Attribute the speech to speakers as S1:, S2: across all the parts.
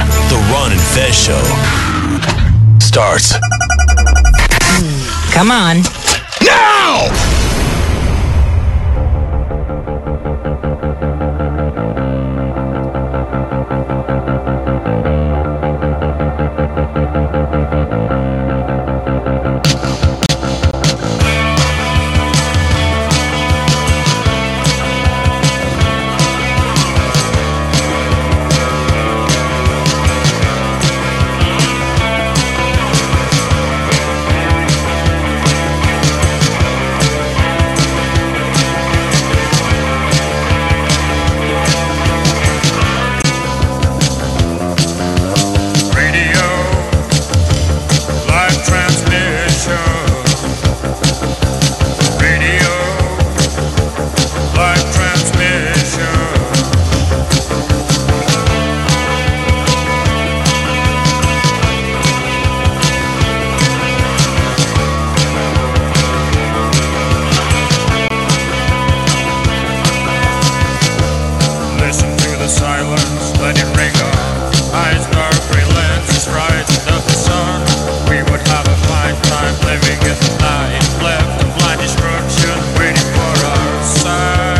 S1: The Ron and Fez Show starts
S2: Come on.
S1: now.
S3: Radio, live transmission. Radio, live transmission. Listen to the silence, let it ring on. Iceberg relents, rising up the sun. We would have a fine time living in the night. Left of blind destruction, waiting for our sight.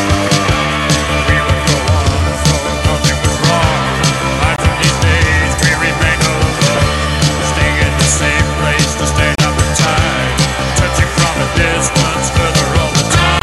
S3: We would go on as though nothing was wrong. Lives of these days, we remain alone. Staying in the same place to stay up in time. Touching from a distance, further all the time.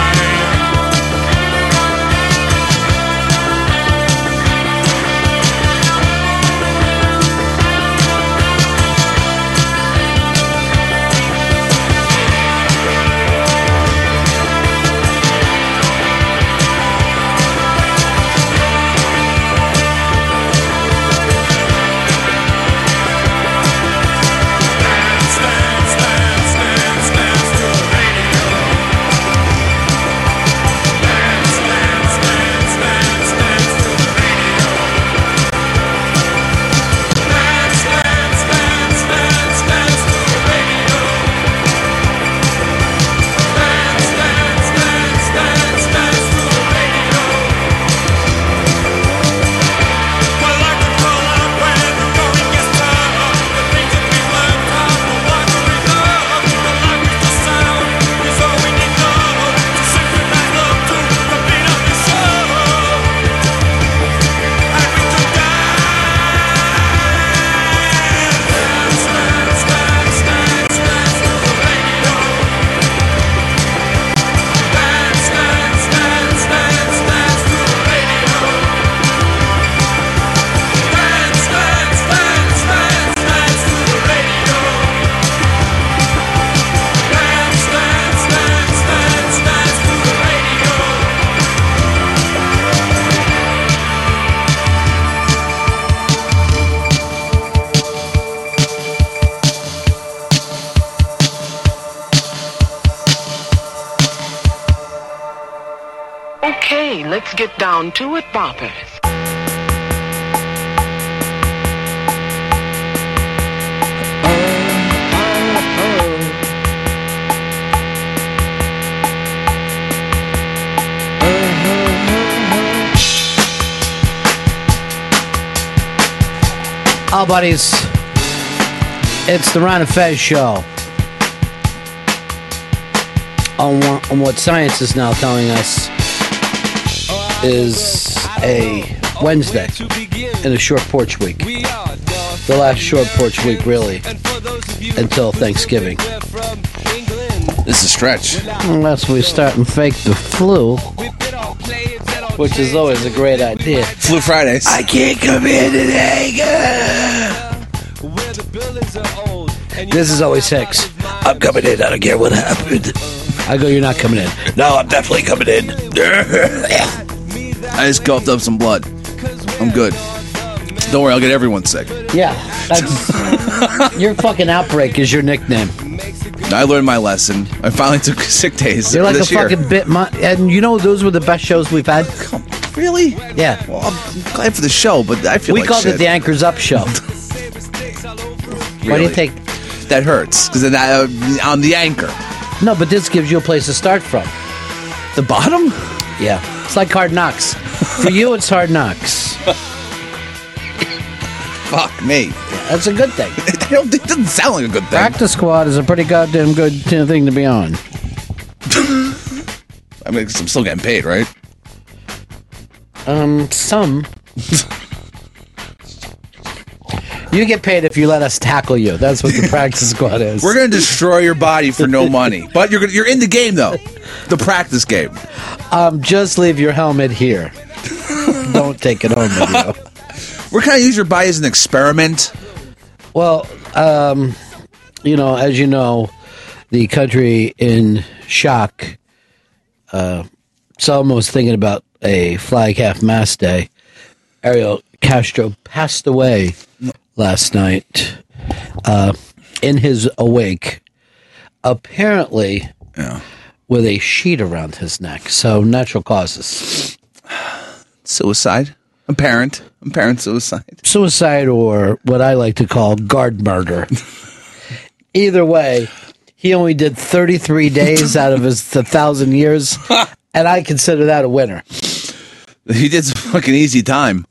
S3: Dance, dance, dance, dance to the radio. Dance, dance, dance, dance, dance to the radio. Dance, dance, dance, dance, dance to the radio. Dance, dance, dance, dance, dance to the radio. Well, I can call out where the going gets tough. The things that we learn from the watery love. The language, the sound is all we need now to synchronize love to the beat of the show. And we can dance, dance, dance, dance, dance, dance to the radio. Dance, dance, dance, dance, dance to the radio. Dance, dance, dance, dance, dance to the radio. Dance, dance, dance, dance, dance to the radio.
S4: Okay, let's get down to it, boppers.
S5: Oh, buddies. It's the Ron and Fez show. On, wha- on what science is now telling us is a Wednesday in a short porch week. The last short porch week, really, until Thanksgiving.
S6: This is a stretch.
S5: Unless we start and fake the flu, which is always a great idea.
S6: Flu Fridays.
S5: I can't come in today. This is always Hicks.
S6: I'm coming in. I don't care what happened.
S5: I go, you're not coming in.
S6: No, I'm definitely coming in. I just coughed up some blood. I'm good. Don't worry, I'll get everyone sick.
S5: Yeah, that's your fucking outbreak is your nickname.
S6: I learned my lesson. I finally took sick days
S5: You're like a
S6: this year.
S5: fucking bit, mon- and you know those were the best shows we've had.
S6: really?
S5: Yeah,
S6: Well, I'm glad for the show, but I feel
S5: we
S6: like
S5: called
S6: shit.
S5: it the Anchors Up Show. Why do you
S6: Really?
S5: think?
S6: That hurts because uh, I'm the anchor.
S5: No, but this gives you a place to start from.
S6: The bottom?
S5: Yeah. It's like hard knocks. For you, it's hard knocks.
S6: Fuck me.
S5: That's a good thing.
S6: I don't, it doesn't sound like a good thing.
S5: Practice squad is a pretty goddamn good t- thing to be on.
S6: I mean, 'cause I'm still getting paid, right?
S5: Um, some. you get paid if you let us tackle you. That's what the practice squad is.
S6: We're gonna destroy your body for no money, but you're gonna, you're in the game though, the practice game.
S5: um, just leave your helmet here. Don't take it home with you.
S6: We're gonna use your body as an experiment.
S5: Well, um, you know, as you know, the country in shock. Uh, Selma was thinking about a flag half mast day. Ariel Castro passed away last night uh, in his awake, apparently
S6: Yeah.
S5: with a sheet around his neck. So natural causes,
S6: Suicide. Apparent. Apparent suicide.
S5: suicide, or what I like to call guard murder. Either way, he only did 33 days out of his 1,000 years, and I consider that a winner.
S6: He did some fucking easy time.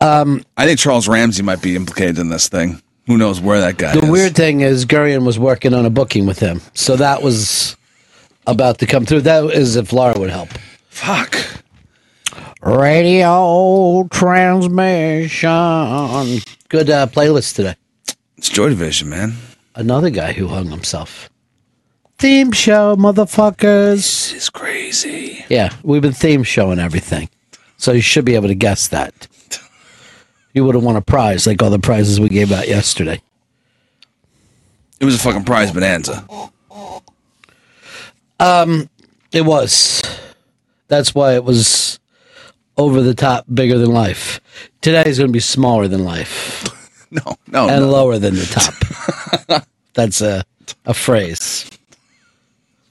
S6: Um, I think Charles Ramsey might be implicated in this thing. Who knows where that guy
S5: The
S6: is?
S5: weird thing is, Gurion was working on a booking with him, so that was about to come through. That is if Laura would help.
S6: Fuck.
S5: Radio transmission. Good uh, playlist today.
S6: It's Joy Division, man.
S5: Another guy who hung himself. Theme show, motherfuckers.
S6: It's crazy.
S5: Yeah, we've been theme showing everything. So you should be able to guess that. You would have won a prize like all the prizes we gave out yesterday.
S6: It was a fucking prize bonanza.
S5: Um, It was. That's why it was over the top, bigger than life. Today is going to be smaller than life
S6: No, no,
S5: and
S6: no.
S5: lower than the top. That's a, a phrase.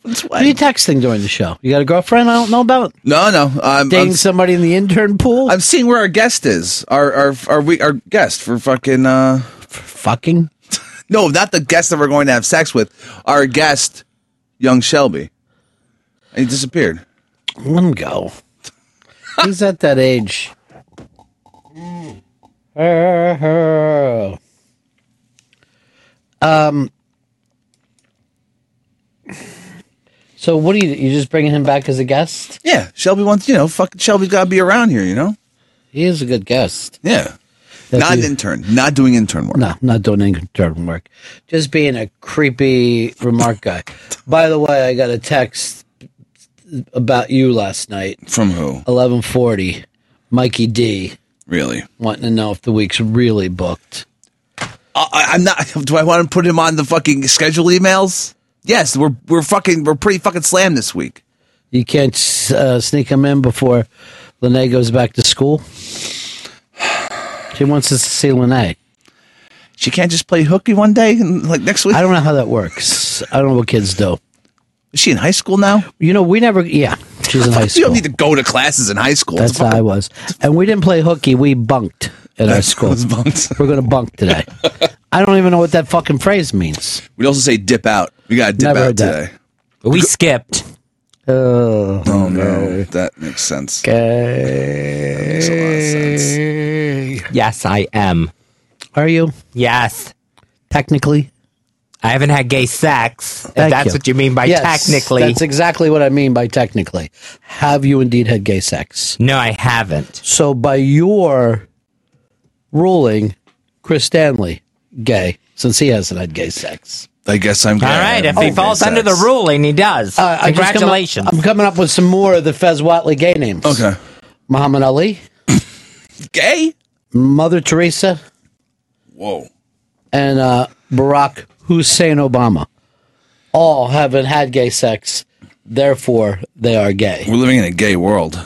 S5: What are you texting during the show? You got a girlfriend I don't know about?
S6: no, no. I'm, I'm,
S5: Oh. Dating somebody in the intern pool?
S6: I'm seeing where our guest is. Our our our we our guest for fucking uh
S5: Fucking.
S6: no, not the guest that we're going to have sex with. Our guest, young Shelby. He disappeared.
S5: Let him go. He's at that age. Um, so what are you? You just bringing him back as a guest?
S6: Yeah, Shelby wants you know fucking Shelby's got to be around here. You know.
S5: He is a good guest.
S6: Yeah.
S5: That'd
S6: not an
S5: be-
S6: intern. Not doing intern work.
S5: No, not doing intern work. Just being a creepy remark guy. By the way, I got a text about you last night,
S6: From who?
S5: eleven forty. Mikey D
S6: Really?
S5: wanting to know if the week's really booked.
S6: I, I- I'm not. Do I want to put him on the fucking schedule emails? Yes, we're we're fucking we're pretty fucking slammed this week.
S5: You can't uh, sneak him in before Lene goes back to school. She wants us to see Lene.
S6: She can't just play hooky one day and like next week.
S5: I don't know how that works. I don't know what kids do.
S6: Is she in high school now?
S5: You know, we never. Yeah, she's in high
S6: You don't
S5: school.
S6: need to go to classes in high school.
S5: That's how I was. And we didn't play hooky. We bunked at our school.
S6: Those bunks.
S5: We're gonna bunk today. I don't even know what that fucking phrase means.
S6: We also say dip out. We got to dip
S5: Never
S6: out
S5: heard that.
S6: today.
S7: We skipped.
S5: Oh,
S6: Oh no, that makes sense. Makes a lot of sense.
S7: Yes, I am.
S5: Are you
S7: Yes.
S5: technically?
S7: I haven't had gay sex. If
S5: Thank
S7: that's
S5: you.
S7: what you mean by
S5: Yes,
S7: technically.
S5: that's exactly what I mean by technically. Have you indeed had gay sex?
S7: no, I haven't.
S5: So by your ruling, Chris Stanley, gay, since he hasn't had gay sex.
S6: I guess I'm.
S7: All right. If he
S6: Oh,
S7: falls
S6: makes
S7: under the
S6: sense.
S7: ruling, he does.
S5: Uh, I just come up-
S7: Congratulations.
S5: I'm coming up with some more of the Fez Watley gay names.
S6: Okay.
S5: Muhammad Ali,
S6: Gay.
S5: Mother Teresa,
S6: Whoa.
S5: and uh, Barack Hussein Obama. All haven't had gay sex, therefore they are gay.
S6: We're living in a gay world.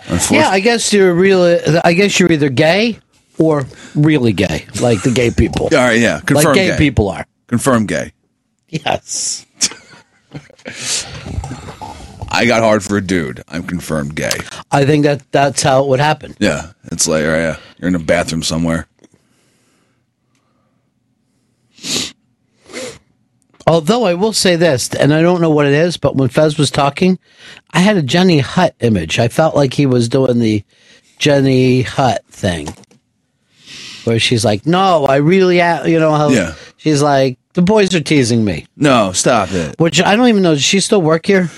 S6: Unfortunately.
S5: Yeah, I guess you're really. I guess you're either gay or really gay, like the gay people,
S6: All right. Yeah. Confirm
S5: like gay,
S6: gay.
S5: people are.
S6: Confirm gay.
S5: Yes.
S6: I got hard for a dude. I'm confirmed gay.
S5: I think that that's how it would happen.
S6: Yeah. It's like, all right, yeah, you're in a bathroom somewhere.
S5: Although I will say this, and I don't know what it is, but when Fez was talking, I had a Jenny Hutt image. I felt like he was doing the Jenny Hutt thing, where she's like, "No, I really, a-" you know how
S6: Yeah.
S5: she's like, the boys are teasing me."
S6: No, stop it.
S5: Which I don't even know. Does she still work here?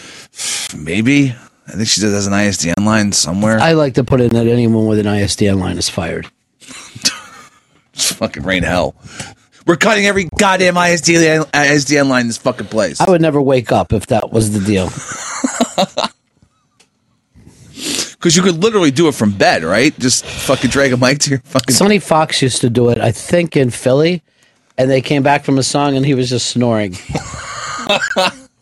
S6: Maybe. I think she does has an ISDN line somewhere.
S5: I like to put in that anyone with an ISDN line is fired.
S6: It's fucking rain hell. We're cutting every goddamn ISDN, ISDN line in this fucking place.
S5: I would never wake up if that was the deal.
S6: Because you could literally do it from bed, right? Just fucking drag a mic to your fucking.
S5: Sonny Fox used to do it, I think, in Philly, and they came back from a song and he was just snoring.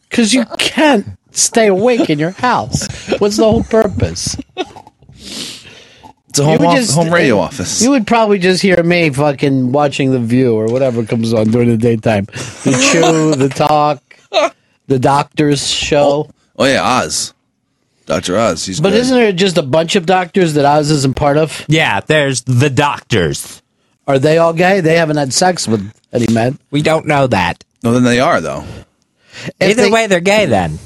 S5: Because you can't stay awake in your house. What's the whole purpose?
S6: It's a home,
S5: would
S6: off-
S5: just-
S6: home radio office.
S5: You would probably just hear me fucking watching The View or whatever comes on during the daytime. The Chew, The Talk, The Doctor's Show.
S6: oh, yeah, Oz. Dr. Oz. He's
S5: But
S6: good.
S5: isn't there just a bunch of doctors that Oz isn't part of?
S7: Yeah, there's the doctors.
S5: Are they all gay? They haven't had sex with any men.
S7: We don't know that.
S6: No, then they are, though.
S5: If
S7: Either
S5: they-
S7: way, they're gay then.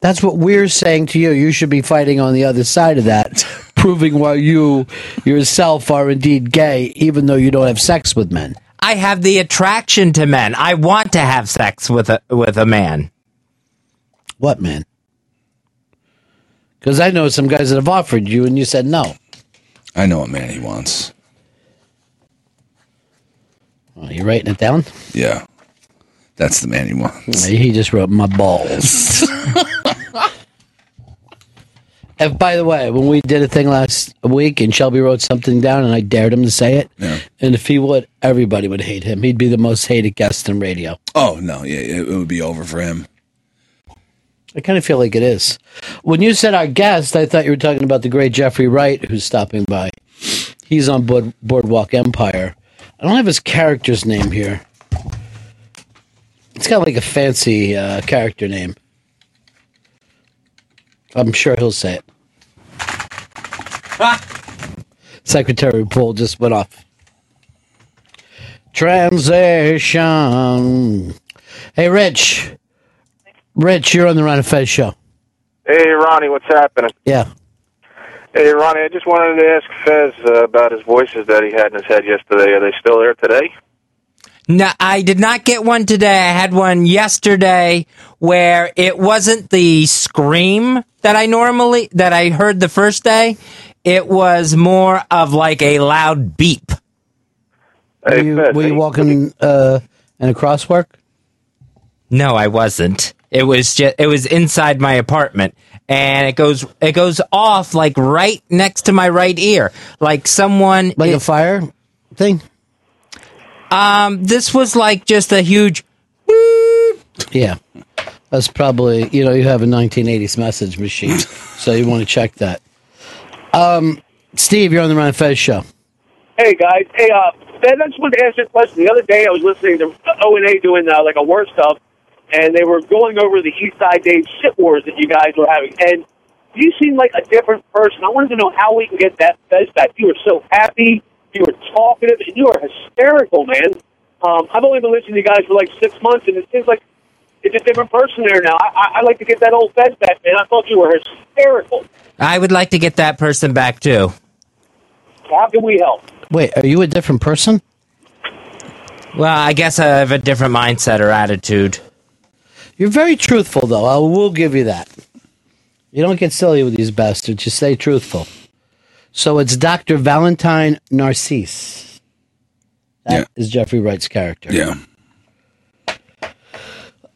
S5: That's what we're saying to you. You should be fighting on the other side of that, proving why you yourself are indeed gay, even though you don't have sex with men.
S7: I have the attraction to men. I want to have sex with a with a man.
S5: What man? Because I know some guys that have offered you, and you said no.
S6: I know what man he wants.
S5: Well, you writing it down?
S6: Yeah. That's the man he wants.
S5: He just wrote my balls. and by the way, when we did a thing last week, and Shelby wrote something down, and I dared him to say it,
S6: Yeah.
S5: and if he would, everybody would hate him. He'd be the most hated guest in radio.
S6: Oh, no. Yeah, it, it would be over for him.
S5: I kind of feel like it is. When you said our guest, I thought you were talking about the great Jeffrey Wright, who's stopping by. He's on Board, Boardwalk Empire. I don't have his character's name here. It's got like a fancy uh, character name. I'm sure he'll say it. Secretary Poole just went off. Transition. Hey, Rich. Rich, you're on the Ron and Fez show.
S8: Hey, Ronnie, what's happening?
S5: Yeah.
S8: Hey, Ronnie, I just wanted to ask Fez uh, about his voices that he had in his head yesterday. Are they still there today?
S7: No, I did not get one today. I had one yesterday where it wasn't the scream that I normally that I heard the first day. It was more of like a loud beep.
S8: Hey,
S5: were you,
S8: Fez,
S5: were you
S8: hey,
S5: walking uh, in a crosswalk?
S7: No, I wasn't. It was just it was inside my apartment and it goes it goes off like right next to my right ear. Like someone
S5: Like a
S7: it-
S5: fire thing?
S7: Um, this was like just a huge
S5: Yeah. That's probably, you know, you have a 1980s message machine, so you want to check that. Um, Steve, you're on the Ron and Fez show.
S9: Hey guys, hey uh, Ben, I just wanted to answer your question. The other day, I was listening to O and A doing uh, like a worst of, and they were going over the East Side Dave shit wars that you guys were having, and you seem like a different person. I wanted to know how we can get that fez back. You were so happy, you were talkative, and you were hysterical, man. Um, I've only been listening to you guys for like six months, and it seems like it's a different person there now. I, I, I like to get that old fez back, man. I thought you were hysterical.
S7: I would like to get that person back too.
S9: How can we help?
S5: Wait, are you a different person?
S7: Well, I guess I have a different mindset or attitude.
S5: You're very truthful, though. I will give you that. You don't get silly with these bastards. You stay truthful. So it's Dr. Valentine Narcisse. That is
S6: Yeah.
S5: Jeffrey Wright's character.
S6: Yeah.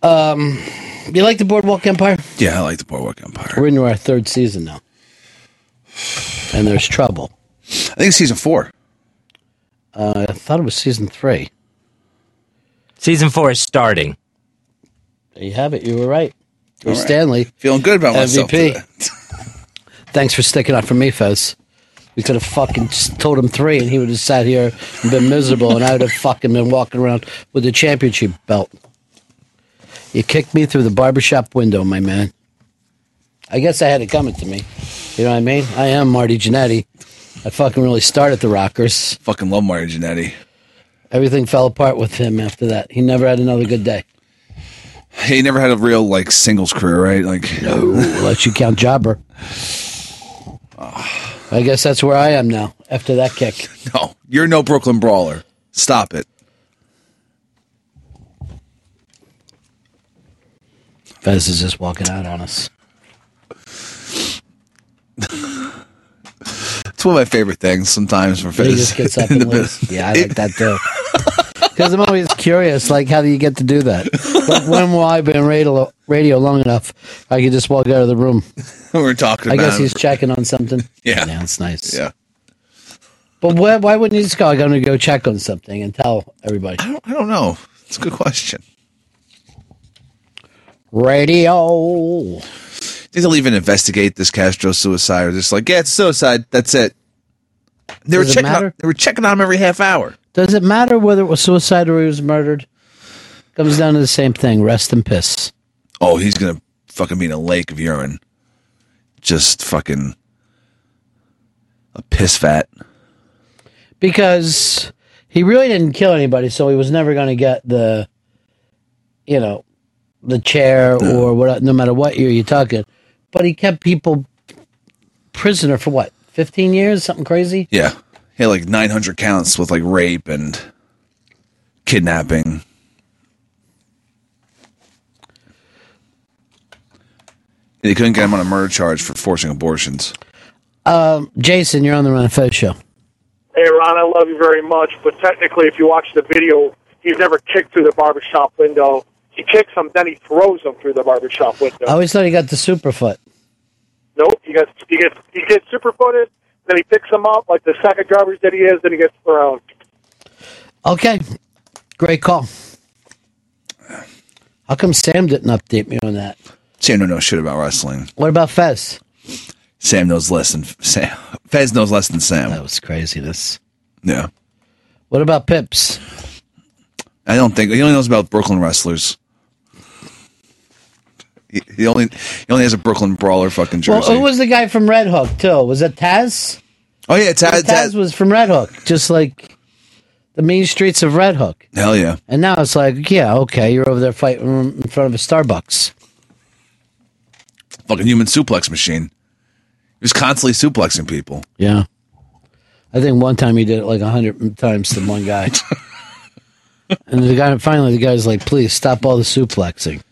S5: Um, You like the Boardwalk Empire?
S6: Yeah, I like the Boardwalk Empire.
S5: We're into our third season now. And there's trouble. Uh,
S6: I think season four.
S5: I thought it was season three.
S7: Season four is starting.
S5: There you have it. You were right. It was
S6: All right.
S5: Stanley.
S6: Feeling good about myself.
S5: MVP.
S6: today.
S5: Thanks for sticking up for me, Fez. We could have fucking just told him three and he would have sat here and been miserable and I would have fucking been walking around with the championship belt. You kicked me through the barbershop window, my man. I guess I had it coming to me. You know what I mean? I am Marty Jannetty. I fucking really started the Rockers.
S6: Fucking love Mario Jannetty.
S5: Everything fell apart with him after that. He never had another good day.
S6: he never had a real like singles career, right? Like,
S5: We'll let you count Jobber. I guess that's where I am now after that kick.
S6: no, you're no Brooklyn brawler. Stop it.
S5: Fez is just walking out on us.
S6: It's one of my favorite things sometimes from Fizz.
S5: He just gets up and leaves. Yeah, I like that too. Because I'm always curious, like, how do you get to do that? Like, when will I be on radio, radio long enough? I can just walk out of the room.
S6: We're talking
S5: I
S6: about.
S5: guess
S6: him.
S5: he's checking on something.
S6: Yeah.
S5: yeah, that's nice.
S6: yeah.
S5: but why, why wouldn't he just go? I'm going to go check on something and tell everybody.
S6: I don't, I don't know. It's a good question.
S5: Radio.
S6: Think they'll even investigate this Castro suicide, or just like, yeah, it's suicide. That's it. They were
S5: Does it
S6: checking.
S5: matter?
S6: On, they were checking on him every half hour.
S5: Does it matter whether it was suicide or he was murdered? Comes down to the same thing. Rest and piss.
S6: Oh, he's gonna fucking be in a lake of urine. Just fucking a piss fat.
S5: Because he really didn't kill anybody, so he was never going to get the, you know, the chair or what. No matter what year you're talking, but he kept people prisoner for what? Fifteen years? Something crazy.
S6: Yeah, he had like 900 counts with like rape and kidnapping. They couldn't get him on a murder charge for forcing abortions.
S5: Um, Jason, you're on the Run and Fez show.
S9: Hey, Ron, I love you very much, but technically, if you watch the video, he's never kicked through the barbershop window. He kicks him, then he throws him through the barbershop window.
S5: I always thought he got the superfoot.
S9: Nope, he gets he gets he gets super footed. Then he picks him up like the sack of garbage that he is. Then he gets thrown.
S5: Okay, great call. How come Sam didn't update me on that?
S6: Sam don't know shit about wrestling.
S5: What about Fez?
S6: Sam knows less than Sam. Fez knows less than
S5: That
S6: Sam.
S5: was craziness.
S6: Yeah,
S5: What about Pips?
S6: I don't think he only knows about Brooklyn wrestlers. He, he only he only has a Brooklyn brawler fucking
S5: Well,
S6: jersey.
S5: who was the guy from Red Hook too? Was it Taz?
S6: oh yeah, Taz,
S5: Taz,
S6: Taz,
S5: was from Red Hook, just like the mean streets of Red Hook.
S6: Hell yeah.
S5: And now it's like, yeah, okay, you're over there fighting in front of a Starbucks.
S6: fucking human suplex machine. He was constantly suplexing people.
S5: Yeah, I think one time he did it like a hundred times to one guy, and the guy finally the guy's like, please stop all the suplexing. Um,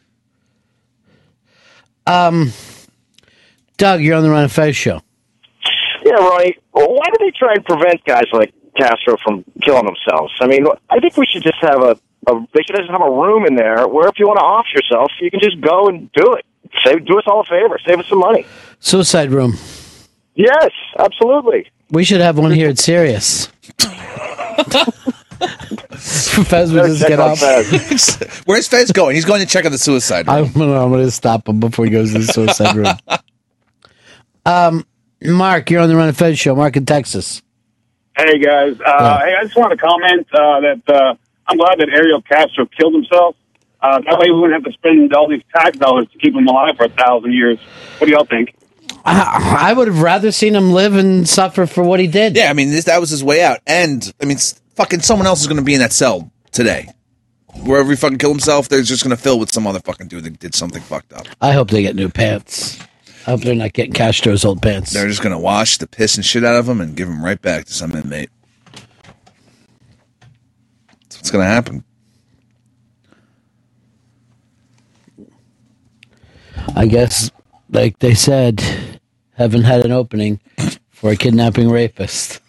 S5: Doug, you're on the Run and Fez show.
S10: Yeah, right. Well, why do they try and prevent guys like Castro from killing themselves? I mean, I think we should just have a, a they should just have a room in there where if you want to off yourself, you can just go and do it. Save, do us all a favor, save us some money.
S5: Suicide Room.
S10: Yes, absolutely.
S5: We should have one here at Sirius. Fez would just
S10: Check
S5: get
S10: on
S5: up.
S10: Fez.
S6: Where's Fez going? He's going to check on the suicide.
S5: I'm, I'm going to stop him before he goes to the suicide room. Um, Mark, you're on the Run and Fez show. Mark in Texas.
S11: Hey guys, uh, hey, I just want to comment uh, that uh, I'm glad that Ariel Castro killed himself. Uh, that way, we wouldn't have to spend all these tax dollars to keep him alive for a thousand years. What do y'all think?
S5: I would have rather seen him live and suffer for what he did.
S6: yeah, I mean, this, that was his way out. And, I mean, s- fucking someone else is going to be in that cell today. Wherever he fucking killed himself, they're just going to fill with some other fucking dude that did something fucked up.
S5: I hope they get new pants. I hope they're not getting Castro's old pants.
S6: They're just going to wash the piss and shit out of him and give him right back to some inmate. That's what's going to happen.
S5: I guess, like they said, haven't had an opening for a kidnapping rapist.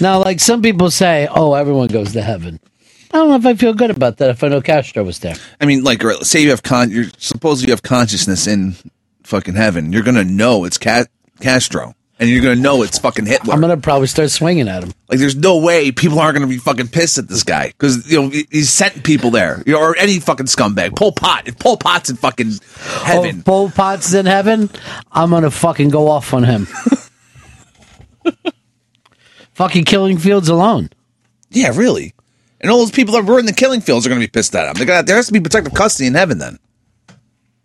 S5: Now, like some people say, oh, everyone goes to heaven. I don't know if I feel good about that if I know Castro was there.
S6: I mean, like, or say you have con, you're supposed you have consciousness in fucking heaven. You're going to know it's Ca- Castro. And you're going to know it's fucking Hitler.
S5: I'm going to probably start swinging at him.
S6: Like, there's no way people aren't going to be fucking pissed at this guy because you know he- he's sent people there, you know, or any fucking scumbag. Pol Pot, if Pol Pot's in fucking heaven,
S5: Oh, Pol Pot's in heaven. I'm going to fucking go off on him. fucking killing fields alone.
S6: yeah, really. And all those people that were in the killing fields are going to be pissed at him. They're gonna, there has to be protective custody in heaven then.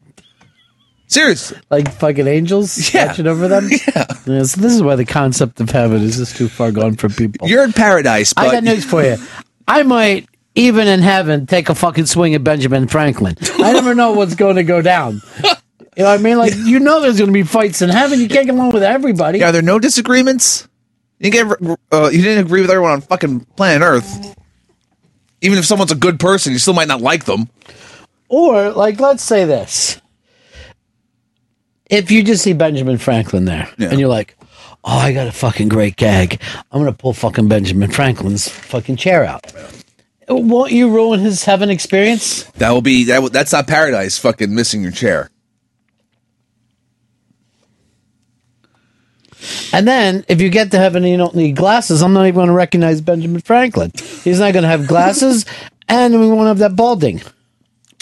S6: Seriously,
S5: Like fucking angels
S6: Yeah.
S5: watching over them. Yeah. so this is why the concept of heaven is just too far gone for people.
S6: you're in paradise, but
S5: I got news for you. I might even in heaven, take a fucking swing at Benjamin Franklin. I never know what's going to go down. You know what I mean? Like, you know there's going to be fights in heaven. You can't get along with everybody.
S6: Yeah, are there no disagreements? You didn't, get, uh, you didn't agree with everyone on fucking planet Earth. Even if someone's a good person, you still might not like them.
S5: Or, like, let's say this. If you just see Benjamin Franklin there and you're like, oh, I got a fucking great gag, I'm going to pull fucking Benjamin Franklin's fucking chair out. Won't you ruin his heaven experience?
S6: That will be that. will- That's not paradise. Fucking missing your chair.
S5: And then if you get to heaven and you don't need glasses, I'm not even going to recognize Benjamin Franklin. He's not going to have glasses and we won't have that balding.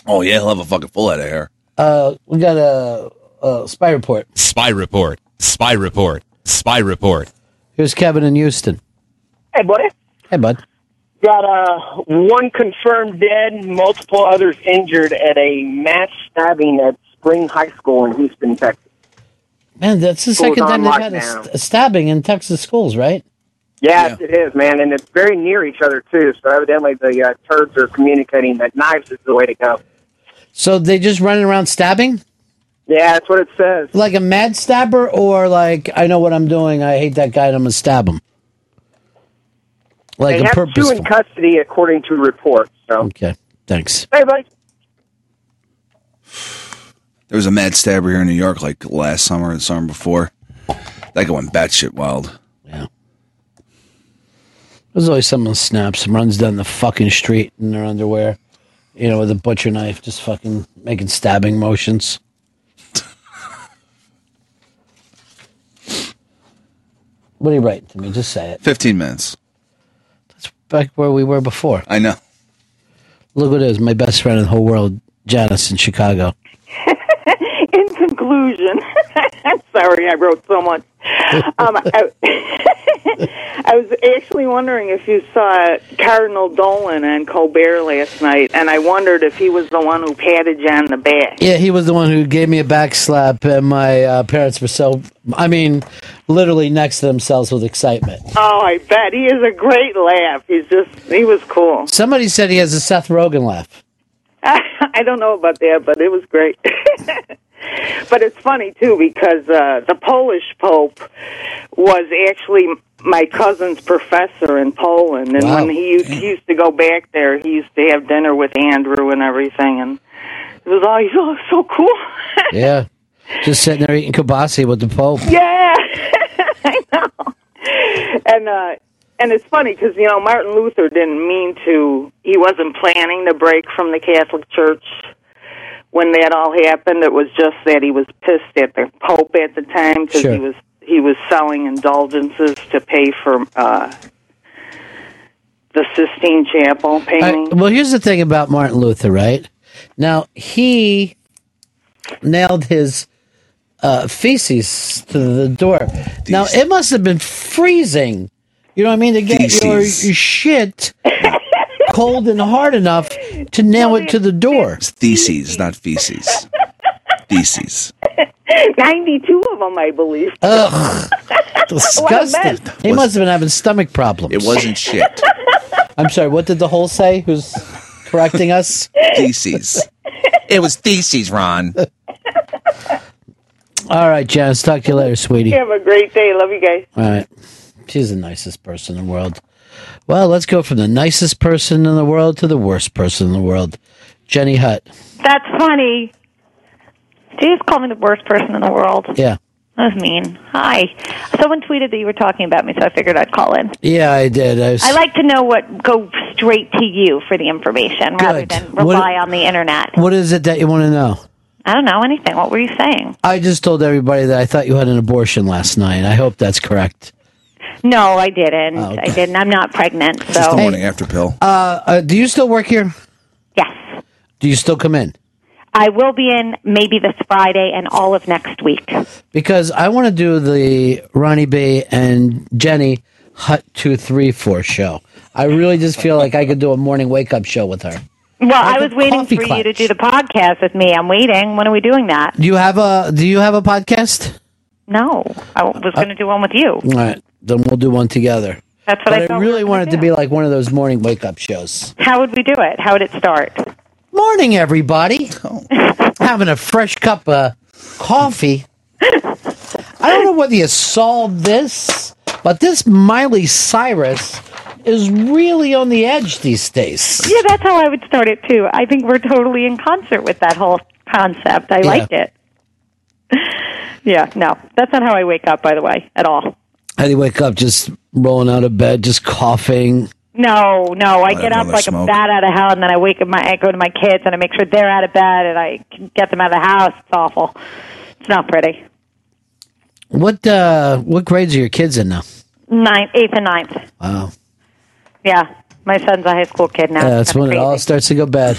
S6: Oh yeah, he'll have a fucking full head of hair.
S5: Uh, we got a, a spy report.
S12: Spy report. Spy report. Spy report.
S5: Here's Kevin in Houston.
S13: Hey, buddy.
S5: Hey, bud.
S13: Got uh, one confirmed dead, multiple others injured at a mass stabbing at Spring High School in Houston, Texas.
S5: Man, that's the
S13: School's
S5: second
S13: on
S5: time they've had a,
S13: lockdown.
S5: st- a stabbing in Texas schools, right?
S13: Yes, it is, man, and it's very near each other too. So evidently, the uh, turds are communicating that knives is the way to go.
S5: So they just running around stabbing?
S13: Yeah, that's what it says.
S5: Like a mad stabber or like, I know what I'm doing. I hate that guy and I'm going to stab him. Like
S13: they
S5: a
S13: have two
S5: purposeful.
S13: in custody, according to reports. So,
S5: Okay, thanks.
S13: hey, buddy.
S6: There was a mad stabber here in New York like last summer and the summer before. That guy went batshit wild.
S5: There's always someone who snaps and runs down the fucking street in their underwear, you know, with a butcher knife, just fucking making stabbing motions. what are you writing to me? Just say it.
S6: Fifteen minutes.
S5: Back where we were before.
S6: I know.
S5: Look what it is. My best friend in the whole world, Janice in Chicago.
S14: in conclusion, I'm sorry I wrote so much. Um, I, I was actually wondering if you saw Cardinal Dolan on Colbert last night, and I wondered if he was the one who patted you on the back.
S5: Yeah, he was the one who gave me a back slap, and my uh, parents were so, I mean, literally next to themselves with excitement.
S14: Oh, I bet he is a great laugh. He's just—he was cool.
S5: Somebody said he has a Seth Rogen laugh.
S14: I don't know about that, but it was great. but it's funny too because uh, the Polish Pope was actually my cousin's professor in Poland, and
S5: Wow.
S14: when he used, he used to go back there, he used to have dinner with Andrew and everything, and it was always oh so cool.
S5: Yeah. Just sitting there eating kibasi with the Pope.
S14: Yeah, I know. And uh, and it's funny because you know Martin Luther didn't mean to. He wasn't planning to break from the Catholic Church when that all happened. It was just that he was pissed at the Pope at the time because
S5: Sure.
S14: he was he was selling indulgences to pay for uh, the Sistine Chapel painting.
S5: Well, here's the thing about Martin Luther, right? Now, he nailed his uh, feces to the door. Now, it must have been freezing. You know what I mean? To get your
S6: Feces.
S5: shit cold and hard enough to nail it to the door.
S6: It's theses, not feces. theses.
S14: Ninety-two of them, I believe.
S5: Uh, Ugh. Disgusting.
S14: mess.
S5: He must have been having stomach problems.
S6: It wasn't shit.
S5: I'm sorry, what did the whole say? Who's correcting us?
S6: Theses. It was theses, Ron.
S5: All right, Janice. Talk to you later, sweetie.
S14: Have a great day. Love you guys.
S5: All right. She's the nicest person in the world. Well, let's go from the nicest person in the world to the worst person in the world. Jenny Hutt.
S15: That's funny. She just called me the worst person in the world.
S5: Yeah.
S15: That was mean. Hi. Someone tweeted that you were talking about me, so I figured I'd call in.
S5: Yeah, I did. I, was,
S15: I like to know what go straight to you for the information rather
S5: Good.
S15: than
S5: What-
S15: rely on the internet.
S5: What is it that you want to know?
S15: I don't know anything. What were you saying?
S5: I just told everybody that I thought you had an abortion last night. I hope that's correct.
S15: No, I didn't.
S5: Oh,
S15: I didn't. I'm not pregnant. So
S6: after pill.
S5: Uh, uh, do you still work here?
S15: Yes.
S5: Do you still come in?
S15: I will be in maybe this Friday and all of next week.
S5: Because I want to do the Ronnie B and Jenny Hut 234 show. I really just feel like I could do a morning wake up show with her.
S15: Well, I was waiting for you to do the podcast with me. I'm waiting. When are we doing that?
S5: Do you have a Do you have a podcast? Uh,
S15: No, I was going to do one with you.
S5: All right, then we'll do one together.
S15: That's what
S5: but
S15: I
S5: I
S15: thought. we
S5: really
S15: were
S5: wanted
S15: gonna
S5: to
S15: do.
S5: be like one of those morning wake up shows.
S15: How would we do it? How would it start?
S5: Morning, everybody. Having a fresh cup of coffee. I don't know whether you saw this, but this Miley Cyrus is really on the edge these days.
S15: Yeah, that's how I would start it too. I think we're totally in concert with that whole concept. I
S5: Yeah.
S15: like it. yeah, no, that's not how I wake up, by the way, at all.
S5: How do you wake up just rolling out of bed, just coughing?
S15: No, no, I
S5: I'd
S15: get up
S5: rather
S15: like
S5: smoke.
S15: a bat out of hell, and then I wake up my, I go to my kids, and I make sure they're out of bed, and I can get them out of the house. It's awful. It's not pretty.
S5: What uh, what grades are your kids in now?
S15: Ninth, eighth, and ninth.
S5: Wow.
S15: Yeah, my son's a high school kid now.
S5: Yeah, that's when it all starts to go bad.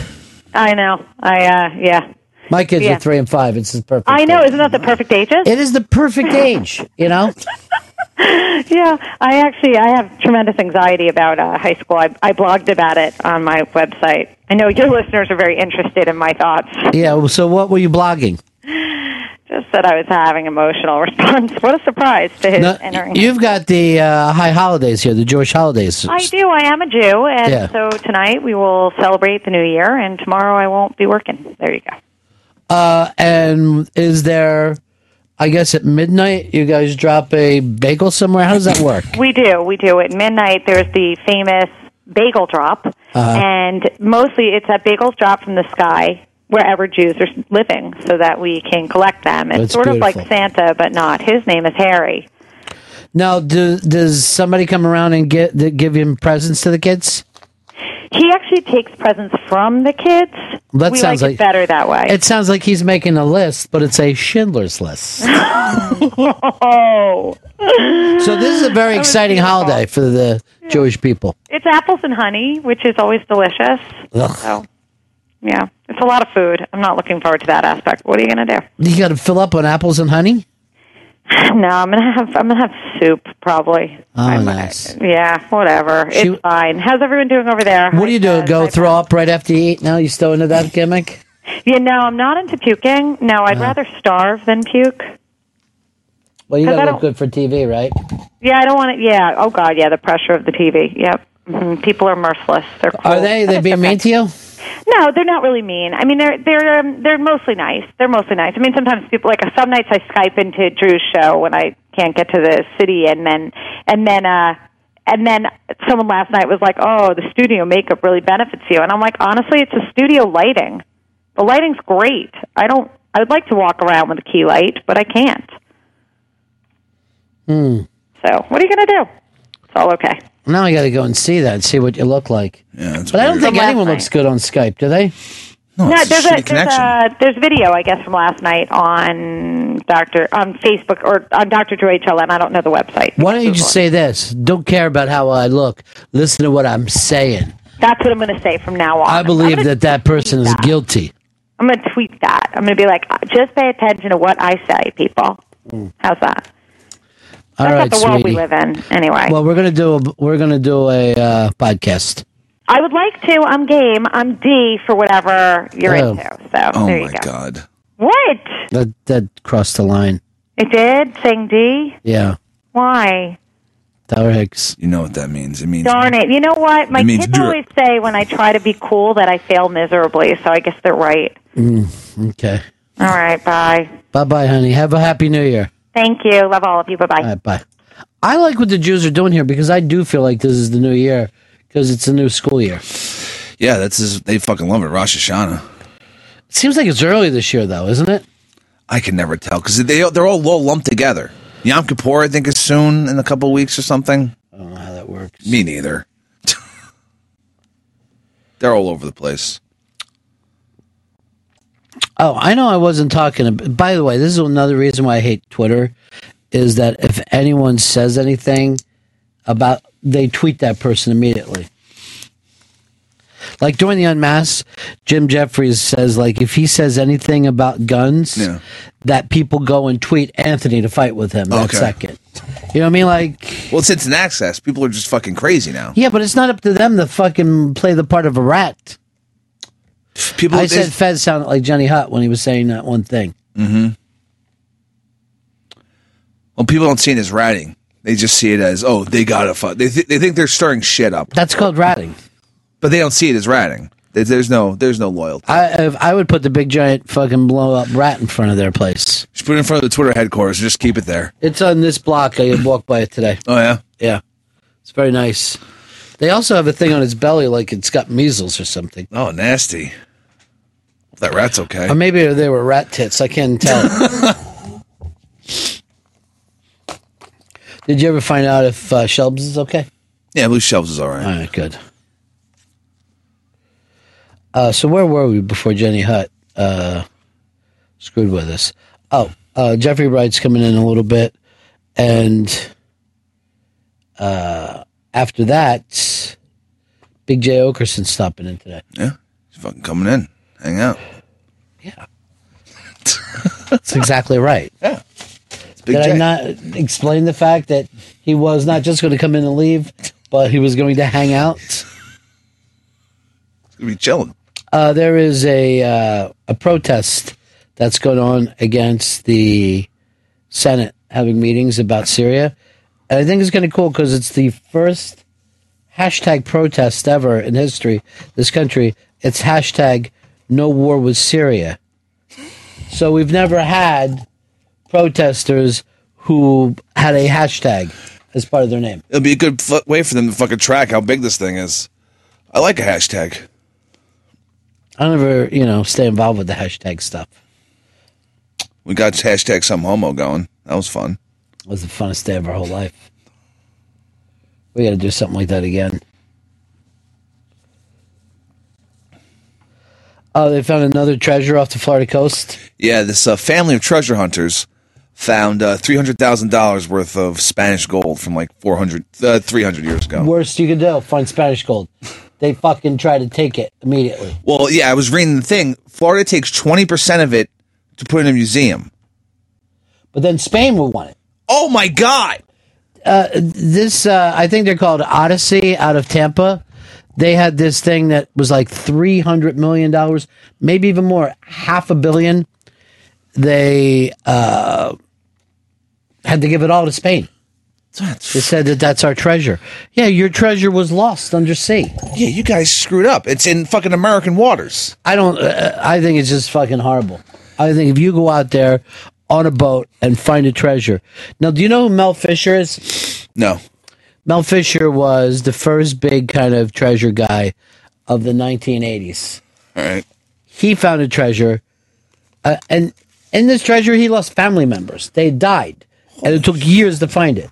S15: I know. I uh, yeah.
S5: My kids
S15: Yeah. Uh,
S5: are three and five. It's just perfect.
S15: I know. Isn't that the perfect ages?
S5: It is the perfect age, you know?
S15: yeah, I actually I have tremendous anxiety about uh, high school. I, I blogged about it on my website. I know your listeners are very interested in my thoughts.
S5: Yeah. well, So what were you blogging?
S15: Just that I was having emotional response. What a surprise to his entering.
S5: You've got the uh, high holidays here, the Jewish holidays.
S15: I do. I am a Jew, and
S5: Yeah.
S15: so tonight we will celebrate the new year, and tomorrow I won't be working. There you go.
S5: Uh, and is there? I guess at midnight you guys drop a bagel somewhere. How does that work?
S15: We do. We do. At midnight, there's the famous bagel drop.
S5: Uh-huh.
S15: And mostly it's that bagels drop from the sky wherever Jews are living so that we can collect them. It's
S5: That's
S15: sort of like
S5: beautiful.
S15: Santa, but not. His name is Harry.
S5: Now, do, does somebody come around and get th- give him presents to the kids?
S15: He actually takes presents from the kids.
S5: That
S15: we
S5: sounds
S15: like,
S5: like-
S15: it better that way.
S5: It sounds like he's making a list, but it's a Schindler's list.
S15: oh.
S5: So this is a very exciting holiday for the Jewish people.
S15: It's apples and honey, which is always delicious.
S5: Ugh.
S15: Yeah. It's a lot of food. I'm not looking forward to that aspect. What are you going to do?
S5: You got to fill up on apples and honey.
S15: No, I'm gonna have I'm gonna have soup probably.
S5: Oh, nice.
S15: Yeah, whatever. it's fine. How's everyone doing over there?
S5: What do you do? Go throw up right after you eat? Now you still into that gimmick?
S15: You know, I'm not into puking. No,
S5: Uh-huh.
S15: I'd rather starve than puke.
S5: Well, you
S15: 'Cause I
S5: gotta
S15: don't-
S5: look good for TV, right?
S15: Yeah, I don't want to. Yeah. Oh God. Yeah, the pressure of the TV. Yep. hmm People are merciless. They're cruel.
S5: Are they? They being mean to you?
S15: No, they're not really mean. I mean, they're they're um, they're mostly nice. They're mostly nice. I mean, sometimes people like some nights I Skype into Drew's show when I can't get to the city, and then and then uh and then someone last night was like, "Oh, the studio makeup really benefits you," and I'm like, honestly, it's the studio lighting. The lighting's great. I don't. I would like to walk around with a key light, but I can't.
S5: Hmm.
S15: So what are you gonna do? It's all okay.
S5: Now I gotta go and see that and see what you look like. Yeah, but I don't
S15: weird. From
S5: think
S15: last
S5: anyone looks good on Skype, do they?
S15: there's a, there's a there's video I guess from last night on Doctor on Facebook or on Doctor Drew HLN. I don't know the website.
S5: Why don't you just say this? Don't care about how I look. Listen to what I'm saying.
S15: That's what I'm going to say from now on.
S5: I believe that that person is guilty.
S15: I'm going to tweet that. I'm going to be like, uh, just pay attention to what I say, people. How's that?
S5: All
S15: That's not
S5: right,
S15: the world we
S5: sweetie.
S15: live in, anyway.
S5: Well, we're gonna do a we're gonna do a uh, podcast.
S15: I would like to. I'm game. I'm D for whatever you're
S5: Oh.
S15: into. So
S5: Oh
S15: there you
S5: my
S15: go.
S5: God.
S15: What?
S5: That that crossed the line.
S15: It did? Saying D?
S5: Yeah,
S15: Why?
S5: Tower Hicks.
S6: You know what that means? It means
S15: Darn it. You know what? My
S6: It means
S15: kids
S6: drip.
S15: always say when I try to be cool that I fail miserably, so I guess they're right.
S5: Mm, okay.
S15: All right, bye.
S5: Bye bye, honey. Have a happy new year.
S15: Thank you. Love all of you. Bye bye.
S5: All right, bye. I like what the Jews are doing here because I do feel like this is the new year because it's a new school year.
S6: yeah, that's just, they fucking love it. Rosh Hashanah.
S5: It seems like it's early this year, though, isn't it?
S6: I can never tell because they they're all all lumped together. Yom Kippur, I think, is soon in a couple weeks or something. I
S5: don't know how that works.
S6: Me neither. they're all over the place.
S5: Oh, I know I wasn't talking. About, by the way, this is another reason why I hate Twitter is that if anyone says anything about, they tweet that person immediately. Like during the unmasked, Jim Jeffries says like if he says anything about guns,
S6: Yeah.
S5: that people go and tweet Anthony to fight with him that
S6: Okay.
S5: second. You know what I mean? Like
S6: Well, it's instant access. People are just fucking crazy now.
S5: Yeah, but it's not up to them to fucking play the part of a rat.
S6: People-
S5: I said
S6: it's-
S5: Fez sounded like Johnny Hutt when he was saying that one thing.
S6: Mm-hmm. Well, people don't see it as ratting. They just see it as oh they got to fuck. They th- they think they're stirring shit up.
S5: That's called ratting.
S6: But they don't see it as ratting. There- There's no there's no loyalty.
S5: I if I would put the big giant fucking blow up rat in front of their place.
S6: Just put it in front of the Twitter headquarters. Just keep it there.
S5: It's on this block. I walked by it today.
S6: Oh yeah,
S5: yeah. It's very nice. They also have a thing on its belly, like it's got measles or something.
S6: Oh, nasty! That rat's okay.
S5: Or maybe they were rat tits. I can't tell. Did you ever find out if uh, Shelbs is okay?
S6: yeah, loose shelves is all right.
S5: All right, good. Uh, so where were we before Jenny Hutt uh, screwed with us? Oh, uh, Jeffrey Wright's coming in a little bit, and uh, after that, Big J Okerson stopping in today.
S6: Yeah, he's fucking coming in, hang out.
S5: That's exactly right.
S6: Yeah. Big
S5: Did I
S6: J.
S5: not explain the fact that he was not just going to come in and leave, but he was going to hang out?
S6: He's gonna be chilling.
S5: Uh, there is a uh, a protest that's going on against the Senate having meetings about Syria, and I think it's kind of cool because it's the first hashtag protest ever in history. This country, it's hashtag No War with Syria. So we've never had protesters who had a hashtag as part of their name.
S6: It'll be a good fu- way for them to fucking track how big this thing is. I like a hashtag.
S5: I don't ever, you know, stay involved with the hashtag stuff.
S6: We got hashtag some homo going. That was fun.
S5: It was the funnest day of our whole life. We got to do something like that again. Oh, they found another treasure off the Florida coast.
S6: Yeah, this uh, family of treasure hunters found uh, three hundred thousand dollars worth of Spanish gold from like 400, uh, 300 years ago.
S5: Worst you could do, find Spanish gold. They fucking try to take it immediately.
S6: Well, yeah, I was reading the thing. Florida takes twenty percent of it to put in a museum.
S5: But then Spain will want it.
S6: Oh my God!
S5: Uh, this, uh, I think they're called Odyssey out of Tampa. They had this thing that was like three hundred million dollars, maybe even more, half a billion. They uh, had to give it all to Spain. they said that that's our treasure. Yeah, your treasure was lost under sea.
S6: Yeah, you guys screwed up. It's in fucking American waters.
S5: I don't. Uh, I think it's just fucking horrible. I think if you go out there on a boat and find a treasure. Now, do you know who Mel Fisher is?
S6: No.
S5: Mel Fisher was the first big kind of treasure guy of the 1980s.
S6: All right.
S5: He found a treasure, uh, and in this treasure, he lost family members. They died, and it took years to find it.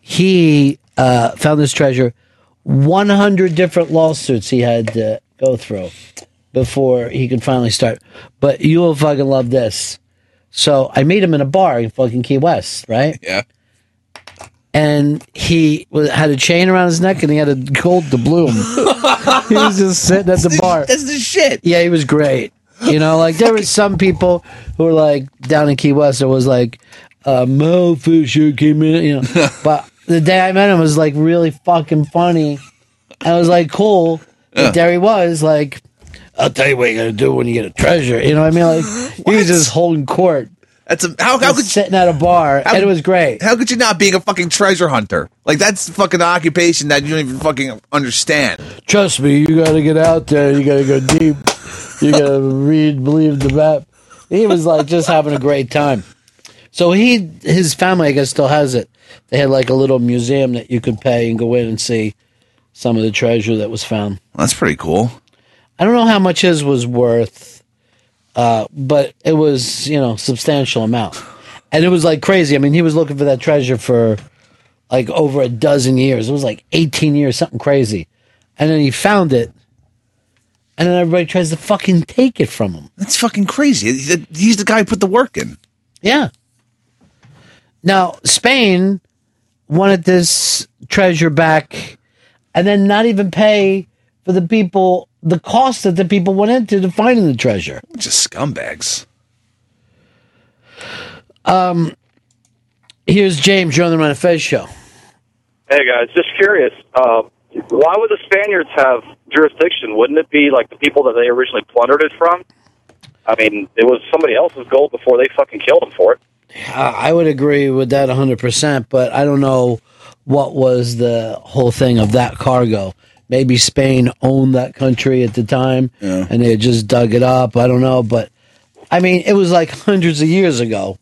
S5: He uh, found this treasure. 100 different lawsuits he had to go through before he could finally start. But you will fucking love this. So I meet him in a bar in fucking Key West, right?
S6: Yeah.
S5: And he was, had a chain around his neck and he had a gold doubloon. he was just sitting at the bar.
S6: That's the shit.
S5: Yeah, he was great. You know, like there was some people who were like down in Key West. It was like uh, Mo Fisher came in, you know. but the day I met him was like really fucking funny. And it was like cool. But
S16: Yeah.
S5: there he was, like, I'll tell you what you're gonna do when you get a treasure. You know what I mean? Like he was just holding court.
S6: That's a, how how could
S5: sitting at a bar and it was great.
S6: How could you not being a fucking treasure hunter? Like that's fucking occupation that you don't even fucking understand.
S5: Trust me, you gotta get out there. You gotta go deep. You gotta read, believe the map. He was like just having a great time. So he, his family, I guess, still has it. They had like a little museum that you could pay and go in and see some of the treasure that was found.
S6: That's pretty cool.
S5: I don't know how much his was worth, uh, but it was you know substantial amount, and it was like crazy. I mean, he was looking for that treasure for like over a dozen years. It was like eighteen years, something crazy, and then he found it, and then everybody tries to fucking take it from him.
S6: That's fucking crazy. He's the guy who put the work in.
S5: Yeah. Now Spain wanted this treasure back, and then not even pay for the people the cost that the people went into to finding the treasure.
S6: Just scumbags.
S5: Um, here's James. You're on the Run of Fez show.
S17: Hey guys, just curious. Uh, why would the Spaniards have jurisdiction? Wouldn't it be like the people that they originally plundered it from? I mean, it was somebody else's gold before they fucking killed them for it.
S5: I I would agree with that 100%, but I don't know what was the whole thing of that cargo. Maybe Spain owned that country at the time and they just dug it up. I don't know, but I mean, it was like hundreds of years ago.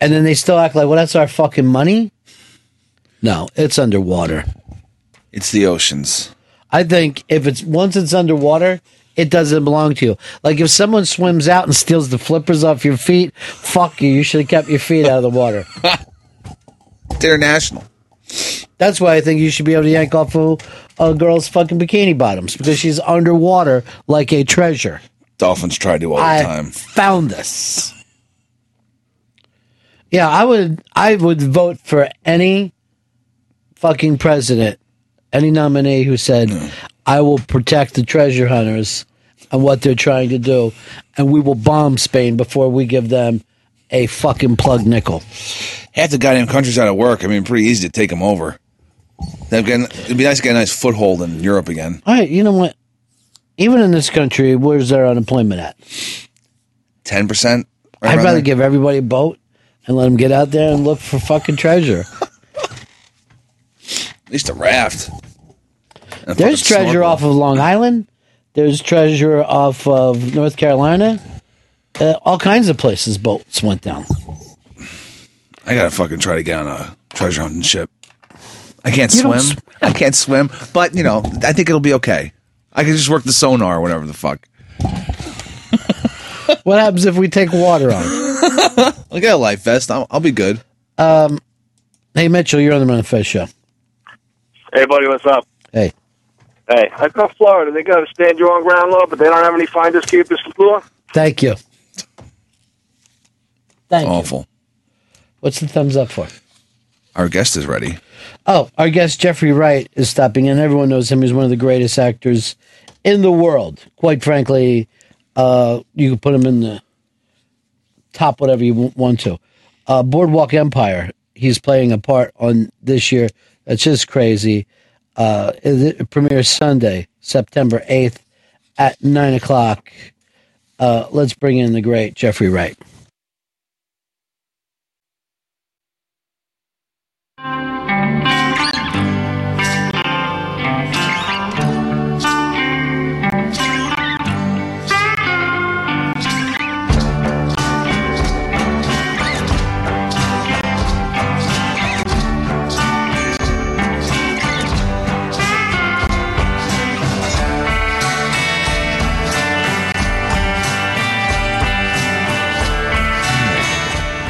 S5: And then they still act like, well, that's our fucking money. No, it's underwater.
S6: It's the oceans.
S5: I think if it's once it's underwater, it doesn't belong to you. Like if someone swims out and steals the flippers off your feet, fuck you. You should have kept your feet out of the water.
S6: They're national.
S5: That's why I think you should be able to yank off a, a girl's fucking bikini bottoms because she's underwater like a treasure.
S6: Dolphins try to all the
S5: I
S6: time.
S5: found this. Yeah, I would. I would vote for any fucking president, any nominee who said, "I will protect the treasure hunters and what they're trying to do, and we will bomb Spain before we give them a fucking plug nickel."
S6: Half the goddamn country's out of work. I mean, pretty easy to take them over. They've got- It'd be nice to get a nice foothold in Europe again.
S5: All right, you know what? Even in this country, where's their unemployment at?
S6: Ten percent.
S5: I'd rather give everybody a boat and let them get out there and look for fucking treasure.
S6: At least a raft. And a
S5: There's
S6: fucking
S5: treasure
S6: snorkel.
S5: off of Long Island. There's treasure off of North Carolina. Uh, all kinds of places boats went down.
S6: I gotta fucking try to get on a treasure hunting ship. I can't
S5: You
S6: swim.
S5: don't sw-
S6: I can't swim, but you know, I think it'll be okay. I can just work the sonar or whatever the fuck.
S5: what happens if we take water on?
S6: I'll get a life vest. I'll, I'll be good.
S5: Um, hey, Mitchell, you're on the Run and Fez show.
S18: Hey, buddy, what's up?
S5: Hey.
S18: Hey, I come Florida. They got a stand your own ground law, but they don't have any finders keepers law.
S5: Thank you. Thank
S6: Awful.
S5: What's the thumbs up for?
S6: Our guest is ready.
S5: Oh, our guest Jeffrey Wright is stopping in. Everyone knows him. He's one of the greatest actors in the world. Quite frankly, uh, you could put him in the top whatever you w- want to. Uh, Boardwalk Empire. He's playing a part on this year. That's just crazy. Uh, it it premieres Sunday, September eighth, at nine o'clock. Uh, let's bring in the great Jeffrey Wright.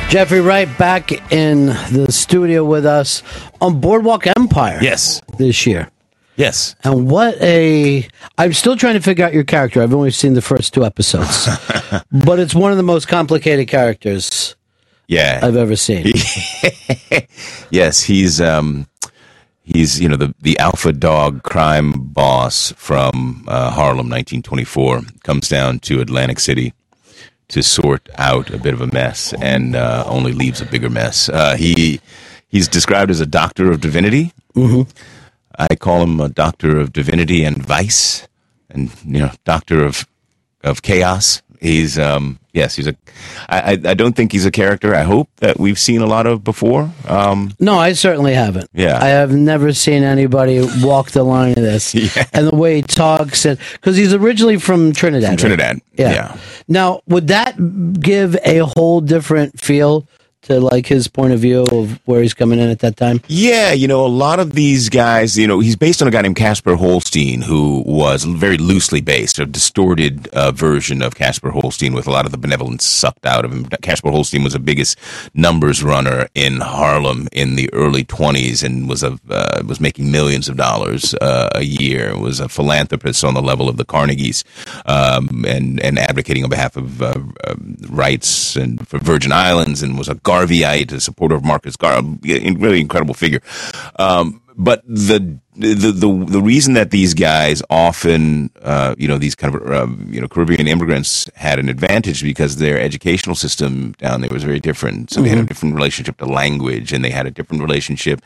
S5: Jeffrey Wright back in the studio with us on Boardwalk Empire.
S12: Yes.
S5: This year.
S12: Yes.
S5: And what a. I'm still trying to figure out your character. I've only seen the first two episodes. but it's one of the most complicated characters
S12: Yeah.
S5: I've ever seen.
S12: Yes, he's um, he's you know the the alpha dog crime boss from uh, Harlem, 1924, comes down to Atlantic City to sort out a bit of a mess, and uh, only leaves a bigger mess. Uh, he he's described as a doctor of divinity.
S5: Mhm.
S6: Mm-hmm.
S12: I call him a doctor of divinity and vice, and you know, doctor of of chaos. He's um, yes, he's a. I, I I don't think he's a character. I hope that we've seen a lot of before. Um,
S5: No, I certainly haven't.
S12: Yeah.
S5: I have never seen anybody walk the line of this. And the way he talks, and because he's originally from Trinidad. right?
S12: Trinidad.
S5: Yeah.
S12: Yeah.
S5: Now, would that give a whole different feel to like his point of view of where he's coming in at that time?
S12: Yeah, you know, a lot of these guys, you know, he's based on a guy named Casper Holstein, who was very loosely based, a distorted uh, version of Casper Holstein with a lot of the benevolence sucked out of him. Casper Holstein was the biggest numbers runner in Harlem in the early 20s and was a, uh, was making millions of dollars uh, a year, was a philanthropist on the level of the Carnegies um, and, and advocating on behalf of uh, um, rights and for Virgin Islands and was a Garveyite, a supporter of Marcus Garvey, really incredible figure. Um, but the the the the reason that these guys often, uh, you know, these kind of um, you know Caribbean immigrants had an advantage because their educational system down there was very different. So they had a
S19: Mhm.
S12: different relationship to language, and they had a different relationship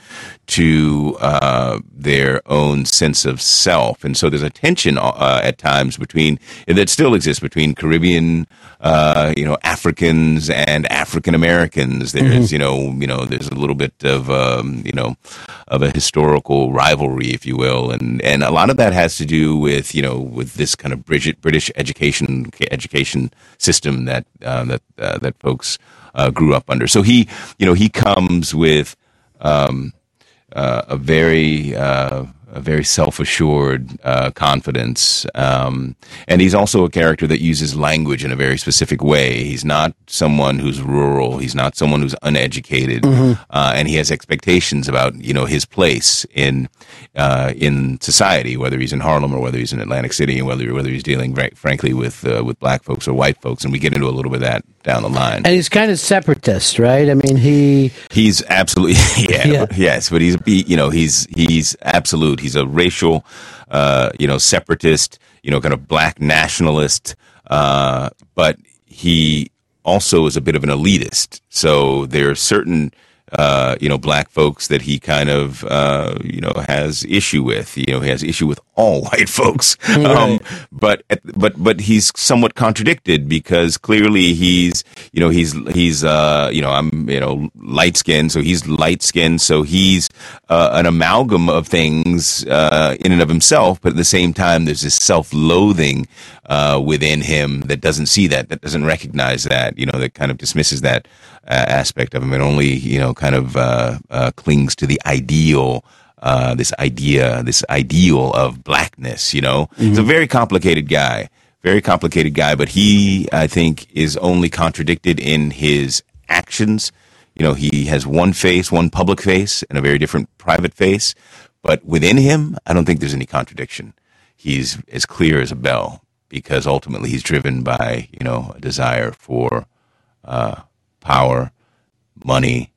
S12: to uh, their own sense of self. And so there's a tension uh, at times between and that still exists between Caribbean, uh, you know, Africans and African Americans. There's
S19: Mhm.
S12: you know, you know, there's a little bit of um, you know, of a historical rivalry, if you will, and and a lot of that has to do with you know with this kind of British British education education system that uh, that uh, that folks uh, grew up under. So he you know he comes with um, uh, a very uh, a very self assured uh, confidence, um, and he's also a character that uses language in a very specific way. He's not someone who's rural. He's not someone who's uneducated,
S19: Mhm.
S12: uh, and he has expectations about you know his place in uh, in society, whether he's in Harlem or whether he's in Atlantic City, and whether whether he's dealing fran- frankly with uh, with black folks or white folks, and we get into a little bit of that down the line.
S5: And he's kind of separatist, right? I mean, he
S12: He's absolutely yeah,
S5: Yeah.
S12: yes, but he's he, you know he's he's absolute. He's a racial, uh, you know, separatist, you know, kind of black nationalist, uh, but he also is a bit of an elitist. So there are certain. Uh, you know, black folks that he kind of, uh, you know, has issue with. You know, he has issue with all white folks. Um, but at, but but he's somewhat contradicted because clearly he's you know he's he's uh you know I'm you know light skinned so he's light skinned so he's uh, an amalgam of things uh, in and of himself but at the same time there's this self loathing uh, within him that doesn't see that that doesn't recognize that you know that kind of dismisses that uh, aspect of him and only you know kind of uh, uh, clings to the ideal uh, this idea, this ideal of blackness. You know, he's a very complicated guy, very complicated guy. But he, I think, is only contradicted in his actions. You know, he has one face, one public face, and a very different private face. But within him, I don't think there's any contradiction. He's as clear as a bell because ultimately he's driven by you know a desire for uh, power, money,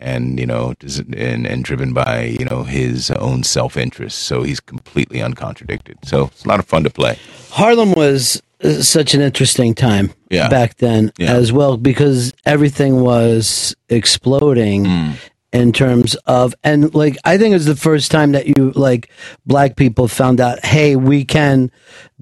S12: and you know does- and, and driven by you know his own self-interest so he's completely uncontradicted so it's a lot of fun to play
S5: Harlem was uh, such an interesting time
S12: Yeah.
S5: back then
S12: Yeah.
S5: as well because everything was exploding
S12: Hmm.
S5: in terms of and like I think it was the first time that you like black people found out hey we can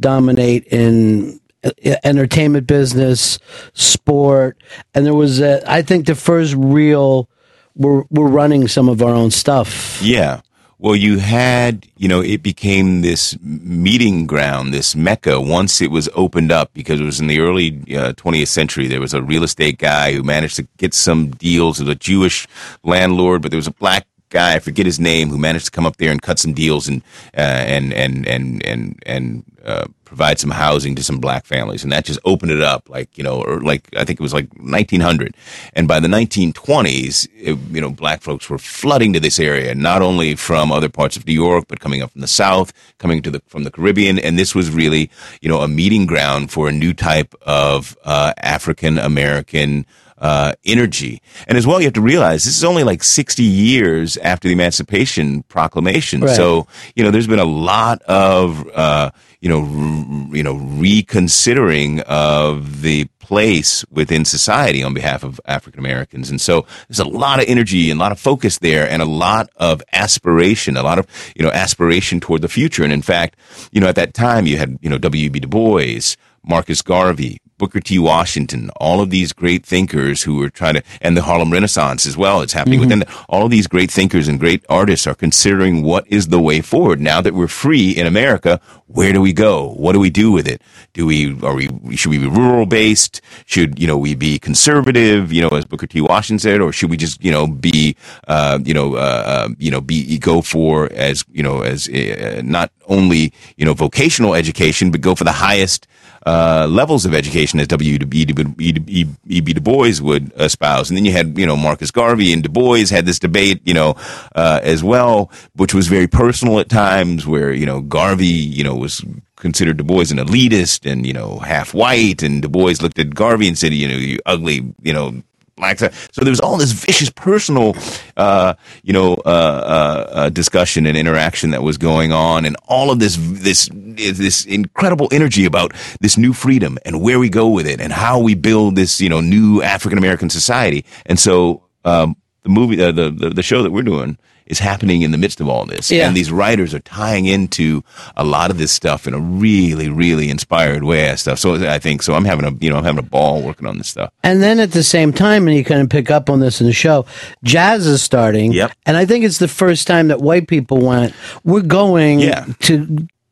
S5: dominate in uh, entertainment business sport and there was a, I think the first real we're we're running some of our own stuff
S12: yeah well you had you know it became this meeting ground this mecca once it was opened up because it was in the early uh, 20th century there was a real estate guy who managed to get some deals with a jewish landlord but there was a black guy i forget his name who managed to come up there and cut some deals and uh, and and and and and uh, provide some housing to some black families, and that just opened it up. Like you know, or like I think it was like 1900, and by the 1920s, it, you know, black folks were flooding to this area, not only from other parts of New York, but coming up from the South, coming to the from the Caribbean, and this was really you know a meeting ground for a new type of uh, African American uh, energy. And as well, you have to realize this is only like 60 years after the Emancipation Proclamation.
S19: Right.
S12: So, you know, there's been a lot of, uh, you know, r- you know, reconsidering of the place within society on behalf of African Americans. And so there's a lot of energy and a lot of focus there and a lot of aspiration, a lot of, you know, aspiration toward the future. And in fact, you know, at that time you had, you know, W.E.B. Du Bois, Marcus Garvey, Booker T. Washington, all of these great thinkers who were trying to, and the Harlem Renaissance as well, it's happening within that. All of these great thinkers and great artists are considering what is the way forward. Now that we're free in America, where do we go? What do we do with it? Do we, are we, should we be rural based? Should, you know, we be conservative, you know, as Booker T. Washington said, or should we just, you know, be, uh, you know, uh, uh, you know, be, go for as, you know, as uh, not only, you know, vocational education, but go for the highest, uh, levels of education as W. E. B. Du Bois would espouse, and then you had you know Marcus Garvey and Du Bois had this debate you know uh, as well, which was very personal at times, where you know Garvey you know was considered Du Bois an elitist and you know half white, and Du Bois looked at Garvey and said you know you ugly you know blacks. So there was all this vicious personal, uh, you know, uh, uh, uh, discussion and interaction that was going on, and all of this this this incredible energy about this new freedom and where we go with it and how we build this you know new African American society. And so um, the movie, uh, the, the the show that we're doing is happening in the midst of all this,
S5: Yeah.
S12: and these writers are tying into a lot of this stuff in a really really inspired way. and Stuff. So I think so. I'm having a you know I'm having a ball working on this stuff.
S5: And then at the same time, and you kind of pick up on this in the show, jazz is starting. Yep. And I think it's the first time that white people went, we're going to,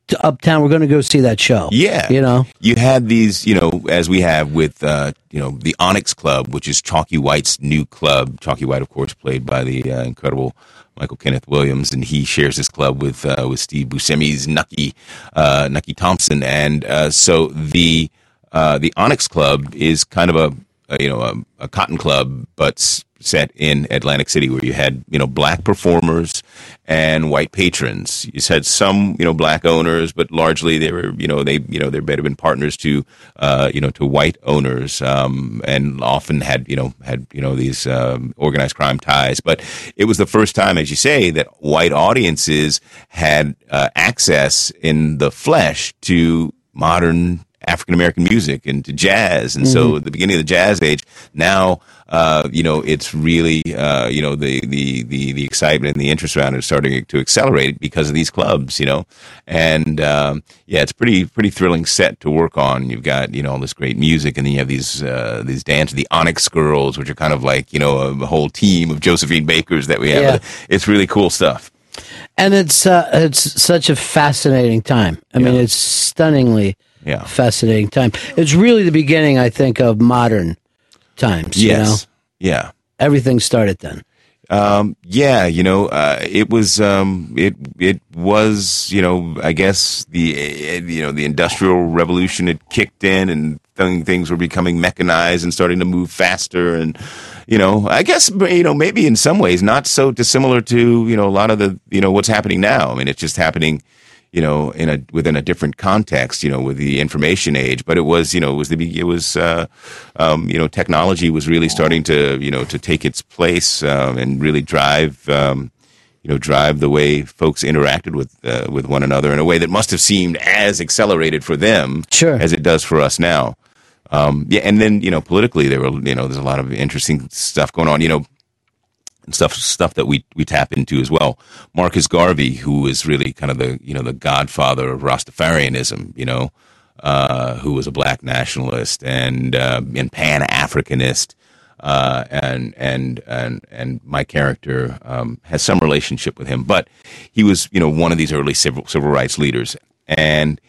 S5: to Uptown, we're going to go see that show.
S12: Yeah.
S5: You know?
S12: you had these, you know, as we have with, uh, you know, the Onyx Club, which is Chalky White's new club. Chalky White, of course, played by the uh, incredible Michael Kenneth Williams, and he shares his club with uh, with Steve Buscemi's Nucky uh, Nucky Thompson, and uh, so the uh, the Onyx Club is kind of a, a you know a, a cotton club, but s- set in Atlantic City, where you had you know black performers and white patrons. You had some you know black owners, but largely they were you know they you know they might have been partners to uh, you know to white owners, um, and often had you know had you know these um, organized crime ties. But it was the first time, as you say, that white audiences had uh, access in the flesh to modern African American music and to jazz. And so
S5: Mhm.
S12: at the beginning of the jazz age, now uh, you know it's really uh, you know the, the the the excitement and the interest around it is starting to accelerate because of these clubs, you know. And um, yeah, it's pretty pretty thrilling set to work on. You've got you know all this great music, and then you have these uh, these dance the Onyx Girls, which are kind of like you know a whole team of Josephine Bakers that we have.
S5: Yeah.
S12: It's really cool stuff.
S5: And it's, uh, it's such a fascinating time. I mean, it's stunningly
S12: Yeah.
S5: fascinating time. It's really the beginning, I think, of modern times. You know?
S12: Yes. Yeah.
S5: Everything started then.
S12: Um, yeah, you know, uh, it was, um, it, it was, you know, I guess the, eh, you know, the industrial revolution had kicked in and thing, things were becoming mechanized and starting to move faster. And, you know, I guess, you know, maybe in some ways not so dissimilar to, you know, a lot of the, you know, what's happening now. I mean, it's just happening, you know, in a within a different context, you know, with the information age. But it was, you know, it was the be- it was, uh, um, you know, technology was really starting to, you know, to take its place um, and really drive, um, you know, drive the way folks interacted with uh, with one another in a way that must have seemed as accelerated for them
S5: sure.
S12: as it does for us now. Um, yeah, and then you know, politically, there were you know, there's a lot of interesting stuff going on. You know, and stuff stuff that we we tap into as well. Marcus Garvey, who is really kind of the you know the godfather of Rastafarianism, you know, uh, who was a black nationalist and uh, and Pan Africanist, uh, and and and and my character um, has some relationship with him, but he was you know one of these early civil civil rights leaders, and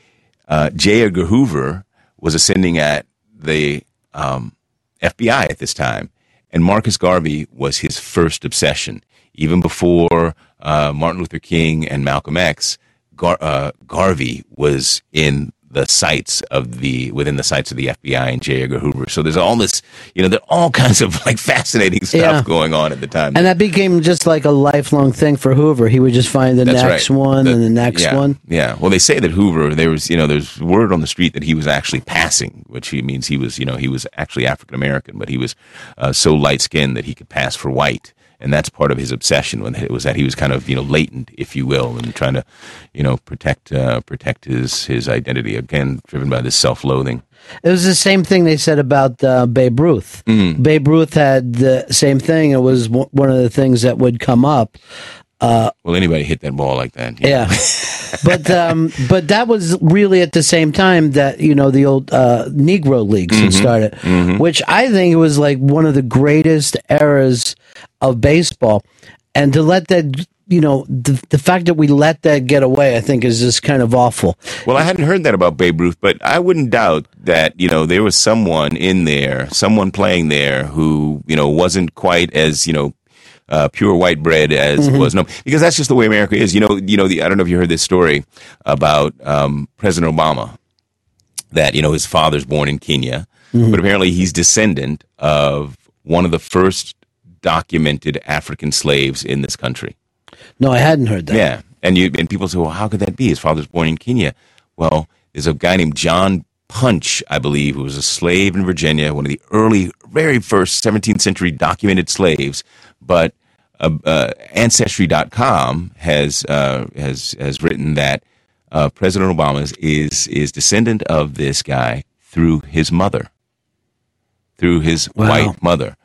S12: uh, J. Edgar Hoover was ascending at the um, FBI at this time, and Marcus Garvey was his first obsession. Even before uh, Martin Luther King and Malcolm X, Gar- uh, Garvey was in the sights of the within the sights of the FBI and J. Edgar Hoover. So there's all this, you know, there are all kinds of like fascinating stuff
S5: Yeah.
S12: going on at the time.
S5: And that became just like a lifelong thing for Hoover. He would just find the
S12: That's
S5: next
S12: right.
S5: one and the next
S12: yeah,
S5: one.
S12: Yeah. Well, they say that Hoover, there was, you know, there's word on the street that he was actually passing, which he means he was, you know, he was actually African American, but he was uh, so light skinned that he could pass for white. And that's part of his obsession with it was that he was kind of, you know, latent, if you will, and trying to, you know, protect, uh, protect his, his identity again, driven by this self loathing.
S5: It was the same thing they said about uh, Babe Ruth. Babe Ruth had the same thing. It was w- one of the things that would come up. Uh,
S12: Will anybody hit that ball like that?
S5: yeah, but um, but that was really at the same time that you know the old uh, Negro leagues had
S19: Mhm.
S5: started,
S19: Mhm.
S5: which I think it was like one of the greatest eras of baseball, and to let that you know the, the fact that we let that get away, I think is just kind of awful.
S12: Well, I hadn't heard that about Babe Ruth, but I wouldn't doubt that, you know, there was someone in there, someone playing there who, you know, wasn't quite as, you know, uh, pure white bread as
S20: Mhm.
S12: was no, because that's just the way America is. You know, you know. The, I don't know if you heard this story about um, President Obama, that you know his father's born in Kenya,
S20: Mhm.
S12: but apparently he's descendant of one of the first documented African slaves in this country.
S5: No, I hadn't heard that.
S12: Yeah, and you and people say, well, how could that be? His father's born in Kenya. Well, there's a guy named John Punch, I believe, who was a slave in Virginia, one of the early, very first 17th century documented slaves. But uh, uh, Ancestry.com has uh, has has written that uh, President Obama is, is is descendant of this guy through his mother, through his white mother.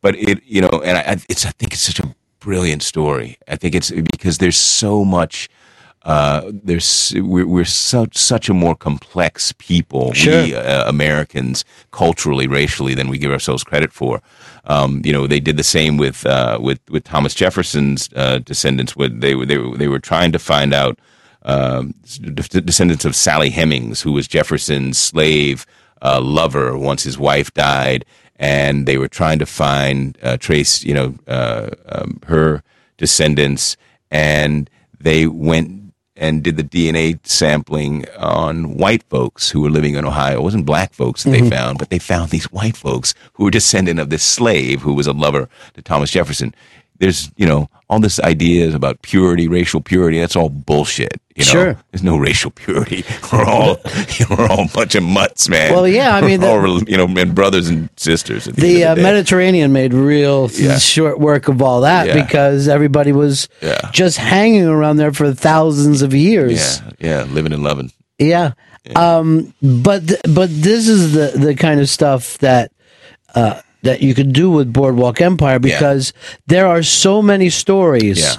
S12: But it, you know, and I, I- it's I think it's such a brilliant story. I think it's because there's so much. Uh, there's we're, we're such such a more complex people we
S5: Sure.
S12: uh, Americans culturally racially than we give ourselves credit for. Um, you know they did the same with uh, with with Thomas Jefferson's uh, descendants. When they were they were they were trying to find out um, de- descendants of Sally Hemings, who was Jefferson's slave uh, lover once his wife died, and they were trying to find uh, trace, you know, uh, um, her descendants, and they went and did the DNA sampling on white folks who were living in Ohio. It wasn't black folks that they
S5: Mhm.
S12: found, but they found these white folks who were descendant of this slave who was a lover to Thomas Jefferson. There's, you know, all this ideas about purity, racial purity. That's all bullshit. You know?
S5: Sure.
S12: There's no racial purity. We're all, we're all a bunch of mutts, man.
S5: Well, yeah, I mean,
S12: We're
S5: the-
S12: all rel- you know, and brothers and sisters. At the,
S5: the
S12: end
S5: uh,
S12: of the day.
S5: Mediterranean made real
S12: Yeah.
S5: short work of all that
S12: Yeah.
S5: because everybody was
S12: Yeah.
S5: just hanging around there for thousands of years.
S12: yeah, yeah, living and loving.
S5: Yeah. Um, but th- but this is the the kind of stuff that uh, that you could do with Boardwalk Empire because there are so many stories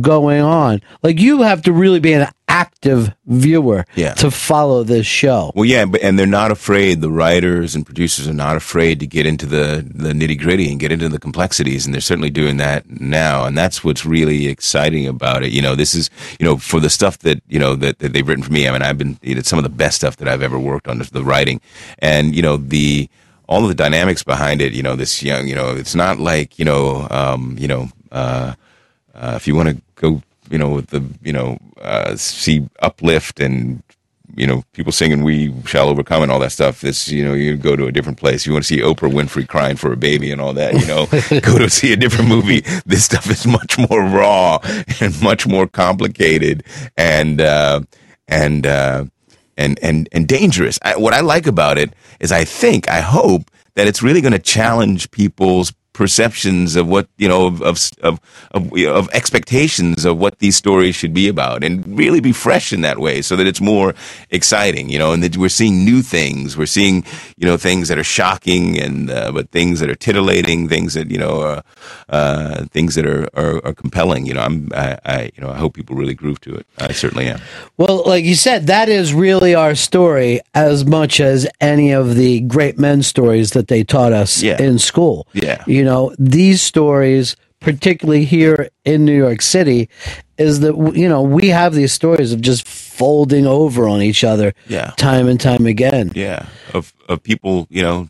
S5: going on. Like you have to really be an active viewer
S12: Yeah.
S5: to follow this show.
S12: Well, yeah, but, and they're not afraid. The writers and producers are not afraid to get into the, the nitty gritty and get into the complexities, and they're certainly doing that now. And that's what's really exciting about it. You know, this is you know for the stuff that you know that, that they've written for me. I mean, I've been it's some of the best stuff that I've ever worked on is the writing, and you know the all of the dynamics behind it. You know, this young, you know, it's not like you know, um, you know. Uh, uh, if you want to go, you know, with the, you know, uh, see uplift and, you know, people singing "We Shall Overcome" and all that stuff. This, you know, you go to a different place. You want to see Oprah Winfrey crying for a baby and all that. You know, go to see a different movie. This stuff is much more raw and much more complicated and uh, and uh, and and and dangerous. I, what I like about it is, I think, I hope that it's really going to challenge people's perceptions of what you know of of of, of, you know, of expectations of what these stories should be about and really be fresh in that way so that it's more exciting you know and that we're seeing new things we're seeing you know things that are shocking and uh, but things that are titillating things that you know are, uh, things that are, are are compelling you know i'm I, I you know i hope people really groove to it i certainly am
S5: Well, like you said, that is really our story as much as any of the great men stories that they taught us in school.
S12: Yeah.
S5: You know, these stories, particularly here in New York City, is that, w- you know, we have these stories of just folding over on each other
S12: Yeah.
S5: time and time again.
S12: Yeah, of of people, you know,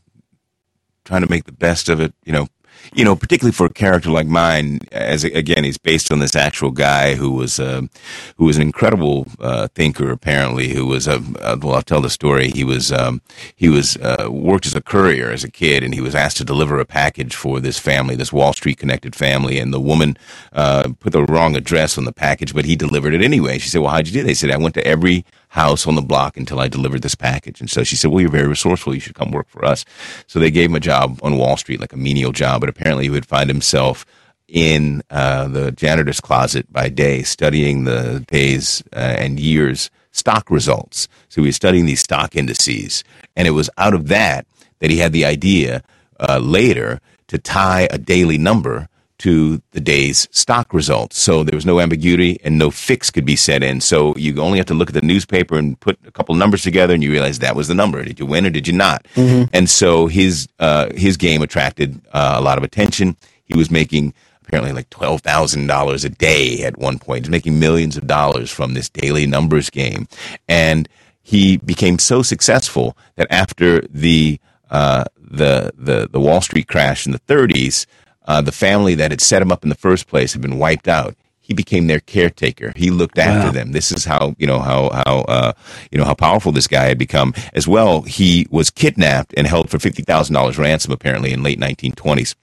S12: trying to make the best of it. You know, you know, particularly for a character like mine, as again, he's based on this actual guy who was um who was an incredible uh, thinker. Apparently, who was a uh, well, I'll tell the story. He was um, he was uh, worked as a courier as a kid, and he was asked to deliver a package for this family, this Wall Street connected family, and the woman uh, put the wrong address on the package, but he delivered it anyway. She said, "Well, how'd you do?" They said, "I went to every." house on the block until I delivered this package. And so she said, Well, you're very resourceful. You should come work for us. So they gave him a job on Wall Street, like a menial job, but apparently he would find himself in uh, the janitor's closet by day studying the days uh, and years stock results. So he was studying these stock indices. And it was out of that that he had the idea uh, later to tie a daily number to the day's stock results. So there was no ambiguity and no fix could be set in. So you only have to look at the newspaper and put a couple numbers together and you realize that was the number. Did you win or did you not? And so his, uh, his game attracted uh, a lot of attention. He was making apparently like $12,000 a day at one point. He's making millions of dollars from this daily numbers game. And he became so successful that after the, uh, the, the, the Wall Street crash in the 30s, uh, the family that had set him up in the first place had been wiped out. He became their caretaker. He looked after them. This is how you know how how uh, you know how powerful this guy had become. As well, he was kidnapped and held for fifty thousand dollars ransom apparently in late nineteen twenties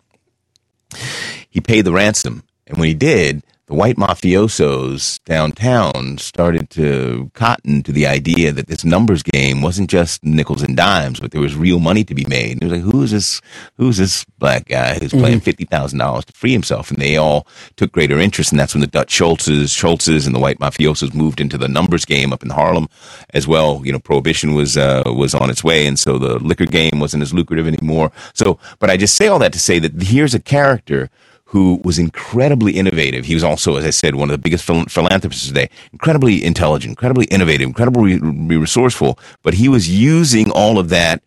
S12: he paid the ransom. And when he did, the the white mafiosos downtown started to cotton to the idea that this numbers game wasn't just nickels and dimes, but there was real money to be made. And it was like, who's this? Who's this black guy who's playing fifty thousand dollars to free himself? And they all took greater interest, and that's when the Dutch Schultzes, Schultzes, and the white mafiosos moved into the numbers game up in Harlem as well. You know, prohibition was uh, was on its way, and so the liquor game wasn't as lucrative anymore. So, but I just say all that to say that here's a character who was incredibly innovative. He was also, as I said, one of the biggest phil- philanthropists today. Incredibly intelligent, incredibly innovative, incredibly re- resourceful. But he was using all of that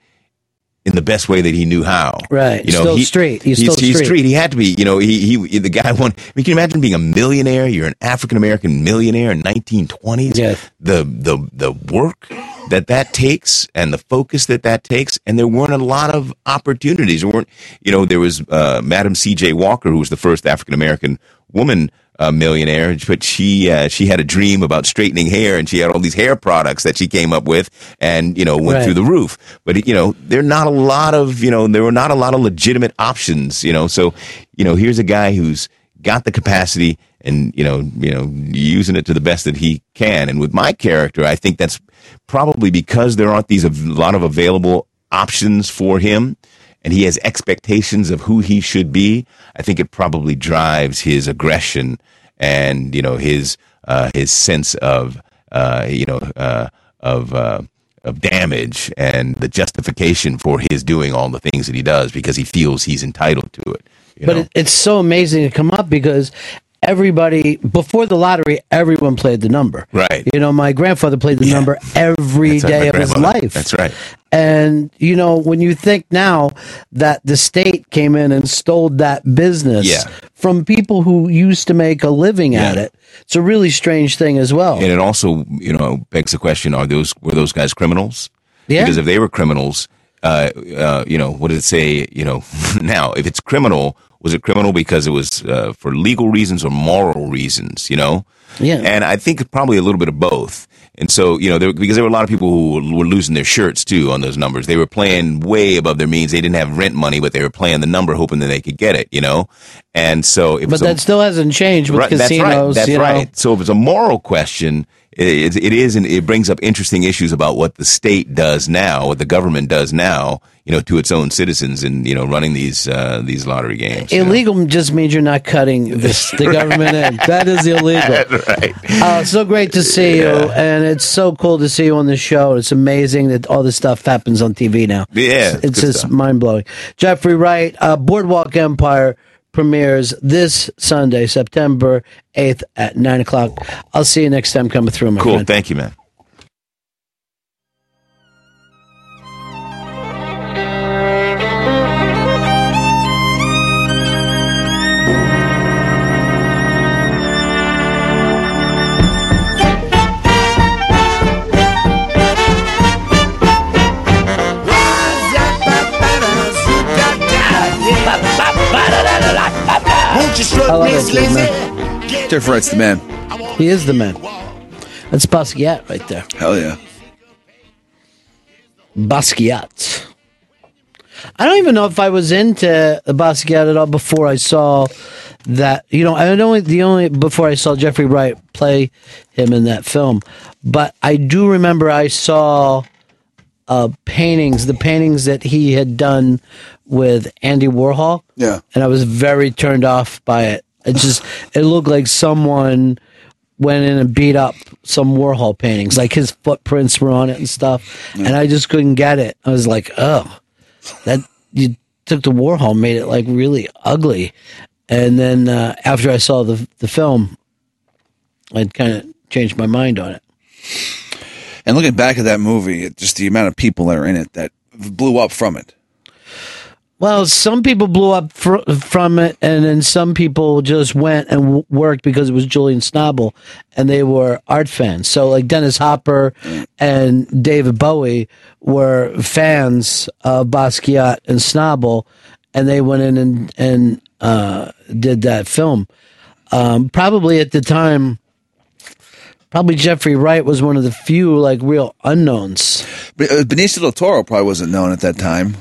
S12: in the best way that he knew how.
S5: Right.
S12: You know,
S5: Still
S12: he-
S5: street. He's still
S12: he's
S5: street.
S12: street. He had to be. You know, he he the guy won. I mean, can you imagine being a millionaire? You're an African American millionaire in 1920s. Yeah. The the the work that that takes and the focus that that takes, and there weren't a lot of opportunities. There weren't. You know, there was uh, Madam C.J. Walker, who was the first African American woman a millionaire, but she uh, she had a dream about straightening hair, and she had all these hair products that she came up with, and you know went
S5: Right.
S12: through the roof. But you know there are not a lot of you know there were not a lot of legitimate options. You know, so you know here's a guy who's got the capacity and you know you know using it to the best that he can. And with my character, I think that's probably because there aren't these a lot of available options for him and he has expectations of who he should be, I think it probably drives his aggression and you know his uh, his sense of uh, you know uh, of uh, of damage and the justification for his doing all the things that he does because he feels he's entitled to it. You
S5: but
S12: know?
S5: it, it's so amazing to come up because everybody before the lottery, everyone played the number.
S12: Right.
S5: You know, my grandfather played the number every day
S12: That's right, my
S5: of his
S12: grandmother.
S5: life.
S12: That's right.
S5: And you know, when you think now that the state came in and stole that business
S12: Yeah.
S5: from people who used to make a living at
S12: Yeah.
S5: it, it's a really strange thing as well.
S12: And it also, you know, begs the question: Are those were those guys criminals?
S5: Yeah.
S12: Because if they were criminals, uh, uh, you know, what does it say? You know, now if it's criminal, was it criminal because it was uh, for legal reasons or moral reasons? You know.
S5: Yeah.
S12: And I think probably a little bit of both. And so, you know, there, because there were a lot of people who were losing their shirts too on those numbers. They were playing way above their means. They didn't have rent money, but they were playing the number hoping that they could get it, you know? And so it
S5: But
S12: was. a-
S5: that still hasn't changed with
S12: Right,
S5: casinos.
S12: That's right. That's
S5: you know.
S12: right. So if it's a moral question, it, it is, and it brings up interesting issues about what the state does now, what the government does now, you know, to its own citizens, and you know, running these uh, these lottery games.
S5: Illegal just means you're not cutting this, the government in. That is illegal.
S12: right.
S5: Uh, so great to see you, and it's so cool to see you on the show. It's amazing that all this stuff happens on TV now.
S12: Yeah, it's
S5: it's, it's
S12: good
S5: just
S12: stuff.
S5: mind blowing. Jeffrey Wright, uh, Boardwalk Empire premieres this Sunday, September eighth at nine o'clock. I'll see you next time. Coming through, my
S12: Cool.
S5: friend.
S12: Thank you, man.
S16: Won't you
S5: I
S16: shrug
S5: love
S16: Miss
S5: that kid,
S16: Lizzie?
S5: man. Jeff Wright's the man. He is the man. That's Basquiat right there.
S6: Hell yeah.
S5: Basquiat. I don't even know if I was into Basquiat at all before I saw that. You know, I don't only the only before I saw Jeffrey Wright play him in that film, but I do remember I saw uh, paintings, the paintings that he had done with Andy Warhol.
S6: Yeah.
S5: and I was very turned off by it. It just it looked like someone went in and beat up some Warhol paintings. Like his footprints were on it and stuff, and I just couldn't get it. I was like, oh, that you took the Warhol, made it like really ugly. And then uh, after I saw the the film, I'd kind of changed my mind on it.
S6: And looking back at that movie, it, just the amount of people that are in it that blew up from it.
S5: Well, some people blew up fr- from it, and then some people just went and w- worked because it was Julian Snobble, and they were art fans. So, like Dennis Hopper and David Bowie were fans of Basquiat and Snobble, and they went in and and uh, did that film. Um, probably at the time, probably Jeffrey Wright was one of the few like real unknowns.
S6: But uh, Benicio del Toro probably wasn't known at that time.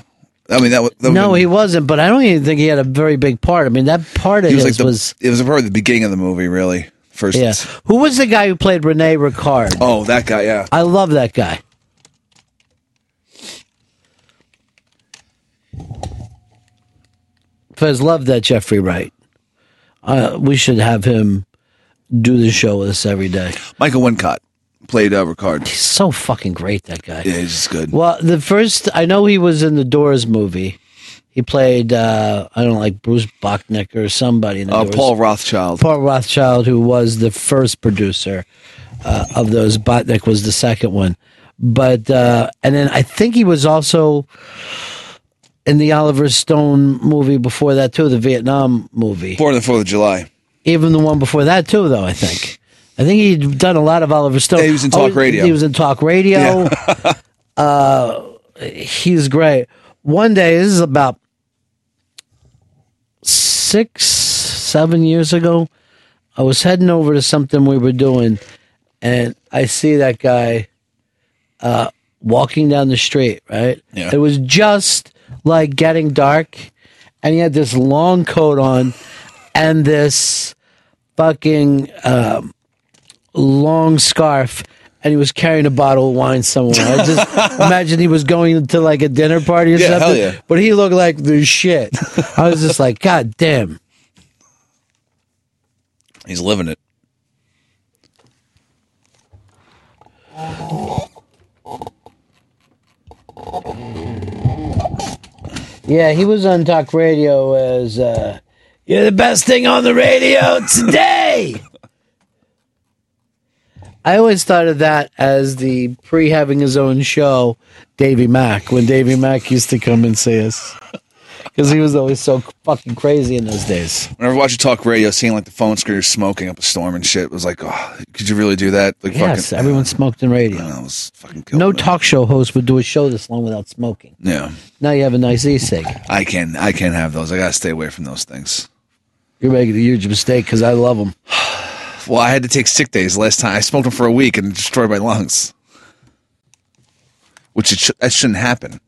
S6: I mean, that was that
S5: no, he wasn't. But I don't even think he had a very big part. I mean, that part of
S6: he was
S5: his
S6: like the,
S5: was
S6: it was probably the beginning of the movie, really. First,
S5: yeah. Who was the guy who played Rene Ricard?
S6: oh, that guy, yeah.
S5: I love that guy. Fez loved that Jeffrey Wright. Uh, we should have him do the show with us every day.
S6: Michael Wincott played uh, Ricard. He's
S5: so fucking great, that guy.
S6: Yeah, he's just good.
S5: Well, the first I know he was in the Doors movie. He played uh, I don't know, like Bruce Bucknick or somebody. In the
S6: Uh,
S5: Doors.
S6: Paul Rothschild.
S5: Paul Rothschild, who was the first producer uh, of those. Botnick was the second one, but uh, and then I think he was also in the Oliver Stone movie before that too, the Vietnam movie.
S6: Born on the Fourth of July.
S5: Even the one before that too, though I think. I think he'd done a lot of Oliver Stone. Oh,
S6: Yeah, he was in Talk Radio.
S5: He was in Talk Radio. uh, he's great. One day, this is about six, seven years ago, I was heading over to something we were doing, and I see that guy uh, walking down the street, right?
S6: Yeah.
S5: It was just like getting dark, and he had this long coat on and this fucking um, long scarf. And he was carrying a bottle of wine somewhere. I just imagine he was going to like a dinner party or
S6: Yeah, hell
S5: something.
S6: yeah.
S5: But he looked like the shit. I was just like, God damn.
S6: He's living it.
S5: Yeah, he was on talk radio as uh, you're the best thing on the radio today. I always thought of that as the pre having his own show, Davy Mack, when Davy Mack used to come and see us. Because he was always so fucking crazy in those days.
S6: Whenever I watch you talk radio, seeing like the phone screeners smoking up a storm and shit was like, oh, could you really do that? Like,
S5: Yes,
S6: fucking,
S5: everyone smoked in radio. no talk show host would do a show this long without smoking.
S6: yeah.
S5: Now you have a nice e cig.
S6: I can I can't have those. I gotta stay away from those things.
S5: You're making a huge mistake because I love them.
S6: Well, I had to take sick days last time. I smoked them for a week and it destroyed my lungs, which it sh- that shouldn't happen.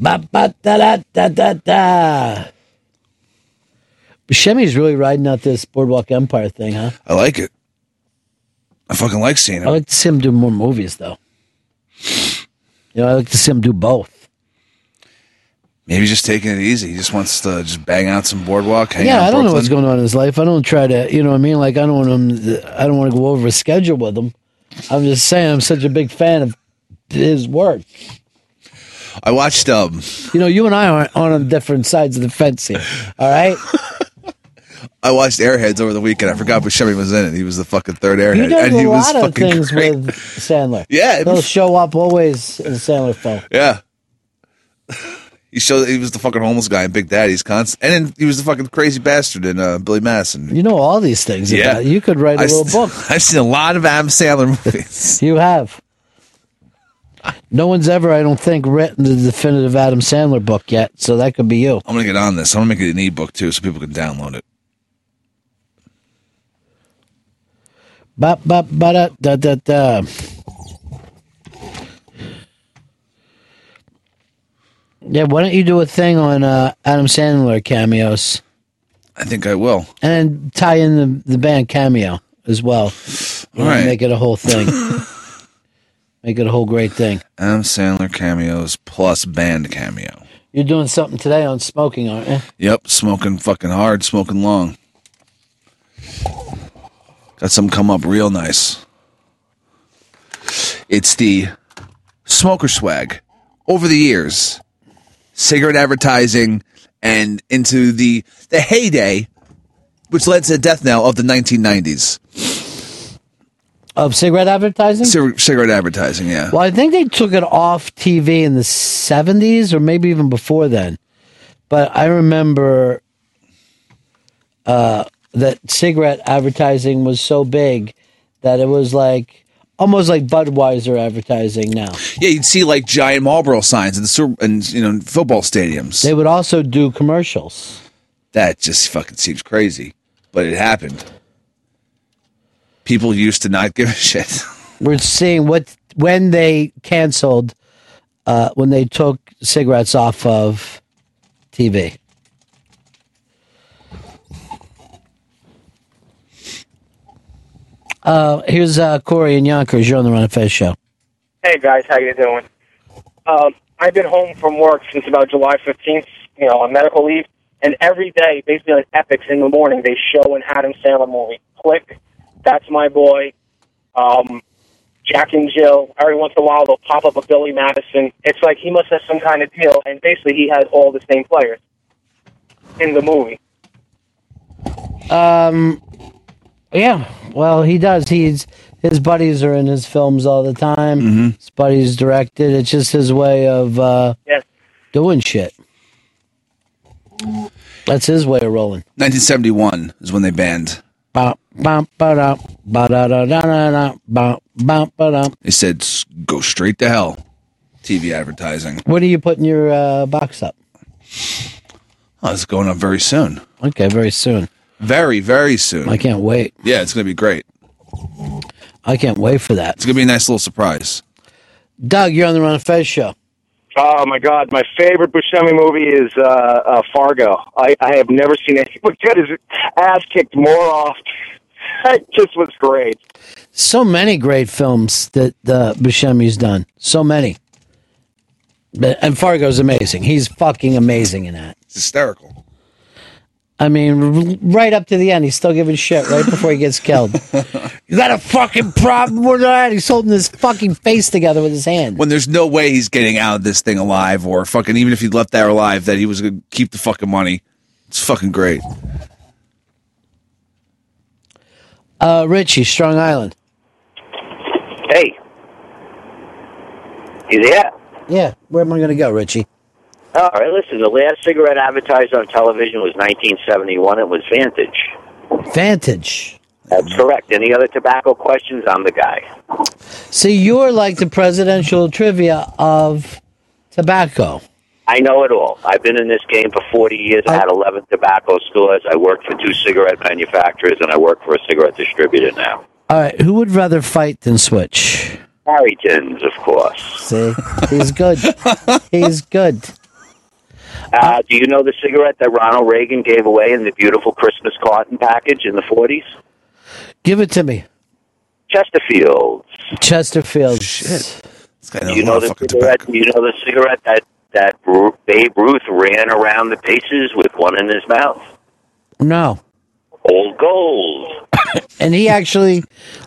S5: Ba ba da da da da da. Buscemi's really riding out this Boardwalk Empire thing, huh?
S6: I like it. I fucking like seeing
S5: I
S6: it.
S5: like to see him do more movies, though. You know, I like to see him do both.
S6: Maybe he's just taking it easy. He just wants to just bang out some boardwalk. Hang
S5: yeah,
S6: out
S5: I
S6: in
S5: don't know
S6: Brooklyn.
S5: what's going on in his life. I don't try to, you know what I mean? Like, I don't want him. To, I don't want to go over a schedule with him. I'm just saying, I'm such a big fan of his work.
S6: I watched um,
S5: You know, you and I are on different sides of the fence here. All right,
S6: I watched Airheads over the weekend. I forgot Buscemi was in it. He was the fucking third Airhead,
S5: you does
S6: and he
S5: a
S6: was
S5: lot of
S6: fucking
S5: things
S6: great.
S5: with Sandler.
S6: Yeah, it
S5: he'll
S6: was-
S5: show up always in a Sandler film.
S6: Yeah. He showed he was the fucking homeless guy in Big Daddy's constant, and then he was the fucking crazy bastard in uh, Billy Madison.
S5: You know all these things. About. You could write a
S6: I
S5: little
S6: s-
S5: book.
S6: I've seen a lot of Adam Sandler movies.
S5: You have. No one's ever, I don't think, written the definitive Adam Sandler book yet, so that could be you.
S6: I'm gonna get on this. I'm gonna make it an ebook too, so people can download it.
S5: Bop, bop, ba, da, da, da, da. Yeah, why don't you do a thing on uh, Adam Sandler cameos
S6: I think I will.
S5: and then tie in the, the band cameo as well? You know,
S6: All right.
S5: Make it a whole thing. make it a whole great thing.
S6: Adam Sandler cameos plus band cameo.
S5: You're doing something today on smoking, aren't you?
S6: Yep, smoking fucking hard, smoking long. Got some come up real nice. It's the smoker swag. Over the years, cigarette advertising and into the the heyday, which led to the death knell of the 1990s.
S5: Of cigarette advertising?
S6: Cig- cigarette advertising, yeah.
S5: Well, I think they took it off TV in the 70s or maybe even before then. But I remember uh, that cigarette advertising was so big that it was like almost like Budweiser advertising now.
S6: Yeah, you'd see like giant Marlboro signs in the Super- in you know football stadiums.
S5: They would also do commercials.
S6: That just fucking seems crazy, but it happened. People used to not give a shit.
S5: We're seeing what when they canceled uh, when they took cigarettes off of TV. Uh, here's uh, Corey and Yonkers. You're on the Run of Fez show.
S13: Hey guys, how you doing? Um, I've been home from work since about July fifteenth. You know, on medical leave, and every day, basically on Epics in the morning, they show an Adam Sandler movie. Click, that's my boy. Um, Jack and Jill. Every once in a while, they'll pop up a Billy Madison. It's like he must have some kind of deal, and basically, he has all the same players in the movie.
S5: Um, yeah. Well, he does. He's his buddies are in his films all the time. His buddies directed. It's just his way of uh, doing shit. That's his way of rolling.
S6: 1971 is when they banned.
S5: Ba ba ba da ba da da da da da ba ba ba da.
S6: They said, "S- "Go straight to hell." TV advertising.
S5: What are you putting your uh, box up?
S6: Oh, it's going up very soon.
S5: Okay, very soon.
S6: Very, very soon.
S5: I can't wait.
S6: Yeah, it's going to be great.
S5: I can't wait for that.
S6: It's going to be a nice little surprise.
S5: Doug, you're on the Run of Fez show.
S10: Oh my God! My favorite Buscemi movie is uh, uh, Fargo. I, I have never seen anyone get his ass kicked more off. It just was great.
S5: So many great films that uh, Buscemi's done. So many. But, and Fargo's amazing. He's fucking amazing in that.
S6: It's hysterical.
S5: I mean, r- right up to the end, he's still giving shit right before he gets killed. you got a fucking problem with that? He's holding his fucking face together with his hand.
S6: When there's no way he's getting out of this thing alive, or fucking even if he left there alive, that he was going to keep the fucking money. It's fucking great.
S5: Uh, Richie, Strong Island.
S10: Hey, you there?
S5: Yeah, where am I going to go, Richie?
S19: All right, listen. The last cigarette advertised on television was 1971. It was Vantage.
S5: Vantage.
S19: That's correct. Any other tobacco questions? I'm the guy.
S5: See, you're like the presidential trivia of tobacco.
S19: I know it all. I've been in this game for 40 years. I
S5: Oh.
S19: had 11 tobacco stores. I worked for two cigarette manufacturers, and I work for a cigarette distributor now.
S5: All right, who would rather fight than switch?
S19: Harringtons, of course.
S5: See, he's good. he's good.
S19: Uh, do you know the cigarette that Ronald Reagan gave away in the beautiful Christmas cotton package in the 40s?
S5: Give it to me.
S19: Chesterfield.
S5: Chesterfield.
S19: you know the cigarette. You know the cigarette that that Ru- Babe Ruth ran around the bases with one in his mouth.
S5: No.
S19: Old gold
S5: And he actually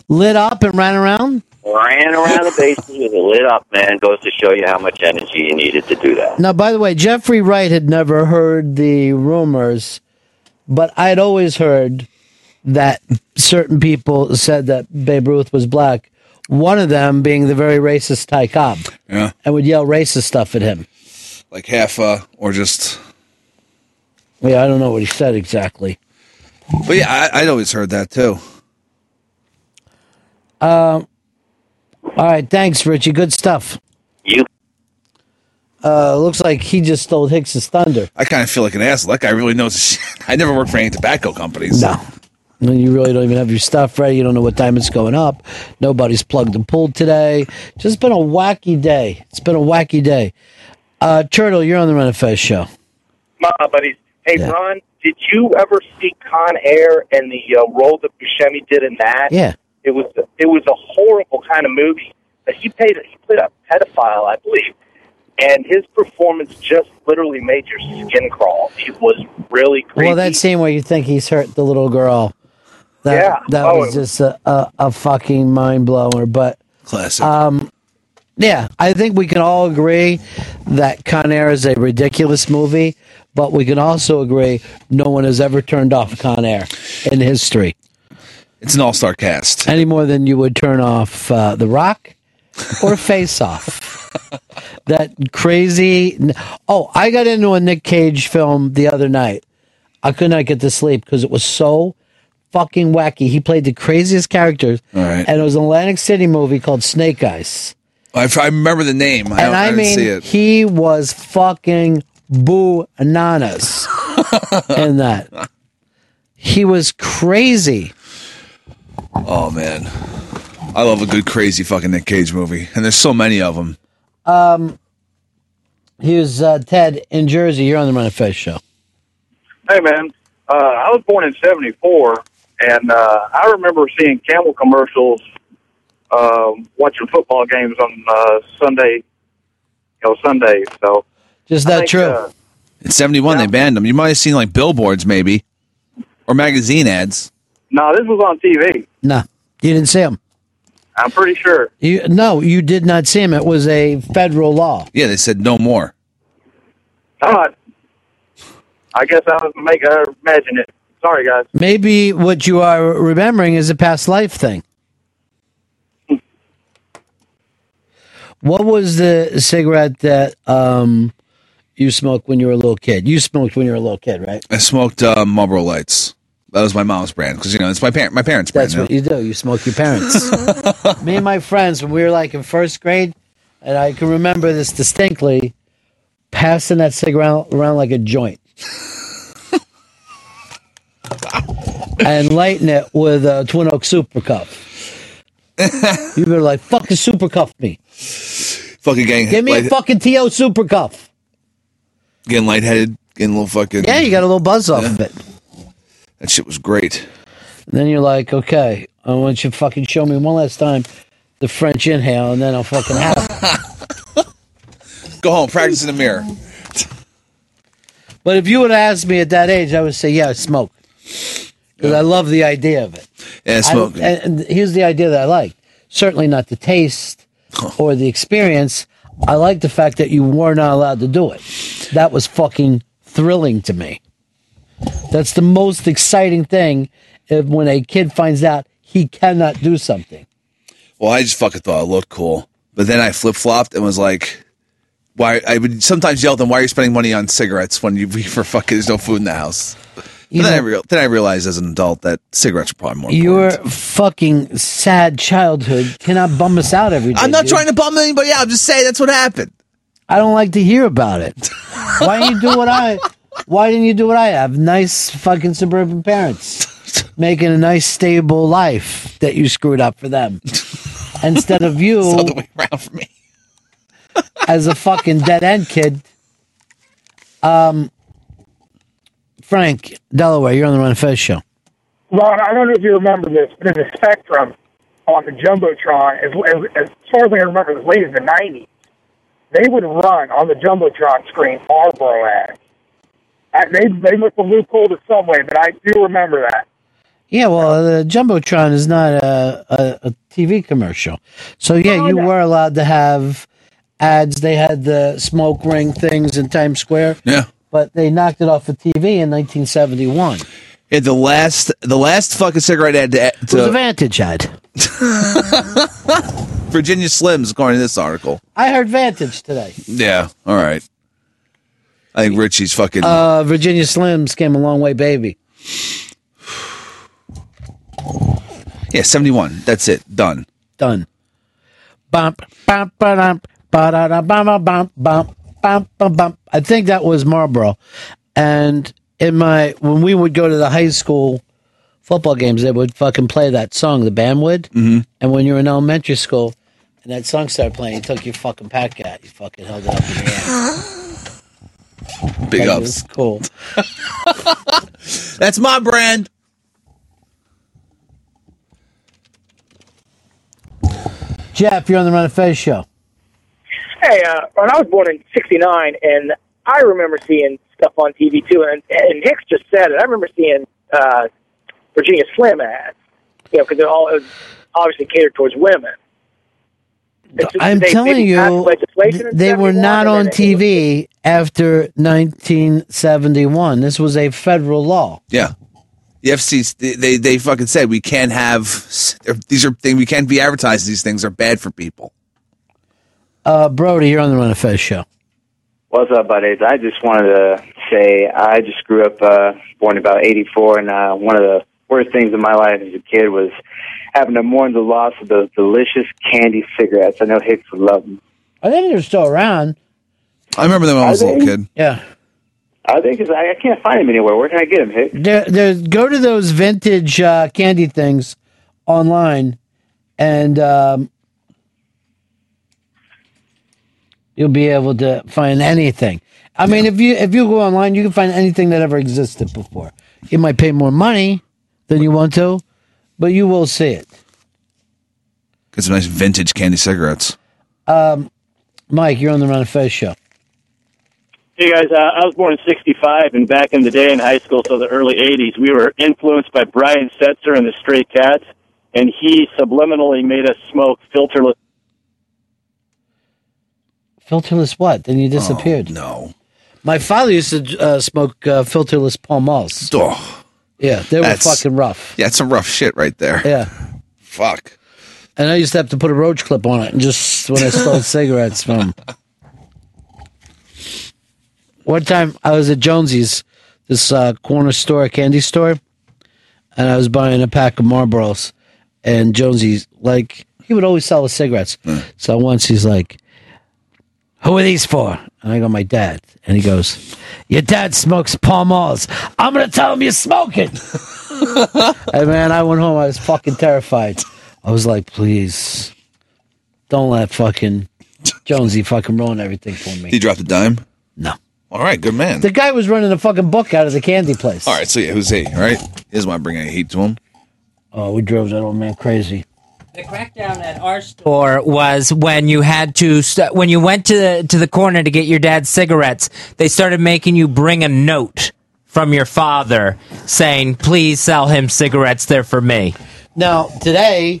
S5: lit up and ran around?
S19: ran around the bases with it lit up. Man goes to show you how much energy you needed to do that.
S5: Now, by the way, Jeffrey Wright had never heard the rumors, but I'd always heard that certain people said that Babe Ruth was black. One of them being the very racist Ty Cobb,
S6: Yeah.
S5: and would yell racist stuff at him.
S6: Like half, uh, or just.
S5: Yeah, I don't know what he said exactly.
S6: But yeah, I, I'd always heard that too.
S5: Um, all right, thanks, Richie. Good stuff.
S19: You.
S5: Uh, looks like he just stole Hicks's thunder.
S6: I kind of feel like an asshole. That guy really knows his shit. I never worked for any tobacco companies.
S5: No. No, you really don't even have your stuff ready. You don't know what time it's going up. Nobody's plugged and pulled today. Just been a wacky day. It's been a wacky day. Uh, Turtle, you're on the Run of Fest show.
S13: My buddies. Hey,
S5: Yeah.
S13: Ron, did you ever see Con Air and the uh, role that Buscemi did in that?
S5: Yeah.
S13: It was it was a horrible kind of movie. But he played he played a pedophile, I believe, and his performance just literally made your skin crawl. It was really creepy.
S5: Well, that scene where you think he's hurt the little girl. That,
S13: Yeah.
S5: That
S13: Oh,
S5: was
S13: it-
S5: just a, a, a fucking mind blower. But
S6: classic.
S5: Um, yeah, I think we can all agree that Con Air is a ridiculous movie, but we can also agree no one has ever turned off Con Air in history.
S6: It's an all star cast.
S5: Any more than you would turn off uh, The Rock or Face Off. that crazy. Oh, I got into a Nick Cage film the other night. I could not get to sleep because it was so fucking wacky. He played the craziest characters.
S6: All right.
S5: And it was an Atlantic City movie called Snake Eyes
S6: I, I remember the name.
S5: and
S6: I, don't- I
S5: I,
S6: didn't
S5: mean,
S6: see it.
S5: he was fucking bananas in that. He was crazy.
S6: Oh, man. I love a good, crazy fucking Nick Cage movie. And there's so many of them.
S5: Um, Here's uh, Ted in Jersey. You're on the Run and Fez show.
S10: Hey, man. Uh, I was born in '74, and uh, I remember seeing Campbell commercials, um, watching football games on uh, Sunday, you know, Sunday. So,
S5: Is
S10: I
S5: that
S10: think,
S5: true?
S10: uh,
S6: In 71, they banned them. You might have seen like billboards, maybe, or magazine ads.
S10: no, this was on TV.
S5: No, you didn't see him.
S10: I'm pretty sure.
S5: You, no, you did not see him. It was a federal law.
S6: Yeah, they said no more.
S10: God, I guess I was make uh, imagine it. Sorry, guys.
S5: Maybe what you are remembering is a past life thing. What was the cigarette that um, you smoked when you were a little kid? You smoked when you were a little kid, right?
S6: I smoked uh, Marlboro Lights. That was my mom's brand because you know it's my parent, my parents' brand.
S5: That's what you do. You smoke your parents. Me and my friends, when we were like in first grade, and I can remember this distinctly, passing that cigarette around like a joint. and lighting it with a Twin Oak Super Cuff. you were like, fucking Super Cuff me.
S6: Fucking gang.
S5: Give me a fucking T.O. Super Cuff.
S6: getting lightheaded, getting a little fucking.
S5: Yeah, you got a little buzz off of it.
S6: That shit was great.
S5: And then you're like, okay, I want you to fucking show me one last time the French inhale, and then I'll fucking have it.
S6: Go home, practice in the mirror.
S5: But if you would have asked me at that age, I would say, yeah, smoke. Because I love the idea of it.
S6: Yeah, smoke.
S5: I, and and here's the idea that I like. Certainly not the taste or the experience. I like the fact that you were not allowed to do it. That was fucking thrilling to me. That's the most exciting thing if, when a kid finds out he cannot do something.
S6: Well, I just fucking thought it looked cool, but then I flip flopped and was like, "Why?" I would sometimes yell at them, "Why are you spending money on cigarettes when you for fucking there's no food in the house?" But
S5: You
S6: then I
S5: know-
S6: real, then I realized as an adult that cigarettes were probably more.
S5: Your fucking sad childhood cannot bum us out every day.
S6: I'm not
S5: dude.
S6: trying to bum anybody out. I'm just saying that's what happened.
S5: I don't like to hear about it. Why didn't you do what I? Why didn't you do what I have? Nice fucking suburban parents making a nice stable life that you screwed up for them instead of you.
S6: It's the other way around for me.
S5: as a fucking dead end kid. Um, Frank Delaware, you're on the Run and Fez show.
S21: Ron, I don't know if you remember this, but in the Spectrum on the Jumbotron, as, as, as far as I can remember, as late as the 90s, they would run on the Jumbotron screen Marlboro ads. I, they, they must have loopholed it some way, but I do remember that.
S5: Yeah, well, the jumbotron is not a, a, a TV commercial, so yeah, you were allowed to have ads. They had the smoke ring things in Times Square.
S6: Yeah.
S5: but they knocked it off of TV in 1971.
S6: Yeah, the last the last fucking cigarette ad to,
S5: It was a
S6: to
S5: Vantage ad.
S6: Virginia Slims, according to this article.
S5: I heard Vantage today.
S6: Yeah. All right. I think Richie's fucking.
S5: Uh, Virginia Slims came a long way, baby.
S6: yeah, seventy-one. That's it. Done.
S5: Done. Bump, bump, bump, bump, bump, bump, bump, bump, bump. I think that was Marlboro. And in my when we would go to the high school football games, they would fucking play that song. The band would. Mm-hmm. And when you were in elementary school, and that song started playing, you took your fucking pack out. You fucking held it up in your hand.
S6: Big
S5: Like, it
S6: ups.
S5: was cool.
S6: That's my brand.
S5: Jeff, you're on the Run of Fez show.
S13: Hey, uh, when I was born in '69, and I remember seeing stuff on TV too, and and Hicks just said it. I remember seeing uh, Virginia Slim ads, you know, because they're all it was obviously catered towards women. It's just
S5: I'm
S13: they- they
S5: telling
S13: passed
S5: you,
S13: legislation in
S5: they were
S13: 71,
S5: not
S13: and
S5: on
S13: then it-
S5: TV after 1971. This was a federal law.
S6: Yeah. The FCC, they, they, they fucking said we can't have, these are things, we can't be advertising these things are bad for people.
S5: Uh, Brody, you're on the Run of Fez show.
S19: What's up, buddies? I just wanted to say I just grew up uh, born about '84, and uh, one of the worst things in my life as a kid was having to mourn the loss of those delicious candy cigarettes. I know Hicks would love them.
S5: I think they're still around.
S6: I remember them when I was a little kid.
S5: Yeah.
S19: I think it's, I, I can't find them anywhere. Where can I get them, Hicks?
S5: There, there, go to those vintage uh, candy things online, and um, You'll be able to find anything. I mean, if you if you go online, you can find anything that ever existed before. You might pay more money than you want to, but you will see it.
S6: Get some nice vintage candy cigarettes.
S5: Um, Mike, you're on the Ron Fez show.
S3: Hey guys, uh, I was born in '65, and back in the day in high school, so the early '80s, we were influenced by Brian Setzer and the Stray Cats, and he subliminally made us smoke filterless.
S5: Filterless what? Then you disappeared.
S6: no.
S5: My father used to uh, smoke uh, filterless Pall Malls. Yeah, they were
S6: That's-
S5: fucking rough.
S6: Yeah, it's some rough shit right there.
S5: Yeah.
S6: Fuck.
S5: And I used to have to put a roach clip on it and just when I stole cigarettes from 'em. One time I was at Jonesy's, this uh, corner store, candy store, and I was buying a pack of Marlboros. And Jonesy, like, he would always sell us cigarettes. So once he's like, Who are these for? And I go, My dad. And he goes, Your dad smokes Pall Malls. I'm going to tell him you smoke it. and man, I went home. I was fucking terrified. I was like, please, don't let fucking Jonesy fucking ruin everything for me.
S6: Did you drop the dime?
S5: No.
S6: All right, good man.
S5: The guy was running a fucking book out of the candy place.
S6: All right, so yeah, who's he? All right, he doesn't want to bring any heat to him.
S5: Oh, we drove that old man crazy.
S7: Or was when you had to st- when you went to the, to the corner to get your dad's cigarettes, they started making you bring a note from your father saying, "Please sell him cigarettes. They're for me."
S5: Now today,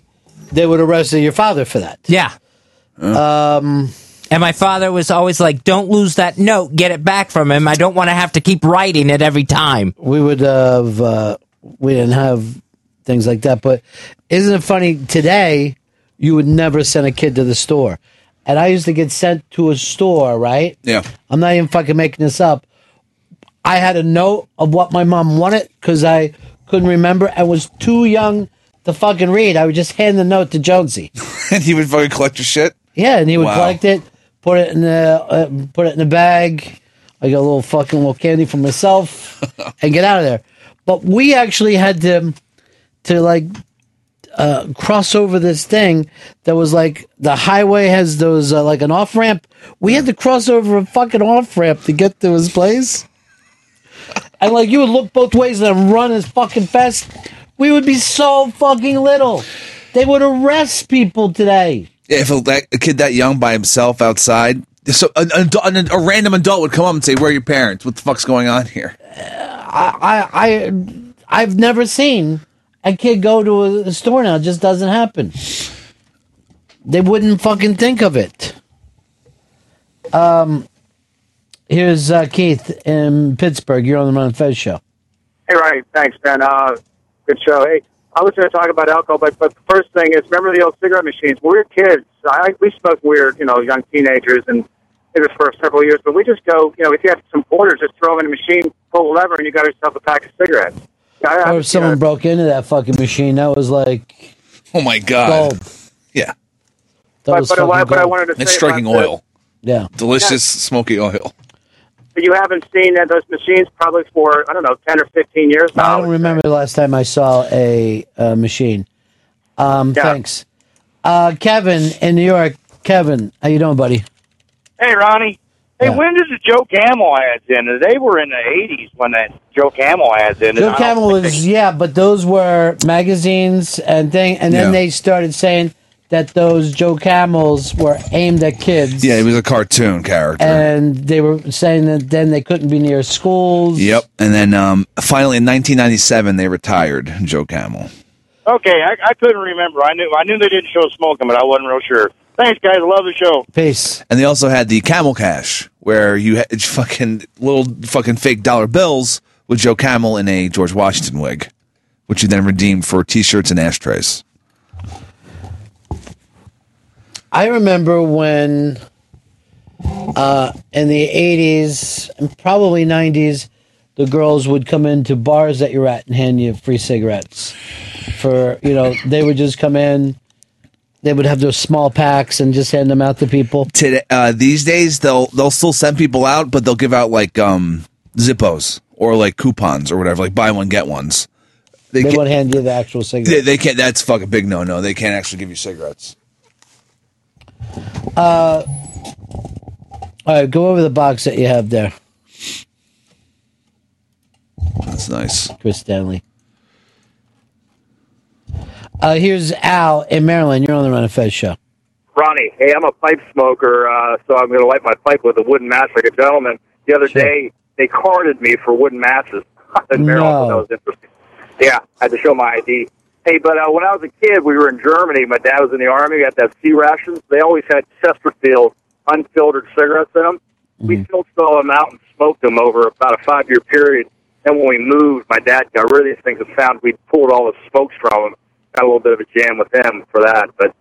S5: they would arrest your father for that.
S7: Yeah.
S5: Um.
S7: And my father was always like, "Don't lose that note. Get it back from him. I don't want to have to keep writing it every time."
S5: We would have. Uh, we didn't have things like that, but isn't it funny? Today, you would never send a kid to the store, and I used to get sent to a store, right?
S6: Yeah.
S5: I'm not even fucking making this up. I had a note of what my mom wanted because I couldn't remember and was too young to fucking read. I would just hand the note to Jonesy.
S6: and he would fucking collect your shit.
S5: Yeah, and he would
S6: Wow.
S5: collect it, put it in the uh, put it in the bag. I got a little fucking little candy for myself and get out of there. But we actually had to to like uh, cross over this thing that was like the highway has those uh, like an off ramp. We had to cross over a fucking off ramp to get to his place. And like you would look both ways and then run as fucking fast. We would be so fucking little. They would arrest people today.
S6: Yeah, if a, that, a kid that young by himself outside, so an, an, adult- an, a random adult would come up and say, "Where are your parents? What the fuck's going on here?"
S5: I, I, I've never seen a kid go to a- a store now. It just doesn't happen. They wouldn't fucking think of it. Um, here's uh, Keith in Pittsburgh. You're on the Ron and Fez show.
S22: Hey, right. Thanks, Ben. Uh, good show. Hey, I was going to talk about alcohol, but, but the first thing is remember the old cigarette machines? When we were kids, I, we smoked weird, you know, young teenagers, and it was for several years, but we just go, you know, if you had some quarters, just throw them in a machine, pull the lever, and you got yourself a pack of cigarettes. I, I,
S5: Or if someone broke into that fucking machine, that was like,
S6: oh my god,
S5: gold.
S6: yeah,
S5: That was
S22: but, but, I,
S5: fucking
S22: but I
S5: gold.
S22: wanted to
S6: it's
S22: say
S6: striking
S22: about the-
S6: oil,
S5: yeah,
S6: delicious smoky oil.
S22: But you haven't seen uh, those machines probably for, I don't know, 10 or 15 years
S5: I
S22: now.
S5: don't remember the last time I saw a, uh machine. Um, Thanks, uh, Kevin in New York. Kevin, how you doing, buddy?
S4: Hey, Ronnie. Hey, when did the Joe Camel ads end? They were in the '80s when that Joe Camel ads ended.
S5: Joe Camel was yeah, but those were magazines and thing, and then
S6: Yeah.
S5: they started saying that those Joe Camels were aimed at kids,
S6: Yeah, he was a cartoon character.
S5: and they were saying that then they couldn't be near schools.
S6: Yep. And then um, finally in 1997, they retired Joe Camel.
S4: Okay, I, I couldn't remember. I knew I knew they didn't show smoking, but I wasn't real sure. Thanks, guys. Love the show.
S5: Peace.
S6: And they also had the Camel Cash, where you had fucking little fucking fake dollar bills with Joe Camel in a George Washington wig, which you then redeemed for T-shirts and ashtrays.
S5: I remember when uh, in the 80s and probably 90s, the girls would come into bars that you're at and hand you free cigarettes. For, you know, they would just come in, they would have those small packs and just hand them out to people.
S6: Today, uh, these days, they'll they'll still send people out, but they'll give out like um, Zippos or like coupons or whatever, like buy one get ones.
S5: They,
S6: can't-
S5: would hand you the actual cigarette.
S6: They, they can't. That's fucking big no no. They can't actually give you cigarettes.
S5: Uh, All right, go over the box that you have there.
S6: That's nice.
S5: Chris Stanley. Uh, here's Al in Maryland. You're on the Run of Fez show.
S10: Ronnie, hey, I'm a pipe smoker, uh, so I'm going to light my pipe with a wooden match like a gentleman. The other day, they carded me for wooden matches in Maryland.
S5: No.
S10: That was interesting. Yeah, I had to show my ID. Hey, but uh, when I was a kid, we were in Germany. My dad was in the army. We got that sea rations. They always had Chesterfield unfiltered cigarettes in them. We filtered all them out and smoked them over about a five year period. Then when we moved, my dad got rid of these things and found we pulled all the smokes from them. Got a little bit of a jam with him for that, but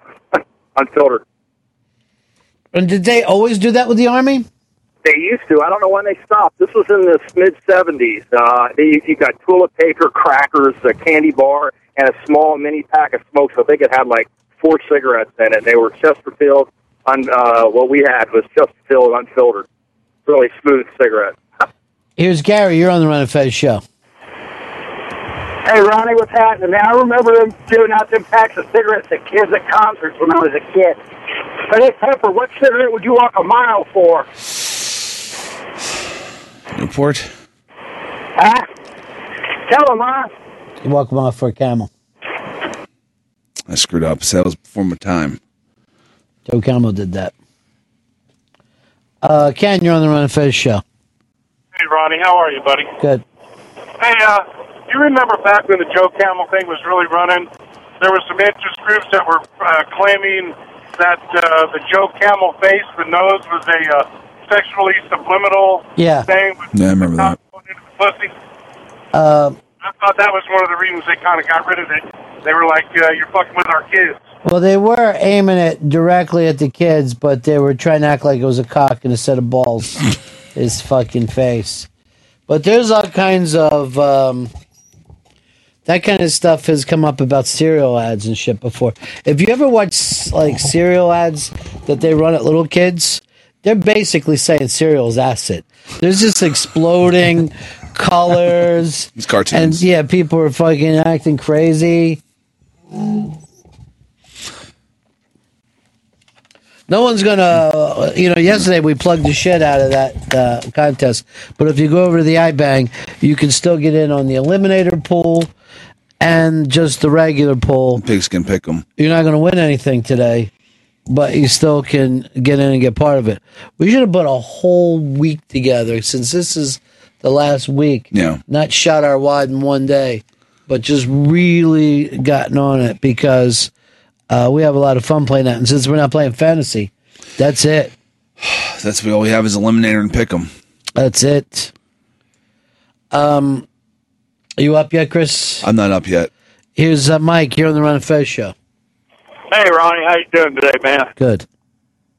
S10: unfiltered.
S5: And did they always do that with the Army?
S10: They used to. I don't know when they stopped. This was in the mid '70s. Uh, they, you got toilet paper, crackers, a candy bar, and a small mini pack of smokes. I think it had like four cigarettes in it. They were Chesterfield. Un, uh, what we had was Chesterfield unfiltered, really smooth cigarette.
S5: Here's Gary. You're on the Run of Fez show.
S13: Hey, Ronnie, what's happening? Man, I remember them giving out them packs of cigarettes to kids at concerts when I was a kid. But hey, Pepper, what cigarette would you walk a mile for?
S6: Newport.
S13: Huh? Tell 'em, huh?
S5: You walk them off for a camel.
S6: I screwed up. So that was before my time.
S5: Joe Camel did that. Uh, Ken, you're on the Run of Fez show.
S23: Hey, Ronnie, how are you, buddy?
S5: Good.
S23: Hey, uh, you remember back when the Joe Camel thing was really running? There were some interest groups that were uh, claiming that uh, the Joe Camel face, the nose, was a uh, sexually subliminal
S5: Yeah.
S23: thing with
S6: Yeah, I remember that.
S23: pussy.
S5: Uh,
S23: I thought that was one of the reasons they kind of got rid of it. They were like, uh, "You're fucking with our kids."
S5: well, they were aiming it directly at the kids, but they were trying to act like it was a cock and a set of balls. his fucking face. But there's all kinds of um, that kind of stuff has come up about cereal ads and shit before. If you ever watch like cereal ads that they run at little kids, they're basically saying cereal is acid. There's just exploding colors.
S6: It's cartoons.
S5: And yeah, people are fucking acting crazy. No one's gonna, you know. Yesterday we plugged the shit out of that uh, contest, but if you go over to the iBang, you can still get in on the eliminator pool and just the regular pool.
S6: Pigskin pick 'em.
S5: You're not gonna win anything today, but you still can get in and get part of it. We should have put a whole week together since this is the last week.
S6: Yeah.
S5: Not shot our wad in one day, but just really gotten on it because uh, we have a lot of fun playing that. And since we're not playing fantasy, that's it.
S6: That's what all we have is eliminator and pick 'em.
S5: That's it. Um, are you up yet, Chris?
S6: I'm not up yet.
S5: Here's uh, Mike. You're on the Run of Fez show.
S23: Hey, Ronnie, how you doing today, man?
S5: Good.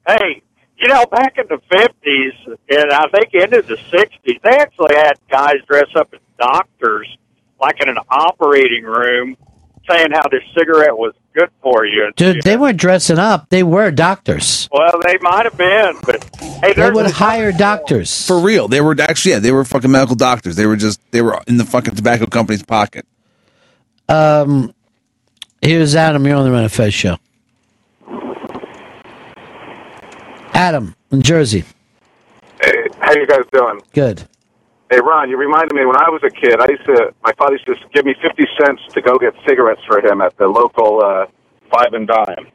S23: Hey, you know, back in the
S24: fifties and I think into the sixties, they actually had guys dress up as doctors, like in an operating room, saying how this cigarette was good for you.
S5: Dude, they weren't dressing up. They were doctors.
S24: Well, they might have been, but hey,
S5: They
S24: there's
S5: would hire doctors.
S6: For real. They were actually, yeah, they were fucking medical doctors. They were just, they were in the fucking tobacco company's pocket.
S5: Um, here's Adam. You're on the Run of Fez show. Adam in Jersey.
S25: Hey, how you guys doing?
S5: Good.
S25: Hey, Ron, you reminded me when I was a kid. I used to, my father used to give me fifty cents to go get cigarettes for him at the local uh, five and dime,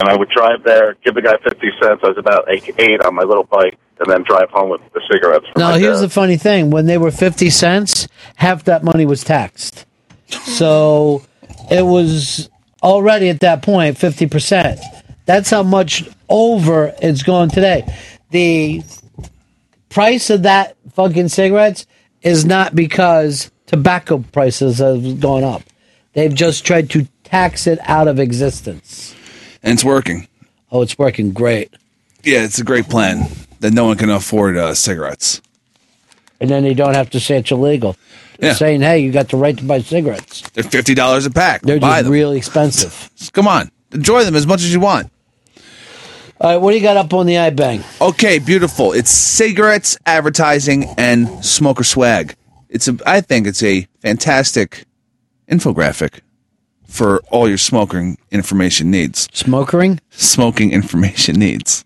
S25: and I would drive there, give the guy fifty cents. I was about eight, eight on my little bike, and then drive home with the cigarettes. For
S5: Now,
S25: my
S5: here's
S25: dad.
S5: the funny thing: when they were fifty cents, half that money was taxed. So it was already at that point fifty percent. That's how much over it's going today. The price of that fucking cigarettes is not because tobacco prices have gone up. They've just tried to tax it out of existence.
S6: And it's working.
S5: Oh, it's working great.
S6: Yeah, it's a great plan that no one can afford uh, cigarettes.
S5: And then they don't have to say it's illegal.
S6: Yeah.
S5: Saying, hey, you got the right to buy cigarettes.
S6: They're fifty dollars a pack.
S5: They're
S6: Buy
S5: just
S6: them.
S5: really expensive.
S6: Come on, enjoy them as much as you want.
S5: All right, what do you got up on the iBang?
S6: Okay, beautiful. It's cigarettes, advertising, and smoker swag. It's a, I think it's a fantastic infographic for all your smoking information needs.
S5: Smokering?
S6: Smoking information needs.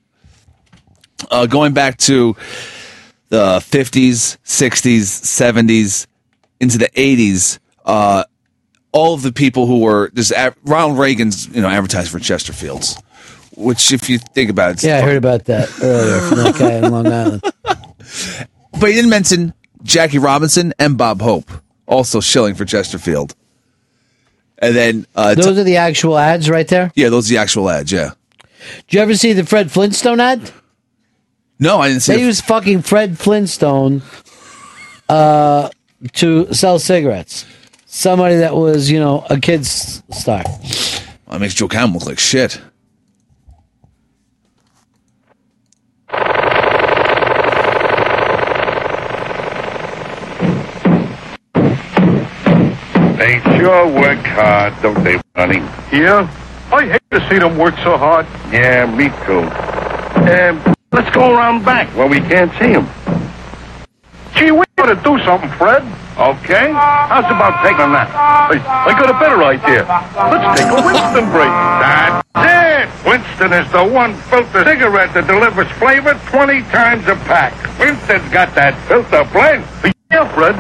S6: uh, going back to the 50s, 60s, 70s, into the 80s, uh, all of the people who were this Ronald Reagan's, you know, advertised for Chesterfields, which if you think about it, it's
S5: Yeah, I heard about that earlier from that guy in Long Island.
S6: But he didn't mention Jackie Robinson and Bob Hope, also shilling for Chesterfield. And then, uh, t-
S5: Those are the actual ads right there.
S6: yeah, those are the actual ads. Yeah.
S5: Did you ever see the Fred Flintstone ad?
S6: No, I didn't see.
S5: They use fucking Fred Flintstone uh, to sell cigarettes. Somebody that was, you know, a kid's star.
S6: That makes Joe Cam look like shit.
S9: They sure work hard, don't they, Ronnie? Yeah? I hate to see them work so hard. Yeah, me too. Um, let's go around back where we can't see them. Gee, we ought to do something, Fred. Okay? How's about taking that? I, I got a better idea. Let's take a Winston break. That's it! Winston is the one filter cigarette that delivers flavor 20 times a pack. Winston's got that filter blend. Yeah, Fred.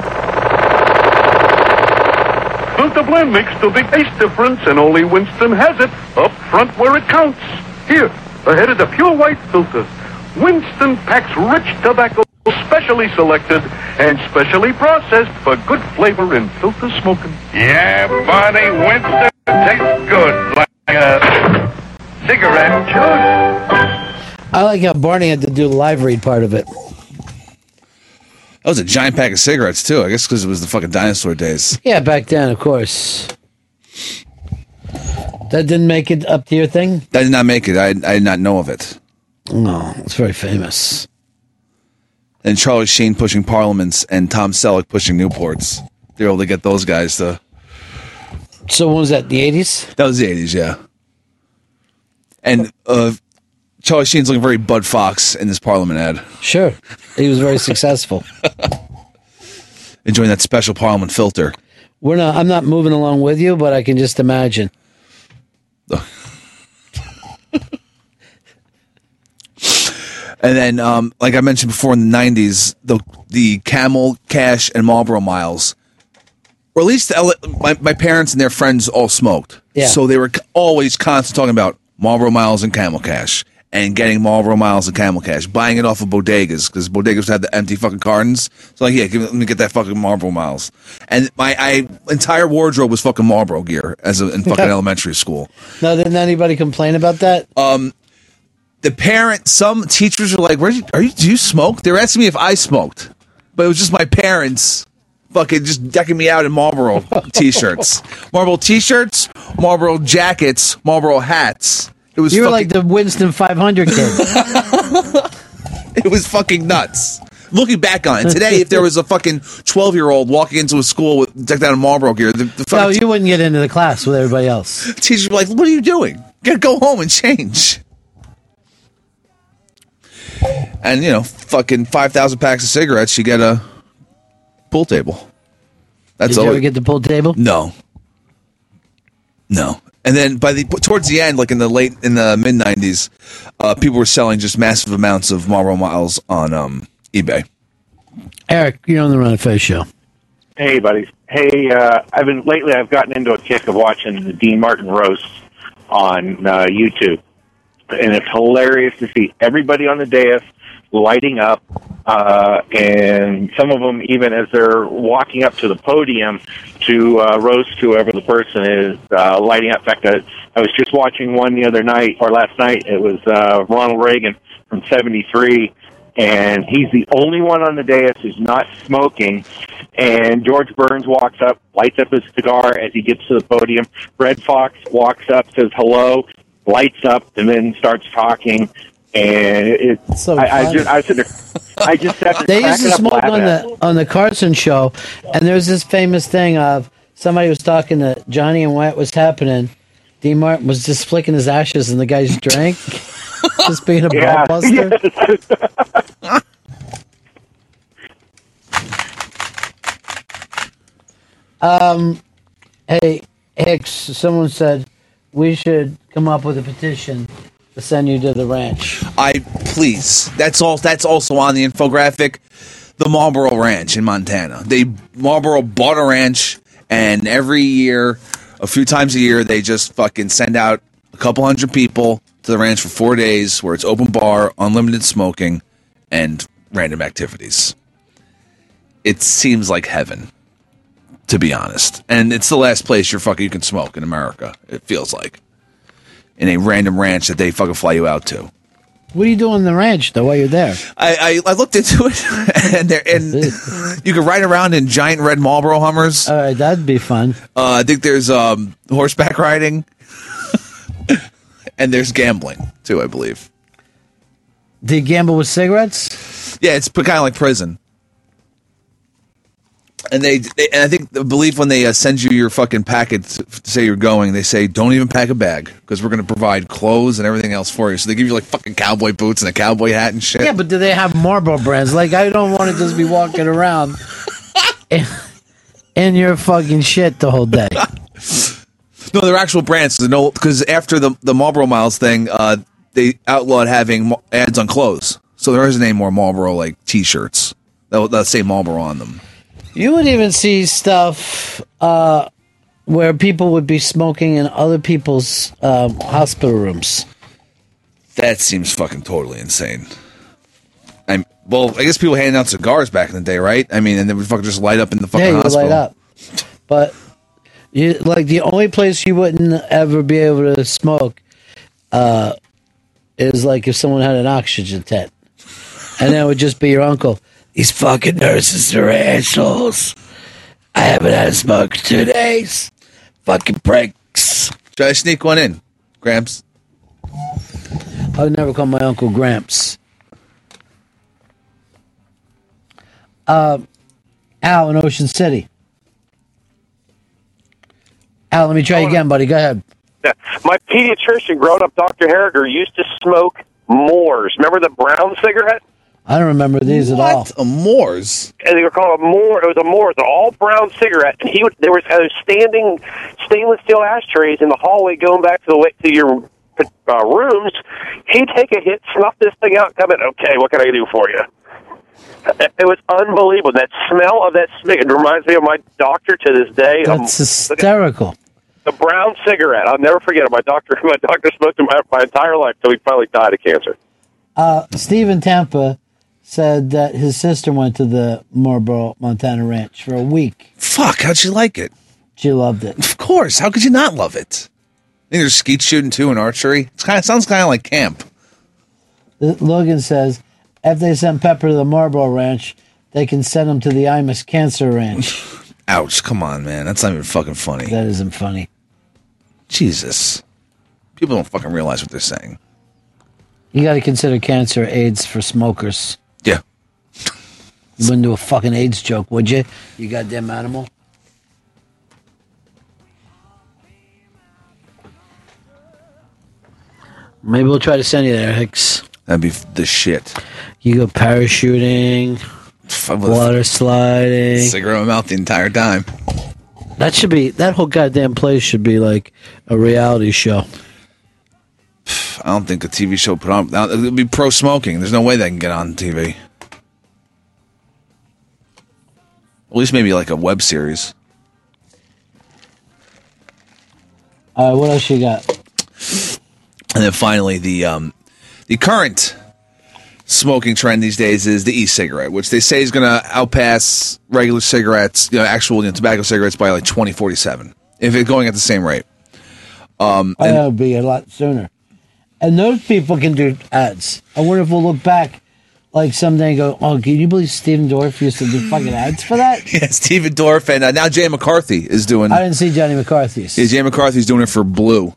S9: Filter blend makes the big taste difference, and only Winston has it up front where it counts. Here, ahead of the pure white filters, Winston packs rich tobacco specially selected and specially processed for good flavor in filter smoking. Yeah, Barney, Winston tastes good like a cigarette juice.
S5: I like how Barney had to do the live read part of it.
S6: That was a giant pack of cigarettes too. I guess because it was the fucking dinosaur days.
S5: Yeah, back then, of course. That didn't make it up to your thing?
S6: I did not make it. I, I did not know of it.
S5: No, it's very famous.
S6: And Charlie Sheen pushing Parliaments and Tom Selleck pushing Newports. They were able to get those guys to.
S5: So when was that? The eighties.
S6: That was the eighties, yeah. And uh, Charlie Sheen's looking very Bud Fox in this Parliament ad,
S5: Sure. He was very successful.
S6: enjoying that special Parliament filter.
S5: We're not I'm not moving along with you, but I can just imagine.
S6: And then, um, like I mentioned before, in the nineties, the the Camel, Cash, and Marlboro Miles, or at least the L- my my parents and their friends all smoked.
S5: Yeah.
S6: So they were c- always constantly talking about Marlboro Miles and Camel Cash, and getting Marlboro Miles and Camel Cash, buying it off of bodegas because bodegas had the empty fucking cartons. So like, yeah, give, me- let me get that fucking Marlboro Miles. And my I entire wardrobe was fucking Marlboro gear as a, in fucking elementary school.
S5: No, didn't anybody complain about that?
S6: Um, the parent, some teachers were like, "Where do you, are you? Do you smoke?" They were asking me if I smoked, but it was just my parents, fucking just decking me out in Marlboro t-shirts, Marlboro t-shirts, Marlboro jackets, Marlboro hats. It was
S5: you were like
S6: fucking,
S5: the Winston 500 kid.
S6: it was fucking nuts. Looking back on it today, if there was a fucking twelve-year-old walking into a school with decked out in Marlboro gear, the, the
S5: no,
S6: fucking
S5: you wouldn't get into the class with everybody else.
S6: teachers were like, "What are you doing? Get go home and change." And you know, fucking five thousand packs of cigarettes, you get a pool table. That's
S5: Did
S6: all.
S5: you ever get the pool table?
S6: no, no. And then by the towards the end, like in the late in the mid nineties, uh, people were selling just massive amounts of Marlboro Miles on um, eBay.
S5: Eric, you're on the Run of Face show.
S10: Hey, buddies. Hey, uh, I've been lately. I've gotten into a kick of watching the Dean Martin roast on uh, YouTube, and it's hilarious to see everybody on the dais lighting up, uh, and some of them even as they're walking up to the podium to uh, roast whoever the person is, uh, lighting up. In fact, I, I was just watching one the other night or last night. It was uh, Ronald Reagan from '73 and he's the only one on the dais who's not smoking. And George Burns walks up, lights up his cigar as he gets to the podium. Red Fox walks up, says hello, lights up, and then starts talking. And it, I, I
S5: funny.
S10: just, I, sit there, I just sat there
S5: They used to
S10: cracking up
S5: smoke
S10: laughing
S5: on
S10: at
S5: the on the Carson show, and there was this famous thing of somebody was talking to Johnny and Wyatt was happening. D Martin was just flicking his ashes in the guy's drink, just being a
S10: Yeah.
S5: blockbuster. um, hey Hicks, someone said we should come up with a petition to send you to the ranch.
S6: I please. That's all. That's also on the infographic. The Marlboro Ranch in Montana. They Marlboro bought a ranch, and every year, a few times a year, they just fucking send out a couple hundred people to the ranch for four days, where it's open bar, unlimited smoking, and random activities. It seems like heaven, to be honest. And it's the last place you're fucking you can smoke in America. It feels like in a random ranch that they fucking fly you out to.
S5: What are you doing on the ranch though while you're there?
S6: I, I, I looked into it, and there and you can ride around in giant red Marlboro Hummers.
S5: All right, that'd be fun.
S6: Uh, I think there's um, horseback riding, and there's gambling too. I believe.
S5: Do you gamble with cigarettes?
S6: Yeah, it's kind of like prison. And they, they and I think the belief when they uh, send you your fucking packet to say you're going, they say don't even pack a bag because we're going to provide clothes and everything else for you. So they give you like fucking cowboy boots and a cowboy hat and shit.
S5: Yeah, but do they have Marlboro brands? Like, I don't want to just be walking around in, in your fucking shit the whole day.
S6: No, they're actual brands. There's No, because after the the Marlboro Miles thing, uh, they outlawed having mo- ads on clothes, so there isn't any more Marlboro like T-shirts that that say Marlboro on them.
S5: You would even see stuff uh, where people would be smoking in other people's um, hospital rooms.
S6: That seems fucking totally insane. I'm well. I guess people handed out cigars back in the day, right? I mean, and they would fucking just light up in the fucking
S5: yeah, you would
S6: hospital.
S5: light up. But you like the only place you wouldn't ever be able to smoke uh, is like if someone had an oxygen tent, and that would just be your uncle. These fucking nurses are assholes. I haven't had a smoke in two days. Fucking breaks.
S6: Should I sneak one in, Gramps?
S5: I would never call my uncle Gramps. Uh, Al in Ocean City. Al, let me try again, buddy. Go ahead.
S10: Yeah. My pediatrician, grown up Dr. Harriger, used to smoke Moors. Remember the brown cigarette?
S5: I don't remember these at all.
S6: A Moors.
S10: And they were called a Moor. It was a Moor. It was an all brown cigarette. And he would, there was uh, standing stainless steel ashtrays in the hallway going back to the way, to your uh, rooms. He'd take a hit, snuff this thing out, and come in. Okay, what can I do for you? It it was unbelievable. That smell of that smell. It reminds me of my doctor to this day. Um,
S5: That's hysterical.
S10: the brown cigarette. I'll never forget it. My doctor, my doctor smoked it my, my entire life till he finally died of cancer.
S5: Uh, Stephen Tampa said that his sister went to the Marlboro, Montana ranch for a week.
S6: Fuck, how'd she like it?
S5: She loved it.
S6: Of course. How could you not love it? I think there's skeet shooting too and archery. It's kind of sounds kind of like camp.
S5: Uh, Logan says, if they send Pepper to the Marlboro ranch, they can send him to the Imus Cancer Ranch.
S6: Ouch! Come on, man. That's not even fucking funny.
S5: That isn't funny.
S6: Jesus, people don't fucking realize what they're saying.
S5: You got to consider cancer AIDS for smokers.
S6: Yeah.
S5: You wouldn't do a fucking AIDS joke, would you? You goddamn animal. Maybe we'll try to send you there, Hicks.
S6: That'd be f- the shit.
S5: You go parachuting, water sliding.
S6: Cigarette in my mouth the entire time.
S5: That should be that whole goddamn place should be like a reality show.
S6: I don't think a TV show put on. It'd be pro smoking. There's no way they can get on TV. At least maybe like a web series.
S5: All right, what else you got?
S6: And then finally, the um, the current smoking trend these days is the e-cigarette, which they say is going to outpass regular cigarettes, you know, actual you know, tobacco cigarettes by like 2047 if it's going at the same rate. Um,
S5: Oh, that would be a lot sooner. And those people can do ads. I wonder if we'll look back like someday and go, oh, can you believe Steven Dorff used to do fucking ads for that?
S6: yeah, Stephen Dorff and uh, now Jay McCarthy is doing.
S5: I didn't see Johnny McCarthy's.
S6: Yeah, Jay McCarthy's doing it for Blue.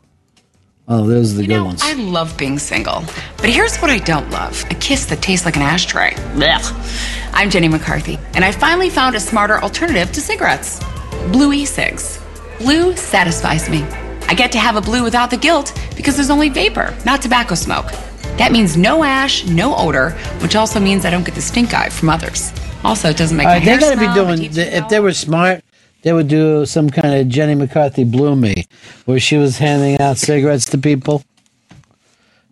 S5: Oh, those are the good ones.
S26: I love being single, but here's what I don't love a kiss that tastes like an ashtray. Blech. I'm Jenny McCarthy, and I finally found a smarter alternative to cigarettes Blue e cigs. Blue satisfies me. I get to have a blue without the guilt because there's only vapor, not tobacco smoke. That means no ash, no odor, which also means I don't get the stink eye from others. Also, it doesn't make
S5: All
S26: my
S5: right, they
S26: hair
S5: got to
S26: smell,
S5: be
S26: my
S5: doing.
S26: teeth
S5: the- if they were smart, they would do some kind of Jenny McCarthy blew me, where she was handing out cigarettes to people.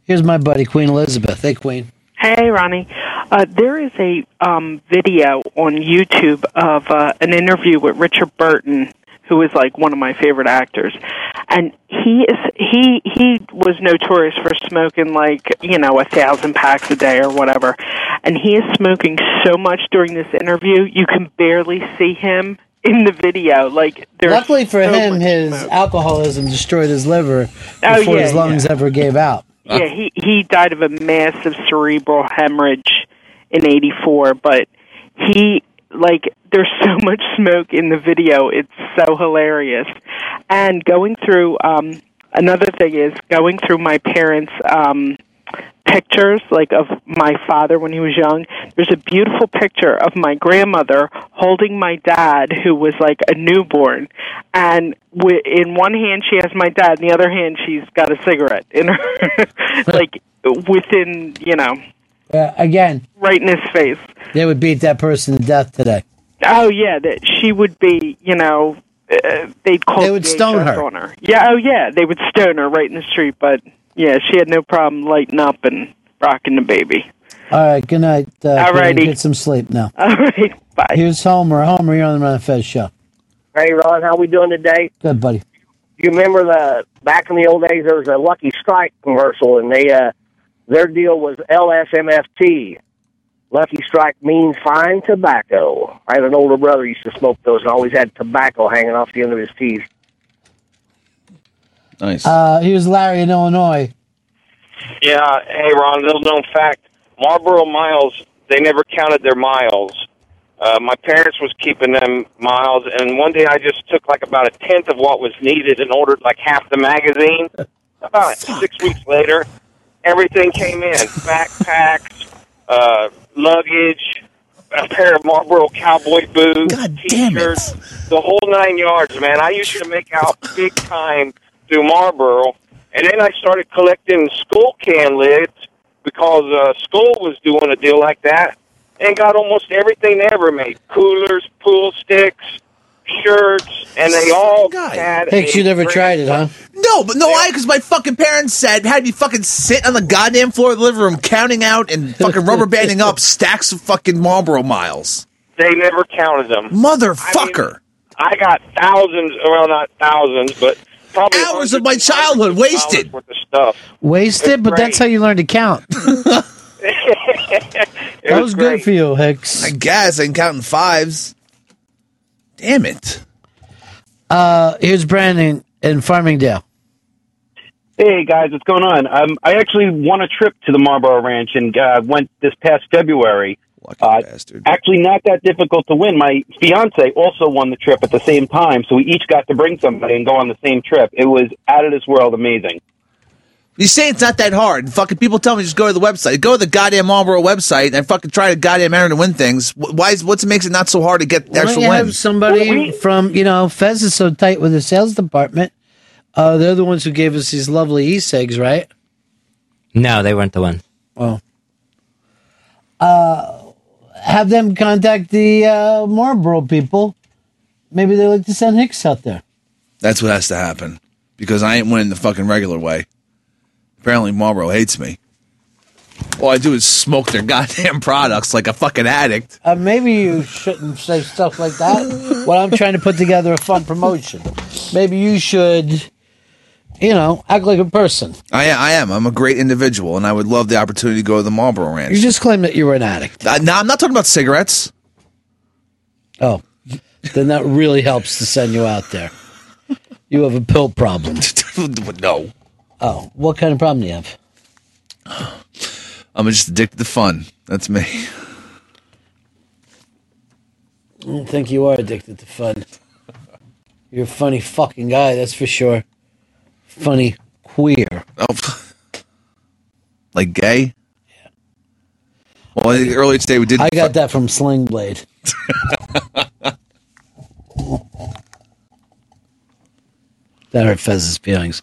S5: Here's my buddy, Queen Elizabeth. Hey, Queen.
S4: Hey, Ronnie. Uh, there is a um, video on YouTube of uh, an interview with Richard Burton, who is like one of my favorite actors, and he is he he was notorious for smoking like you know a thousand packs a day or whatever, and he is smoking so much during this interview you can barely see him in the video. Like there's
S5: Luckily for
S4: so
S5: him,
S4: much
S5: his alcoholism destroyed his liver
S4: Oh,
S5: before
S4: yeah,
S5: his lungs ever gave out.
S4: yeah, he he died of a massive cerebral hemorrhage in '84, but he like there's so much smoke in the video. It's so hilarious. And going through um another thing is going through my parents um pictures like of my father when he was young there's a beautiful picture of my grandmother holding my dad who was like a newborn and wi in one hand she has my dad in the other hand she's got a cigarette in her like within you know
S5: Uh, again,
S4: right in his face
S5: they would beat that person to death today.
S4: oh yeah that she would be you know uh, they'd call
S5: They would
S4: the
S5: stone
S4: DHS
S5: her.
S4: on her yeah oh yeah they would stone her right in the street but yeah she had no problem lighting up and rocking the baby
S5: All right, good night. Uh,
S4: All
S5: Queen.
S4: righty.
S5: Get some sleep now.
S4: All right, bye.
S5: Here's Homer. Homer, you're on the Run and Fez show.
S13: Hey, Ron, how we doing today?
S5: Good, buddy.
S13: you remember the back in the old days there was a lucky strike commercial and they uh their deal was lsmft lucky strike means fine tobacco i had an older brother used to smoke those and always had tobacco hanging off the end of his teeth
S5: Nice. Uh, here's Larry in Illinois.
S10: Yeah, hey Ron, little known fact: Marlboro miles. They never counted their miles. Uh, my parents was keeping them miles, and one day I just took like about a tenth of what was needed and ordered like half the magazine. About six weeks later, everything came in: backpacks, uh, luggage, a pair of Marlboro cowboy boots, t-shirts, the whole nine yards, man. I used to make out big time through Marlboro, and then I started collecting skull can lids because uh, Skull was doing a deal like that, and got almost everything they ever made: coolers, pool sticks, shirts, and they all had.
S5: Hicks,
S10: a
S5: you never tried it, huh?
S6: No, but no, I because my fucking parents said had me fucking sit on the goddamn floor of the living room counting out and fucking rubber banding up stacks of fucking Marlboro miles.
S10: They never counted them.
S6: Motherfucker.
S10: I got thousands, well, not thousands, but probably hours of my childhood wasted worth of stuff.
S5: Wasted, but that's how you learn to count.
S10: It
S5: that was good for you, Hicks.
S6: I guess I can count in fives. Damn it.
S5: Uh, here's Brandon in Farmingdale.
S27: Hey guys, what's going on? Um, I actually won a trip to the Marlboro Ranch and uh, went this past February. uh, Actually, not that difficult to win. My fiance also won the trip at the same time, so we each got to bring somebody and go on the same trip. It was out of this world amazing.
S6: You say it's not that hard. Fucking people tell me just go to the website. Go to the goddamn Marlboro website and fucking try to goddamn Aaron to win things. Wh- Why is what makes it not so hard to get the
S5: Why don't
S6: actual
S5: you
S6: win?
S5: have somebody from you know Fez is so tight with the sales department. Uh, they're the ones who gave us these lovely East eggs, right?
S7: No, they weren't the one.
S5: Well, uh, have them contact the uh, Marlboro people. Maybe they like to send Hicks out there.
S6: That's what has to happen because I ain't winning the fucking regular way. Apparently Marlboro hates me. All I do is smoke their goddamn products like a fucking addict.
S5: Uh, maybe you shouldn't say stuff like that when I'm trying to put together a fun promotion. Maybe you should, you know, act like a person.
S6: I I am. I'm a great individual, and I would love the opportunity to go to the Marlboro Ranch.
S5: You just claim that you were an addict.
S6: Uh, no, I'm not talking about cigarettes.
S5: Oh, then that really helps to send you out there. You have a pill problem.
S6: no.
S5: Oh, what kind of problem do you have?
S6: I'm just addicted to fun. That's me.
S5: I don't think you are addicted to fun. You're a funny fucking guy, that's for sure. Funny queer.
S6: Oh, like gay. Well, I think earlier today we did.
S5: I got that from Sling Blade. that hurt Fez's feelings.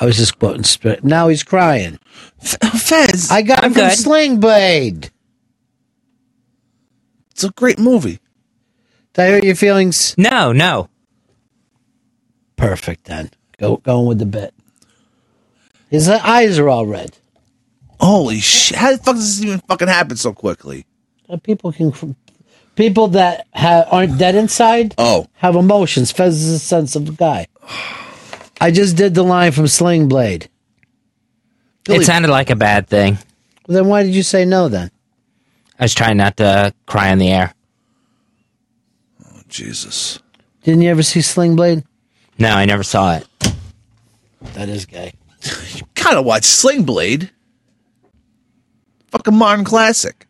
S5: I was just quoting spirit. Now he's crying.
S6: Fez,
S5: I got
S7: I'm
S5: it from
S7: good.
S5: Sling Blade.
S6: It's a great movie.
S5: Did I hurt your feelings?
S7: No, no.
S5: Perfect then. Go going with the bit. His eyes are all red.
S6: Holy shit! How the fuck does this even fucking happen so quickly?
S5: Uh, people can, people that ha- aren't dead inside,
S6: oh,
S5: have emotions. Fez is a sensitive guy. I just did the line from Sling Blade.
S7: It sounded like a bad thing.
S5: Then why did you say no? Then
S7: I was trying not to cry on the air.
S6: Oh, Jesus.
S5: didn't you ever see Sling Blade?
S7: No, I never saw it.
S5: That is gay.
S6: you gotta watch Sling Blade. Fucking modern classic.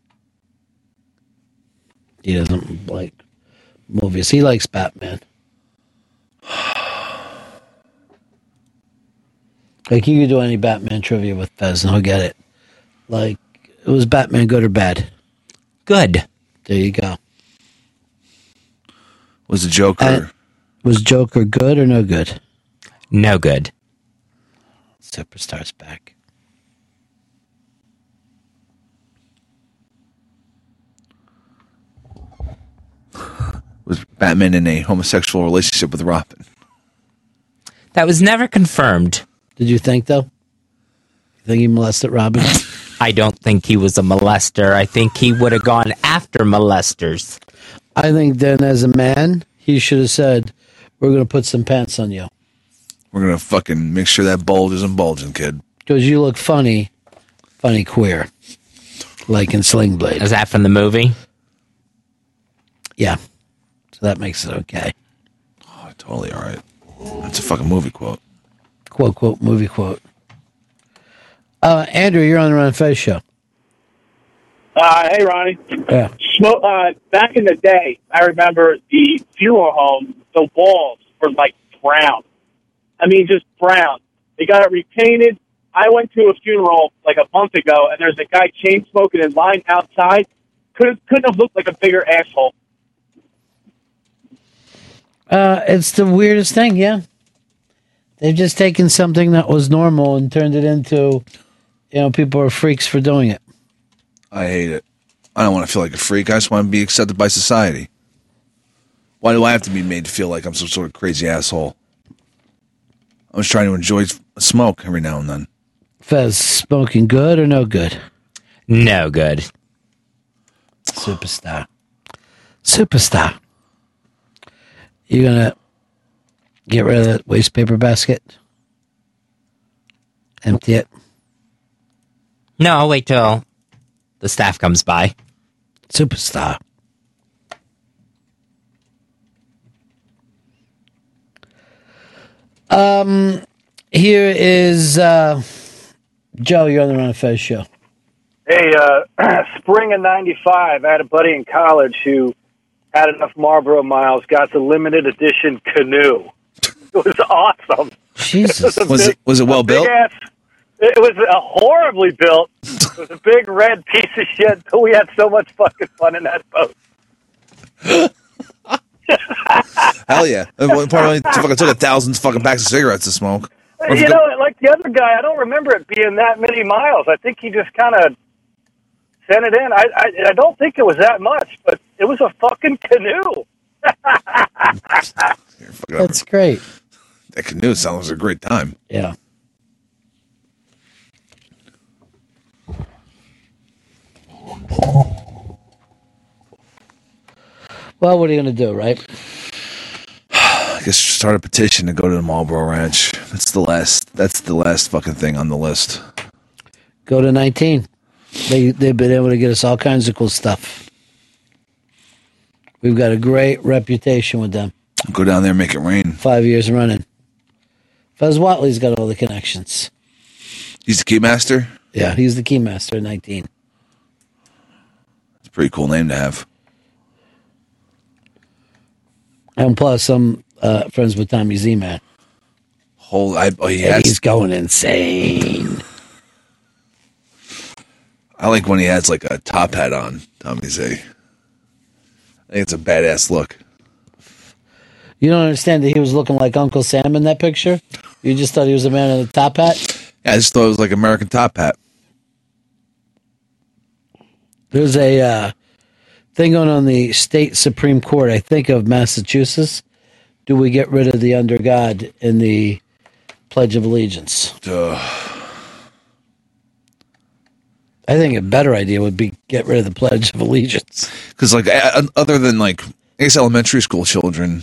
S5: He doesn't like movies. He likes Batman. Like you could do any Batman trivia with Fez and he'll get it. Like it was Batman good or bad?
S7: Good.
S5: There you go.
S6: Was the Joker?
S5: was Joker good or no good?
S7: No good.
S5: Superstar's back.
S6: was Batman in a homosexual relationship with Robin?
S7: That was never confirmed.
S5: Did you think though? You think he molested Robin?
S7: I don't think he was a molester. I think he would have gone after molesters.
S5: I think then as a man, he should have said, We're gonna put some pants on you.
S6: We're gonna fucking make sure that bulge isn't bulging, kid.
S5: Because you look funny, funny queer. Like in Sling Blade.
S7: Is that from the movie?
S5: Yeah. So that makes it okay.
S6: Oh, totally all right. That's a fucking movie quote.
S5: Quote quote movie quote. Uh Andrew, you're on the Ron Fez show.
S11: Uh, hey, Ronnie.
S5: Yeah.
S11: Smo- uh, back in the day, I remember the funeral home, the walls were like brown. I mean, just brown. They got it repainted. I went to a funeral like a month ago, and there's a guy chain smoking in line outside. Couldn't, couldn't have looked like a bigger asshole.
S5: Uh it's the weirdest thing, yeah. They've just taken something that was normal and turned it into you know, people are freaks for doing it.
S6: I hate it. I don't want to feel like a freak. I just want to be accepted by society. Why do I have to be made to feel like I'm some sort of crazy asshole? I'm just trying to enjoy f- smoke every now and then.
S5: Fez smoking good or no good?
S7: No good.
S5: Superstar. Superstar. You gonna get rid of that waste paper basket? Empty it.
S7: No, I'll wait till the staff comes by.
S5: Superstar. Um here is uh Joe, you're on the Ron and Fez show.
S19: Hey, uh, spring of '95, I had a buddy in college who had enough Marlboro miles, got the limited edition canoe. It was awesome.
S5: Jesus,
S19: it was, a
S6: Was
S19: big-
S6: it- was it well
S19: a big
S6: built?
S19: ass- it was a horribly built. It was a big red piece of shit. But we had so much fucking fun in that boat.
S6: Hell yeah! At one point, I only fucking took a thousand fucking packs of cigarettes to smoke. Or if
S19: You
S6: go-
S19: know, like the other guy, I don't remember it being that many miles. I think he just kind of sent it in. I, I I don't think it was that much, but it was a fucking canoe.
S5: That's great.
S6: that canoe sound was a great time.
S5: Yeah. Well, what are you gonna do, right?
S6: I guess start a petition to go to the Marlboro Ranch. That's the last. That's the last fucking thing on the list.
S5: Go to nineteen. They they've been able to get us all kinds of cool stuff. We've got a great reputation with them.
S6: Go down there, and make it rain.
S5: Five years running. Fez Watley's got all the connections.
S6: He's the key master.
S5: Yeah, he's the key master in nineteen.
S6: It's a pretty cool name to have.
S5: And plus, I'm uh, friends with Tommy Z Man.
S6: Whole, I, oh, he
S5: And
S6: has-
S5: he's going insane.
S6: I like when he has like a top hat on. Tommy Z. I think it's a badass look.
S5: You don't understand that he was looking like Uncle Sam in that picture. You just thought he was a man in a top hat.
S6: Yeah, I just thought it was like American top hat.
S5: There's a uh, thing going on the state supreme court, I think, of Massachusetts. Do we get rid of the under God in the Pledge of Allegiance? I think a better idea would be get rid of the Pledge of Allegiance.
S6: Because like, uh, other than like, I guess elementary school children,